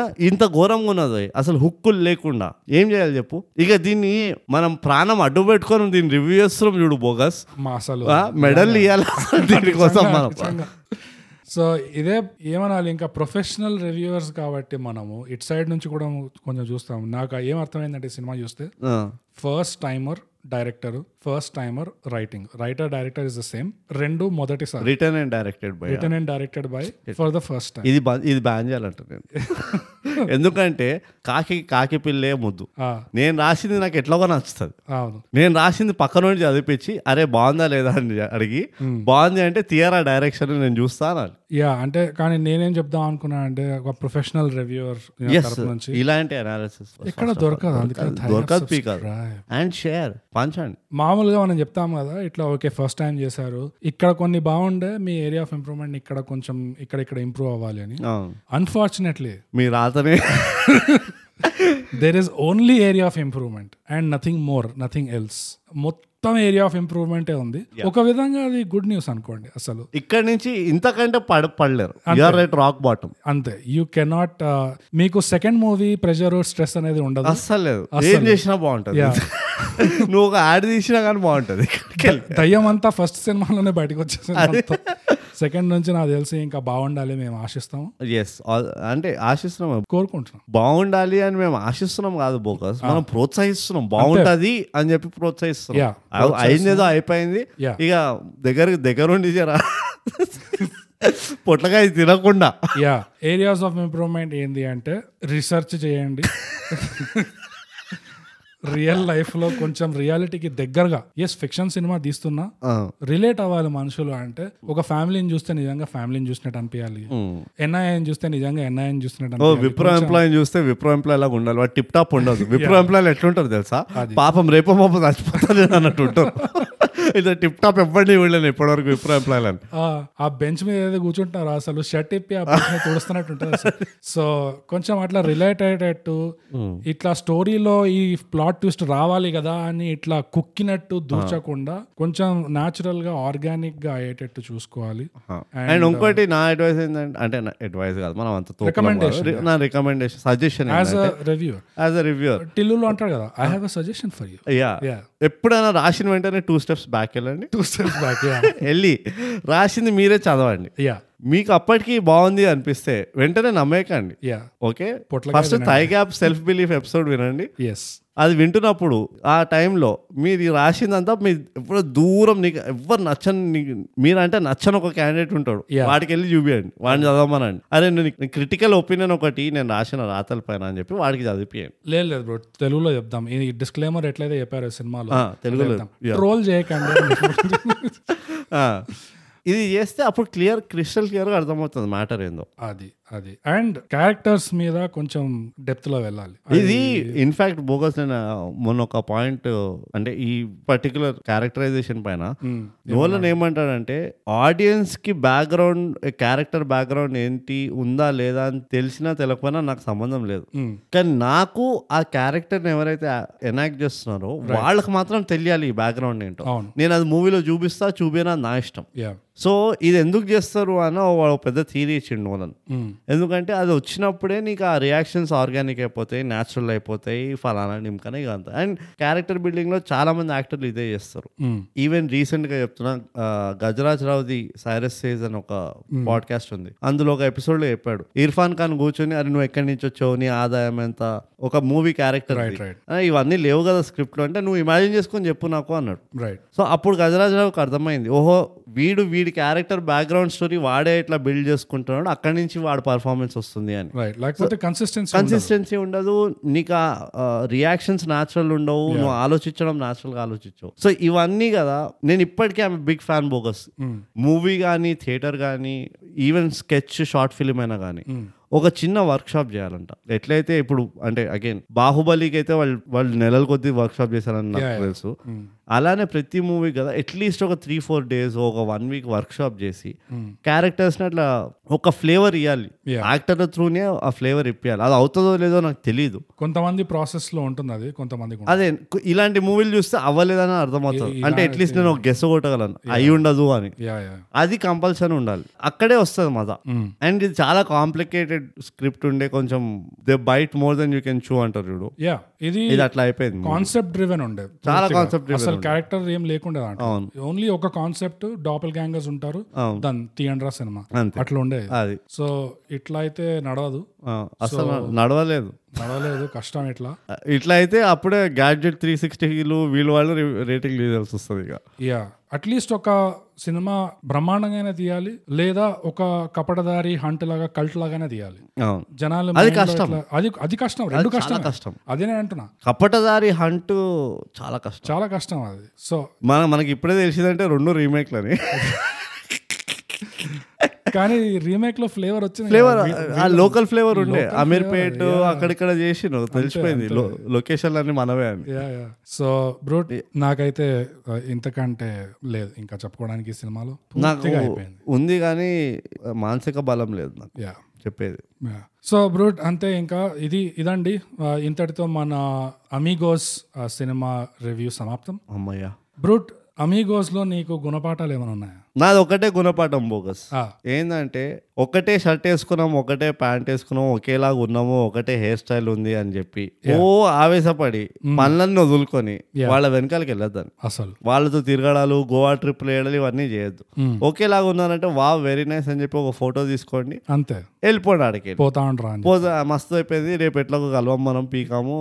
S2: ఆ? ఇంత ఘోరంగా ఉన్నది అసలు హుక్కులు లేకుండా ఏం చేయాలి చెప్పు ఇక దీన్ని మనం ప్రాణం అడ్డు పెట్టుకొని దీన్ని రివ్యూ చేస్తున్నాం చూడు బోగస్
S1: మా అసలు
S2: ఆ, మెడల్ ఇవ్వాలి *laughs* దీనికోసం మనం
S1: *laughs* సో ఇదే ఏమనాలి ఇంకా ప్రొఫెషనల్ రివ్యూవర్స్ కాబట్టి మనము ఇట్ సైడ్ నుంచి కూడా కొంచెం చూస్తాము నాకు ఏం అర్థమైందంటే ఈ సినిమా చూస్తే
S2: ఆ,
S1: first timer director first timer writing writer director is the same రెండు మొదటిసారి
S2: written and directed by
S1: written and directed by for the first time
S2: ఇది బా- ఇది బ్యాన్ చేయాలంట
S1: *laughs*
S2: నేను ఎందుకంటే కాకి కాకి పిల్లే ముద్దు నేను రాసింది నాకు ఎట్లాగో నచ్చుతుంది
S1: అవును
S2: నేను రాసింది పక్క నుండి చదివిపించి అరే బాగుందా లేదా అని అడిగి
S1: Hmm.
S2: బాగుంది అంటే తీయరా డైరెక్షన్ నేను చూస్తాను
S1: యా అంటే కానీ నేనేం చెప్దాం అనుకున్నా అంటే ఒక ప్రొఫెషనల్ రివ్యూవర్
S2: ఎస్
S1: తరపు నుంచి
S2: ఇలాంటి అనాలిసిస్
S1: ఎక్కడ దొరకదు అందుకని
S2: దొరకదు పీకర్ అండ్ షేర్ పంచండి
S1: మామూలుగా మనం చెప్తాం కదా ఇట్లా ఓకే ఫస్ట్ టైం చేశారు ఇక్కడ కొన్ని బాగుండే మీ ఏరియా ఆఫ్ ఇంప్రూవ్మెంట్ ఇక్కడ కొంచెం ఇక్కడ ఇక్కడ ఇంప్రూవ్ అవ్వాలి అని
S2: అవును.
S1: Unfortunately
S2: me
S1: *laughs*
S2: రాతనే
S1: there is only area of improvement and nothing more nothing else మొత్తం ఏరియా ఆఫ్ ఇంప్రూవ్మెంటే ఉంది ఒక విధంగా అది గుడ్ న్యూస్ అనుకోండి అసలు
S2: ఇక్కడ నుంచి ఇంతకంటే పడ పడలేరు యూఆర్ రైట్ రాక్ బాటం
S1: అంతే యూ కెనాట్ మీకు సెకండ్ మూవీ ప్రెషర్ స్ట్రెస్ అనేది ఉండదు
S2: అస్సలు లేదు ఏం చేసినా బాగుంటుంది *laughs* నువ్వు ఒక యాడ్ తీసినా కానీ *laughs* బాగుంటుంది ఇక్కడికి వెళ్ళి.
S1: దయ్యం అంతా ఫస్ట్ సినిమాలోనే బయటకు వచ్చేసింది సెకండ్ నుంచి నాకు తెలిసి ఇంకా బాగుండాలి మేము ఆశిస్తాము
S2: ఎస్ అంటే ఆశిస్తున్నాం
S1: కోరుకుంటున్నాం
S2: బాగుండాలి అని మేము ఆశిస్తున్నాం కాదు బోకస్ మనం ప్రోత్సహిస్తున్నాం బాగుంటది అని చెప్పి
S1: Yeah,
S2: ప్రోత్సహిస్తున్నాం అవ్- అయిందేదో అయిపోయింది
S1: Yeah.
S2: ఇక దగ్గర దగ్గరుండి జరా *laughs* పొట్లకాయ తినకుండా
S1: యా ఏరియాస్ ఆఫ్ ఇంప్రూవ్మెంట్ ఏంటి అంటే రీసెర్చ్ చేయండి రియల్ లైఫ్ లో కొంచెం రియాలిటీకి దగ్గరగా ఎస్ ఫిక్షన్ సినిమా తీస్తున్నా
S2: ఆ,
S1: రిలేట్ అవ్వాలి మనుషులు అంటే ఒక ఫ్యామిలీని చూస్తే నిజంగా ఫ్యామిలీని చూసినట్టు అనిపించాలి ఎన్ఐఎన్ చూస్తే నిజంగా ఎన్ఐఎన్ చూసినట్టు
S2: ఓ
S1: అనిపించాలి.
S2: విప్రో ఎంప్లాయీని చూస్తే విప్రో ఎంప్లాయీ లాగా ఉండాలి వాడు టిప్ టాప్ ఉండదు విప్రో ఎంప్లాయీలు ఎట్లుంటారు తెలుసా పాపం రేపో పాపం చచ్చిపోతుంది అన్నట్టు ఉంటారు ఇట్లా టిప్ టాప్ ఎవ్వండి వీళ్ళని ఇప్పటివరకు విప్రో ఎంప్లాయీలు అని
S1: ఆ, ఆ బెంచ్ మీద ఏదో కూర్చుంటారు అసలు షర్ట్ ఇప్పి ఆ బెంచ్ మీద తుడుస్తున్నట్టు ఉంటుంది అసలు. సో కొంచెం అట్లా రిలేట్ అయ్యేటట్టు ఇట్లా స్టోరీలో ఈ ప్లాట్ ట్విస్ట్ రావాలి కదా అని ఇట్లా కుక్కినట్టు దూచకుండా కొంచెం న్యాచురల్ గా ఆర్గానిక్ గా అయ్యేటట్టు చూసుకోవాలి
S2: Hmm. అండ్
S1: uh,
S2: ఇంకోటి నా అడ్వైస్ ఏంటంటే అంటే నా అడ్వైస్ కాదు మనం అంత తోపులం కాదు. నా recommendation suggestion
S1: as a review
S2: as a reviewer
S1: టిల్లులో అంటాడు కదా I have a suggestion for you
S2: yeah
S1: Yeah.
S2: ఎప్పుడైనా రాసిన వెంటనే టూ స్టెప్స్ బ్యాక్ వెళ్ళండి
S1: టూ స్టెప్స్ బ్యాక్ యా *laughs*
S2: వెళ్ళి రాసింది మీరే చదవండి
S1: యా
S2: మీకు అప్పటికి బాగుంది అనిపిస్తే వెంటనే నమ్మేకండి
S1: యా
S2: ఓకే
S1: పొట్లకాయ
S2: first thigh gap self belief episode వినండి
S1: ఎస్
S2: అది వింటున్నప్పుడు ఆ టైంలో మీరు ఈ రాసిందంతా మీ ఎప్పుడో దూరం నీకు ఎవ్వరు నచ్చని నీకు మీరంటే నచ్చని ఒక క్యాండిడేట్ ఉంటాడు
S1: Yeah.
S2: వాడికి వెళ్ళి చూపియండి వాడిని చదవమనండి అరే నేను క్రిటికల్ ఒపీనియన్ ఒకటి నేను రాసిన రాతల పైన అని చెప్పి వాడికి చదివిపియండి
S1: లేదు లేదు బ్రో తెలుగులో చెప్దాం ఈ డిస్క్లైమర్ ఎట్లయితే చెప్పారు సినిమాలో
S2: ఆ, తెలుగులో
S1: ట్రోల్ చేయకండి
S2: *laughs* ఆ. ఇది చేస్తే అప్పుడు క్లియర్ క్రిస్టల్ క్లియర్గా అర్థమవుతుంది మ్యాటర్ ఏందో
S1: అది అది అండ్ క్యారెక్టర్స్ మీద కొంచెం డెప్త్ లో వెళ్ళాలి
S2: ఇది ఇన్ఫాక్ట్ బోగస్ నేను ఆ, మొన్న ఒక పాయింట్ అంటే ఈ పర్టికులర్ క్యారెక్టరైజేషన్ పైన
S1: Mm,
S2: నోలన్ ఏమంటాడంటే ఆడియన్స్ కి బ్యాక్గ్రౌండ్ క్యారెక్టర్ బ్యాక్గ్రౌండ్ ఏంటి ఉందా లేదా అని తెలిసినా తెలియకపోయినా నాకు సంబంధం లేదు
S1: Mm.
S2: కానీ నాకు ఆ క్యారెక్టర్ని ఎవరైతే ఎనాక్ట్ చేస్తున్నారో వాళ్ళకి మాత్రం తెలియాలి ఈ బ్యాక్గ్రౌండ్ ఏంటో
S1: అవును
S2: నేను అది మూవీలో చూపిస్తా చూపినా నా ఇష్టం
S1: యా
S2: సో ఇది ఎందుకు చేస్తారు అని ఒక పెద్ద థీరీ ఇచ్చిండు నోలన్
S1: Mm,
S2: ఎందుకంటే అది వచ్చినప్పుడే నీకు ఆ రియాక్షన్స్ ఆర్గానిక్ అయిపోతాయి న్యాచురల్ అయిపోతాయి ఫలానా నిమ్మకనే అంత అండ్ క్యారెక్టర్ బిల్డింగ్లో చాలా మంది యాక్టర్లు ఇదే చేస్తారు
S1: mm.
S2: ఈవెన్ రీసెంట్గా చెప్తున్నా ఆ, గజరాజ్ రావుది సైరస్ సేజ్ అని ఒక పాడ్కాస్ట్ ఉంది అందులో ఒక ఎపిసోడ్లో చెప్పాడు ఇర్ఫాన్ ఖాన్ కూర్చొని అరే నువ్వు ఎక్కడి నుంచి వచ్చావు నీ ఆదాయం ఎంత ఒక మూవీ క్యారెక్టర్
S1: రైట్ రైట్
S2: ఇవన్నీ లేవు కదా స్క్రిప్ట్లో అంటే నువ్వు ఇమాజిన్ చేసుకొని చెప్పు నాకు అన్నాడు
S1: రైట్
S2: సో అప్పుడు గజరాజరావుకి అర్థమైంది ఓహో వీడు వీడి క్యారెక్టర్ బ్యాక్గ్రౌండ్ స్టోరీ వాడే ఇట్లా బిల్డ్ చేసుకుంటున్నాడు అక్కడి నుంచి వాడి పర్ఫార్మెన్స్ వస్తుంది అని
S1: రైట్ లేకపోతే కన్సిస్టెన్సీ
S2: కన్సిస్టెన్సీ ఉండదు నీకు ఆ రియాక్షన్స్ న్యాచురల్ ఉండవు నువ్వు ఆలోచించడం న్యాచురల్గా ఆలోచించవు సో ఇవన్నీ కదా నేను ఇప్పటికే ఆమె big fan bogus
S1: Mm.
S2: Movie కానీ థియేటర్ కానీ ఈవెన్ స్కెచ్ షార్ట్ ఫిల్మ్ అయినా కానీ ఒక చిన్న వర్క్ షాప్ చేయాలంట ఎట్లయితే ఇప్పుడు అంటే అగైన్ బాహుబలికి అయితే వాళ్ళు వాళ్ళు నెలల కొద్దీ వర్క్ షాప్ చేశారని నాకు తెలుసు అలానే ప్రతి మూవీ కదా అట్లీస్ట్ ఒక త్రీ ఫోర్ డేస్ ఒక వన్ వీక్ వర్క్ షాప్ చేసి క్యారెక్టర్స్ని అట్లా ఒక ఫ్లేవర్ ఇవ్వాలి
S1: Yeah.
S2: యాక్టర్ల త్రూనే ఆ ఫ్లేవర్ ఇప్పించాలి అది అవుతుందో లేదో నాకు తెలియదు
S1: కొంతమంది ప్రాసెస్ లో ఉంటుంది అది కొంతమందికి
S2: అదే కు- ఇలాంటి మూవీలు చూస్తే అవ్వలేదని అర్థమవుతుంది అంటే అట్లీస్ట్ నేను ఒక గెస్ కొట్టగలను అయి ఉండదు అని
S1: యా యా
S2: అది కంపల్సరీ ఉండాలి అక్కడే వస్తుంది మజా అండ్ ఇది చాలా కాంప్లికేటెడ్ స్క్రిప్ట్ ఉండే కొంచెం they bite more than you can chew అంటారు చూడు
S1: యా ఇది
S2: ఇది అట్లా అయిపోయింది
S1: కాన్సెప్ట్ డ్రివెన్ ఉండే
S2: చాలా కాన్సెప్ట్
S1: అసలు క్యారెక్టర్ ఏం లేకుండా ఓన్లీ ఒక కాన్సెప్ట్ డాపల్ గ్యాంగర్స్ ఉంటారు
S2: అవును.
S1: దాని తీయండ్రా సినిమా
S2: అంతే.
S1: అట్లా ఉండేది
S2: అది
S1: సో ఇట్లా అయితే నడవదు
S2: ఆ, అసలు నడవలేదు
S1: నడవలేదు కష్టం ఇట్లా
S2: ఆ, ఇట్లా అయితే అప్పుడే గ్యాడ్జెట్ త్రీ సిక్స్టీలు వీళ్ళు వాళ్ళు రేటింగ్ తీయాల్సి వస్తుంది ఇక
S1: యా అట్లీస్ట్ ఒక సినిమా బ్రహ్మాండంగానే తీయాలి లేదా ఒక కపటదారి హంట్ లాగా కల్ట్ లాగానే తీయాలి
S2: అవును
S1: జనాలు
S2: అది
S1: mind లో
S2: కష్టం.
S1: ఇట్లా- అది అది కష్టం రెండు కష్టం
S2: చాలా కష్టం
S1: అదే నేను అంటున్నా
S2: కపటదారి హంట్ చాలా కష్టం
S1: చాలా కష్టం అది సో
S2: మన మనకి ఇప్పుడే తెలిసిందంటే రెండు రీమేక్లని
S1: కానీ రీమేక్ లో ఫ్లేవర్ వచ్చింది
S2: ఫ్లేవర్ ఆ లోకల్ ఫ్లేవర్ ఉండే అమీర్పేట్ అక్కడిక్కడ చేసిన తెలిసిపోయింది లొకేషన్ అన్ని మనవే అని
S1: యా యా సో బ్రూట్ నాకైతే ఆ, ఇంతకంటే లేదు ఇంకా చెప్పుకోవడానికి ఈ సినిమాలో
S2: నాకు
S1: పూర్తిగా అయిపోయింది
S2: ఉంది కానీ మానసిక బలం లేదు నాకు
S1: యా
S2: చెప్పేది
S1: సో బ్రూట్ అంతే ఇంకా ఇది ఇదండి ఆ, ఇంతటితో మన అమీగోస్ ఆ, సినిమా రివ్యూ సమాప్తం
S2: అమ్మయ్యా
S1: బ్రూట్ అమీగోస్ లో నీకు గుణపాఠాలు ఏమైనా ఉన్నాయా
S2: నాది ఒకటే గుణపాఠం బోగస్
S1: ఆ,
S2: ఏంటంటే ఒకటే షర్ట్ వేసుకున్నాం ఒకటే ప్యాంట్ వేసుకున్నాం ఒకేలాగా ఉన్నాము ఒకటే హెయిర్ స్టైల్ ఉంది అని చెప్పి ఓ ఆవేశపడి పనులన్నీ వదులుకొని వాళ్ళ వెనకాలకి వెళ్ళొద్దని
S1: అసలు
S2: వాళ్ళతో తిరగడాలు గోవా ట్రిప్లు వేయడాలు ఇవన్నీ చేయొద్దు ఒకేలాగా ఉన్నారంటే వా వెరీ నైస్ అని చెప్పి ఒక ఫోటో తీసుకోండి
S1: అంతే
S2: వెళ్ళిపోండి ఆడికి
S1: పోతా ఉండరా అని
S2: పోతే మస్తు అయిపోయింది రేపు ఎట్లా కలవం మనం పీకాము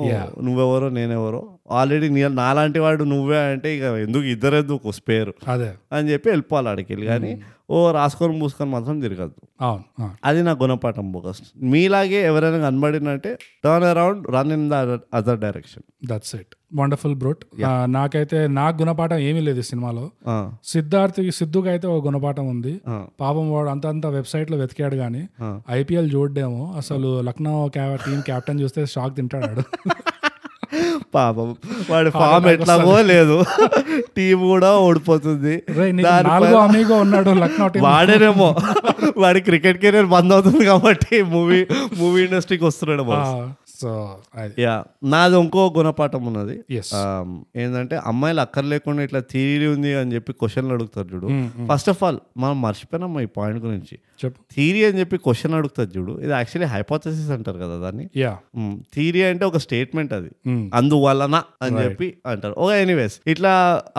S2: నువ్వెవరో నేనెవరో ఆల్రెడీ నాలాంటి వాడు నువ్వే అంటే ఇక ఎందుకు ఇద్దరెందుకు స్పేరు
S1: అదే
S2: అని చెప్పి వెళ్ళిపోవాలి ఆడికి వాడికి వెళ్ళి కానీ
S1: Hmm.
S2: ఓ రాసుకొని మూసుకొని మాత్రం తిరగద్దు
S1: అవును ఆ.
S2: అది నా గుణపాఠం బోగస్ మీలాగే ఎవరైనా కనబడినంటే turn around run in the other direction
S1: that's it wonderful brute నాకైతే నాకు గుణపాఠం ఏమీ లేదు ఈ సినిమాలో సిద్ధార్థకి సిద్ధుకి అయితే ఒక గుణపాఠం ఉంది
S2: ఆ.
S1: పాపం వాడు అంత అంత వెబ్సైట్ లో వెతికాడు కానీ ఐపీఎల్ చూడడేమో అసలు లక్నో క్యా- టీం కెప్టెన్ చూస్తే షాక్ తింటాడు
S2: *laughs*
S1: వాడు.
S2: పాపం వాడి ఫామ్ ఎట్లాగో లేదు టీం కూడా ఓడిపోతుంది
S1: రే, నీకు
S2: దాని
S1: నాలుగో అమీగో ఉన్నాడు
S2: *laughs*
S1: లక్నో టీం *laughs*
S2: వాడేనేమో వాడి క్రికెట్ కెరీర్ బంద్ అవుతుంది కాబట్టి మూవీ మూవీ ఇండస్ట్రీకి వస్తున్నాడు boss.
S1: సో
S2: యా నాది ఇంకో గుణపాఠం ఉన్నది
S1: Yes.
S2: Um, ఏంటంటే అమ్మాయిలు అక్కర్లేకుండా ఇట్లా థియరీ ఉంది అని చెప్పి క్వశ్చన్లు అడుగుతారు చూడు ఫస్ట్ ఆఫ్ ఆల్ మనం మర్చిపోయినాం ఈ పాయింట్ గురించి *laughs*
S1: చెప్పు
S2: థియరీ అని చెప్పి క్వశ్చన్ అడుగుతారు చూడు ఇది యాక్చువల్లీ హైపోథసిస్ అంటారు కదా దాన్ని
S1: యా
S2: థియరీ అంటే ఒక స్టేట్మెంట్ అది
S1: Mm.
S2: అందువలన అని చెప్పి అంటారు ఓ ఎనీవేస్ ఇట్లా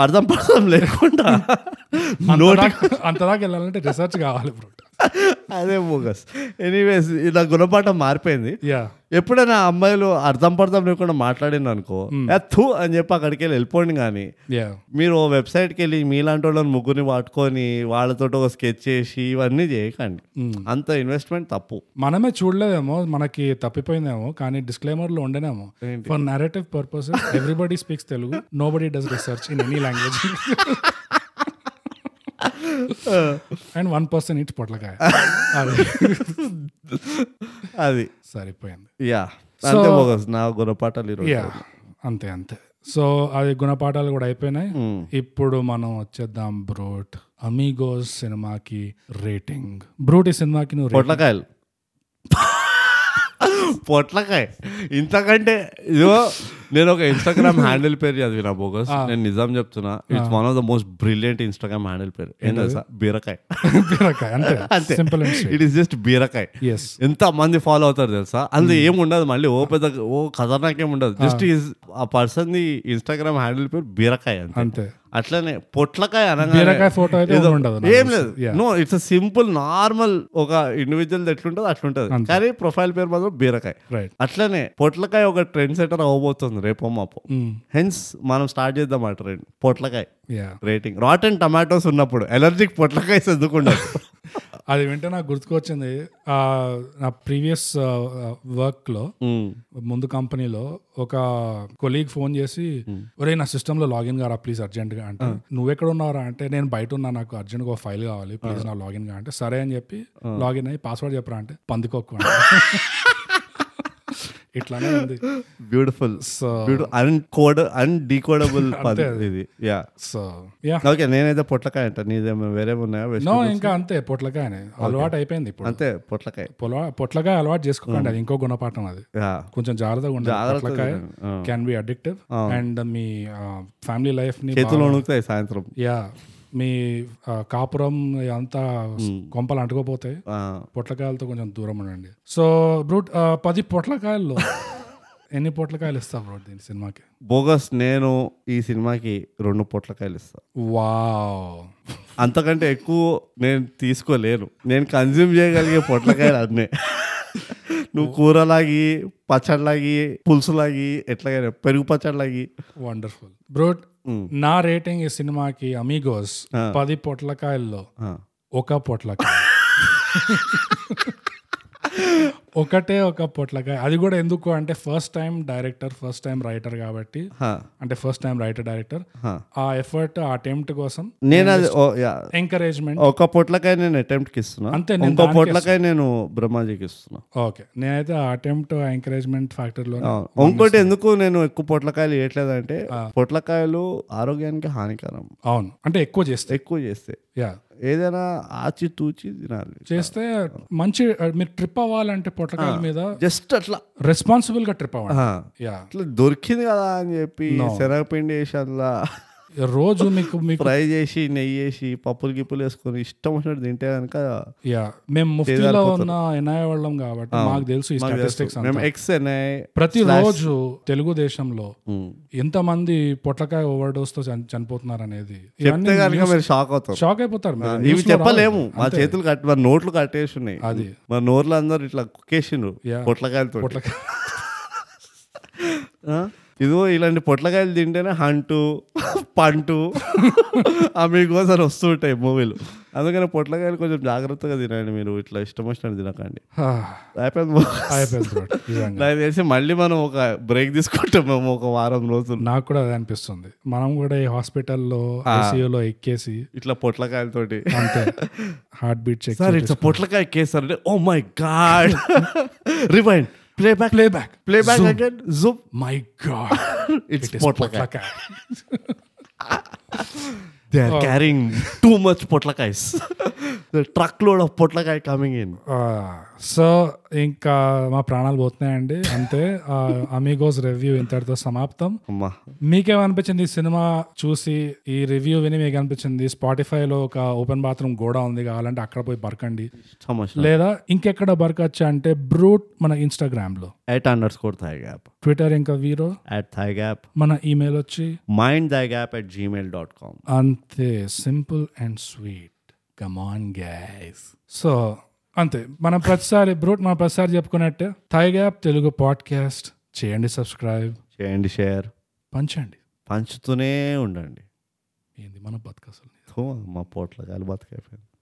S2: అర్థం పర్థం లేకుండా నోటి
S1: అంతదాకా వెళ్ళాలంటే రీసెర్చ్ కావాలి బ్రోట్
S2: అదే బోగస్ ఎనీవేస్ ఇలా గుణపాఠం మారిపోయింది
S1: యా
S2: ఎప్పుడైనా అమ్మాయిలు అర్థం పర్థం లేకుండా మాట్లాడింది అనుకో థూ అని చెప్పి అక్కడికి వెళ్ళి వెళ్ళిపోండి కానీ
S1: యా
S2: మీరు ఓ వెబ్సైట్కి వెళ్ళి మీలాంటి వాళ్ళని ముగ్గురిని పట్టుకొని వాళ్ళతో ఒక స్కెచ్ చేసి ఇవన్నీ చేయకండి అంత ఇన్వెస్ట్మెంట్ తప్పు
S1: మనమే చూడలేదేమో మనకి తప్పిపోయిందేమో కానీ డిస్క్లైమర్ లో ఉండనేమో for narrative purpose everybody speaks Telugu nobody does research in any language and one person it పొట్లకాయ అది
S2: అది
S1: సరిపోయింది
S2: యా అంతే బోగస్ నా గుణపాఠాలు ఈరోజు
S1: యా అంతే అంతే సో అది గుణపాఠాలు కూడా అయిపోయినాయి ఇప్పుడు మనం వచ్చేద్దాం బ్రూట్ అమీగోస్ సినిమాకి రేటింగ్ బ్రూట్ ఈ సినిమాకి నువ్వు రేటింగ్
S2: పొట్లకాయలు పొట్లకాయ ఇంతకంటే ఇదో నేను ఒక ఇన్స్టాగ్రామ్ హ్యాండిల్ పేరు చదివిన బోగస్ నేను నిజం చెప్తున్నా it's one of the most brilliant Instagram handle పేరు ఏం తెలుసా బీరకాయ
S1: బీరకాయ, అంతే simple and
S2: it is just బీరకాయ
S1: ఎస్
S2: ఎంత మంది ఫాలో అవుతారు తెలుసా అందులో ఏం ఉండదు మళ్ళీ ఓ పెద్ద ఓ ఖతర్నాక్ ఏం ఉండదు జస్ట్ ఈజ్ ఆ పర్సన్ ది ఇన్స్టాగ్రామ్ హ్యాండిల్ పేరు బీరకాయ అంతే
S1: అంతే
S2: అట్లనే పొట్లకాయ అనగానే
S1: బీరకాయ ఫోటో అయితే
S2: ఏదో-
S1: ఉండదు
S2: ఏం లేదు నో ఇట్స్ సింపుల్ నార్మల్ ఒక ఇండివిజువల్ ఎట్లుంటది అట్లుంటది కానీ ప్రొఫైల్ పేరు మాత్రం బీరకాయ
S1: రైట్
S2: అట్లనే పొట్లకాయ ఒక ట్రెండ్ సెటర్ అవ్వబోతుంది రేపో మాపో
S1: Mm.
S2: హెన్స్ మనం స్టార్ట్ చేద్దాం ఆ ట్రెండ్ పొట్లకాయ
S1: yeah
S2: rating rot and tomatoes ఉన్నప్పుడు ఎలర్జిక్ పొట్లకాయ
S1: *laughs*
S2: ఎందుకుండదు
S1: అది వింటే నాకు గుర్తుకొచ్చింది ఆ, నా ప్రీవియస్ వర్క్ లో ముందు కంపెనీలో ఒక కొలీగ్ ఫోన్ చేసి ఒరే నా సిస్టమ్ లో లాగిన్ కారా ప్లీజ్ అర్జెంట్ గా అంటే నువ్వెక్కడ ఉన్నావురా అంటే నేను బయట ఉన్నా నాకు అర్జెంట్ గా ఒక ఫైల్ కావాలి ప్లీజ్ నా లాగిన్ గా అంటే సరే అని చెప్పి లాగిన్ అయ్యి పాస్వర్డ్ చెప్పరా అంటే పందుకోకు అంటే. ఇట్లానే ఉంది
S2: beautiful
S1: so
S2: beautiful uncode undecodable పది ఇది యా
S1: సో
S2: *laughs*
S1: యా
S2: ఓకే నేనైతే పొట్లకాయ అంట నీదేమో వేరేమి ఉన్నాయా
S1: నో ఇంకా అంతే పొట్లకాయనే అలవాటు అయిపోయింది ఇప్పుడు
S2: అంతే పొట్లకాయ
S1: పొల- పొట్లకాయ అలవాటు చేసుకోకండి అది ఇంకో గుణపాఠం అది
S2: యా
S1: కొంచెం జాగ్రత్తగా ఉండాలి పొట్లకాయ
S2: ఆ.
S1: క్యాన్ బి అడిక్టివ్ అండ్ మీ ఫ్యామిలీ లైఫ్ ని
S2: చేతులు వణుకుతాయి సాయంత్రం
S1: యా మీ ఆ, కాపురం అంతా కొంపలు అంటుకోపోతాయి
S2: ఆ.
S1: పొట్లకాయలతో కొంచెం దూరం ఉండండి సో బ్రూట్ ఆ, పది
S2: *laughs*
S1: పొట్లకాయల్లో ఎన్ని పొట్లకాయలు ఇస్తా బ్రూట్ దీని సినిమాకి
S2: బోగస్ నేను ఈ సినిమాకి రెండు పొట్లకాయలు ఇస్తాను
S1: వావ్
S2: అంతకంటే ఎక్కువ నేను తీసుకోలేను నేను కన్జ్యూమ్ చేయగలిగే పొట్లకాయలు అన్నీ నువ్వు కూరలాగి పచ్చడిలాగి పులుసులాగి ఎట్లాగైనా పెరుగు పచ్చడిలాగి
S1: వండర్ఫుల్ బ్రూట్ నా రేటింగ్ ఈ సినిమాకి అమీగోస్ పది పొట్లకాయల్లో
S2: ఆ.
S1: ఒక పొట్లకాయ ఒకటే ఒక పొట్లకాయ అది కూడా ఎందుకు అంటే first time director first time writer కాబట్టి
S2: హా,
S1: అంటే ఫస్ట్ టైం రైటర్ డైరెక్టర్
S2: హా.
S1: ఆ ఎఫర్ట్ ఆ అటెంప్ట్ కోసం
S2: నేను అది ఓ, యా.
S1: ఎంకరేజ్మెంట్
S2: ఒక పొట్లకాయ నేను అటెంప్ట్కి ఇస్తున్నా
S1: అంతే, నేను
S2: ఇంకో
S1: దానికే
S2: పొట్లకాయ నేను బ్రహ్మాజీకి ఇస్తున్నా
S1: ఓకే నేనైతే ఆ అటెంప్ట్ ఆ ఎంకరేజ్మెంట్ ఫ్యాక్టర్లో
S2: ఆ, ఇంకోటి ఎందుకు నేను ఎక్కువ పొట్లకాయలు వేయట్లేదంటే పొట్లకాయలు ఆరోగ్యానికి హానికరం
S1: అవును అంటే ఎక్కువ చేస్తే
S2: ఎక్కువ చేస్తాయి
S1: యా
S2: ఏదైనా ఆచితూచి తినాలి
S1: చేస్తే మంచి మీరు ట్రిప్ అవ్వాలంటే పొట్లకాయల మీద
S2: జస్ట్ అట్లా
S1: రెస్పాన్సిబుల్ గా ట్రిప్ అవ్వండి
S2: ఆ,
S1: యా
S2: అట్లా దొరికింది కదా అని చెప్పి శనగపిండి వేసి అట్లా
S1: రోజు మీకు మీకు
S2: ఫ్రై చేసి నెయ్యి వేసి పప్పులు గిప్పులు వేసుకొని ఇష్టం వచ్చినట్టు తింటే కనుక
S1: యా మేము ముఫ్తీలో ఉన్న ఎన్ఐ వాళ్ళం కాబట్టి మాకు తెలుసు ఈ స్టాటిస్టిక్స్
S2: మేము ఎక్స్ అన్నాయి
S1: ప్రతిరోజు తెలుగుదేశంలో ఎంతమంది పొట్లకాయ ఓవర్ డోస్ తో చని- చనిపోతున్నారు అనేది
S2: చెప్తే కనుక మీరు షాక్ అవుతారు
S1: షాక్ అయిపోతారు మీరు.
S2: ఇవి
S1: News లో
S2: చెప్పలేము మా చేతులు కట్టి మా నోట్లు కట్టేసి ఉన్నాయి
S1: అది.
S2: మా నోర్లు అందరు ఇట్లా కుక్కేసిండ్రు
S1: Yeah.
S2: పొట్లకాయలతో
S1: పొట్లకాయ
S2: ఆ? ఇదిగో ఇలాంటి పొట్లకాయలు తింటేనే హంటు పంటు అవి కోసం వస్తుంటాయి మూవీలు అందుకని పొట్లకాయలు కొంచెం జాగ్రత్తగా తినండి మీరు ఇట్లా ఇష్టం వచ్చినట్టు తినకండి
S1: ఆ,
S2: అయిపోయింది boss.
S1: అయిపోయింది bro. నిజంగా.
S2: నాకు తెలిసి మళ్ళీ మనం ఒక బ్రేక్ తీసుకుంటాం మేము ఒక వారం రోజులు
S1: నాకు కూడా అదే అనిపిస్తుంది మనం కూడా ఈ హాస్పిటల్లో ఐసీయూలో ఎక్కేసి
S2: ఇట్లా పొట్లకాయలతోటి
S1: అంతే heartbeat check
S2: sir it's పొట్లకాయ కేసు అంటే oh oh my god rewind play back
S1: play back
S2: play back again zoom
S1: my
S2: *laughs*
S1: God
S2: it's పొట్లకాయ they are carrying too much పొట్లకాయస్ ట్రక్ లోడ్ ఆఫ్ పొట్లకాయ కమింగ్ ఇన్
S1: సో ఇంకా మా ప్రాణాలు పోతున్నాయండి అంతే Amigos review ఇంతటితో సమాప్తం
S2: అమ్మా
S1: మీకేమనిపించింది ఈ సినిమా చూసి ఈ రివ్యూ విని మీకు అనిపించింది స్పాటిఫైలో ఒక ఓపెన్ బాత్రూమ్ గోడ ఉంది కావాలంటే అక్కడ పోయి బరకండి
S2: సమస్య
S1: లేదా ఇంకెక్కడ బరకచ్చు అంటే బ్రూట్ మన ఇన్స్టాగ్రామ్ లో
S2: at underscore thigh gap
S1: Twitter ఇంకా వీరో
S2: అట్ థాయ్ గ్యాప్
S1: మన ఈమెయిల్ వచ్చి
S2: mind thigh gap at Gmail dot com
S1: అంతే simple and sweet come on guys so అంతే మనం ప్రతిసారి బ్రూట్ మనం ప్రతిసారి చెప్పుకున్నట్టే థాయ్ గ్యాప్ తెలుగు పాడ్కాస్ట్ చేయండి సబ్స్క్రైబ్
S2: చేయండి షేర్
S1: పంచండి
S2: పంచుతూనే ఉండండి
S1: ఏంది మన బతుకసలు
S2: థూ, మా పొట్లకాయలు బతికైపోయింది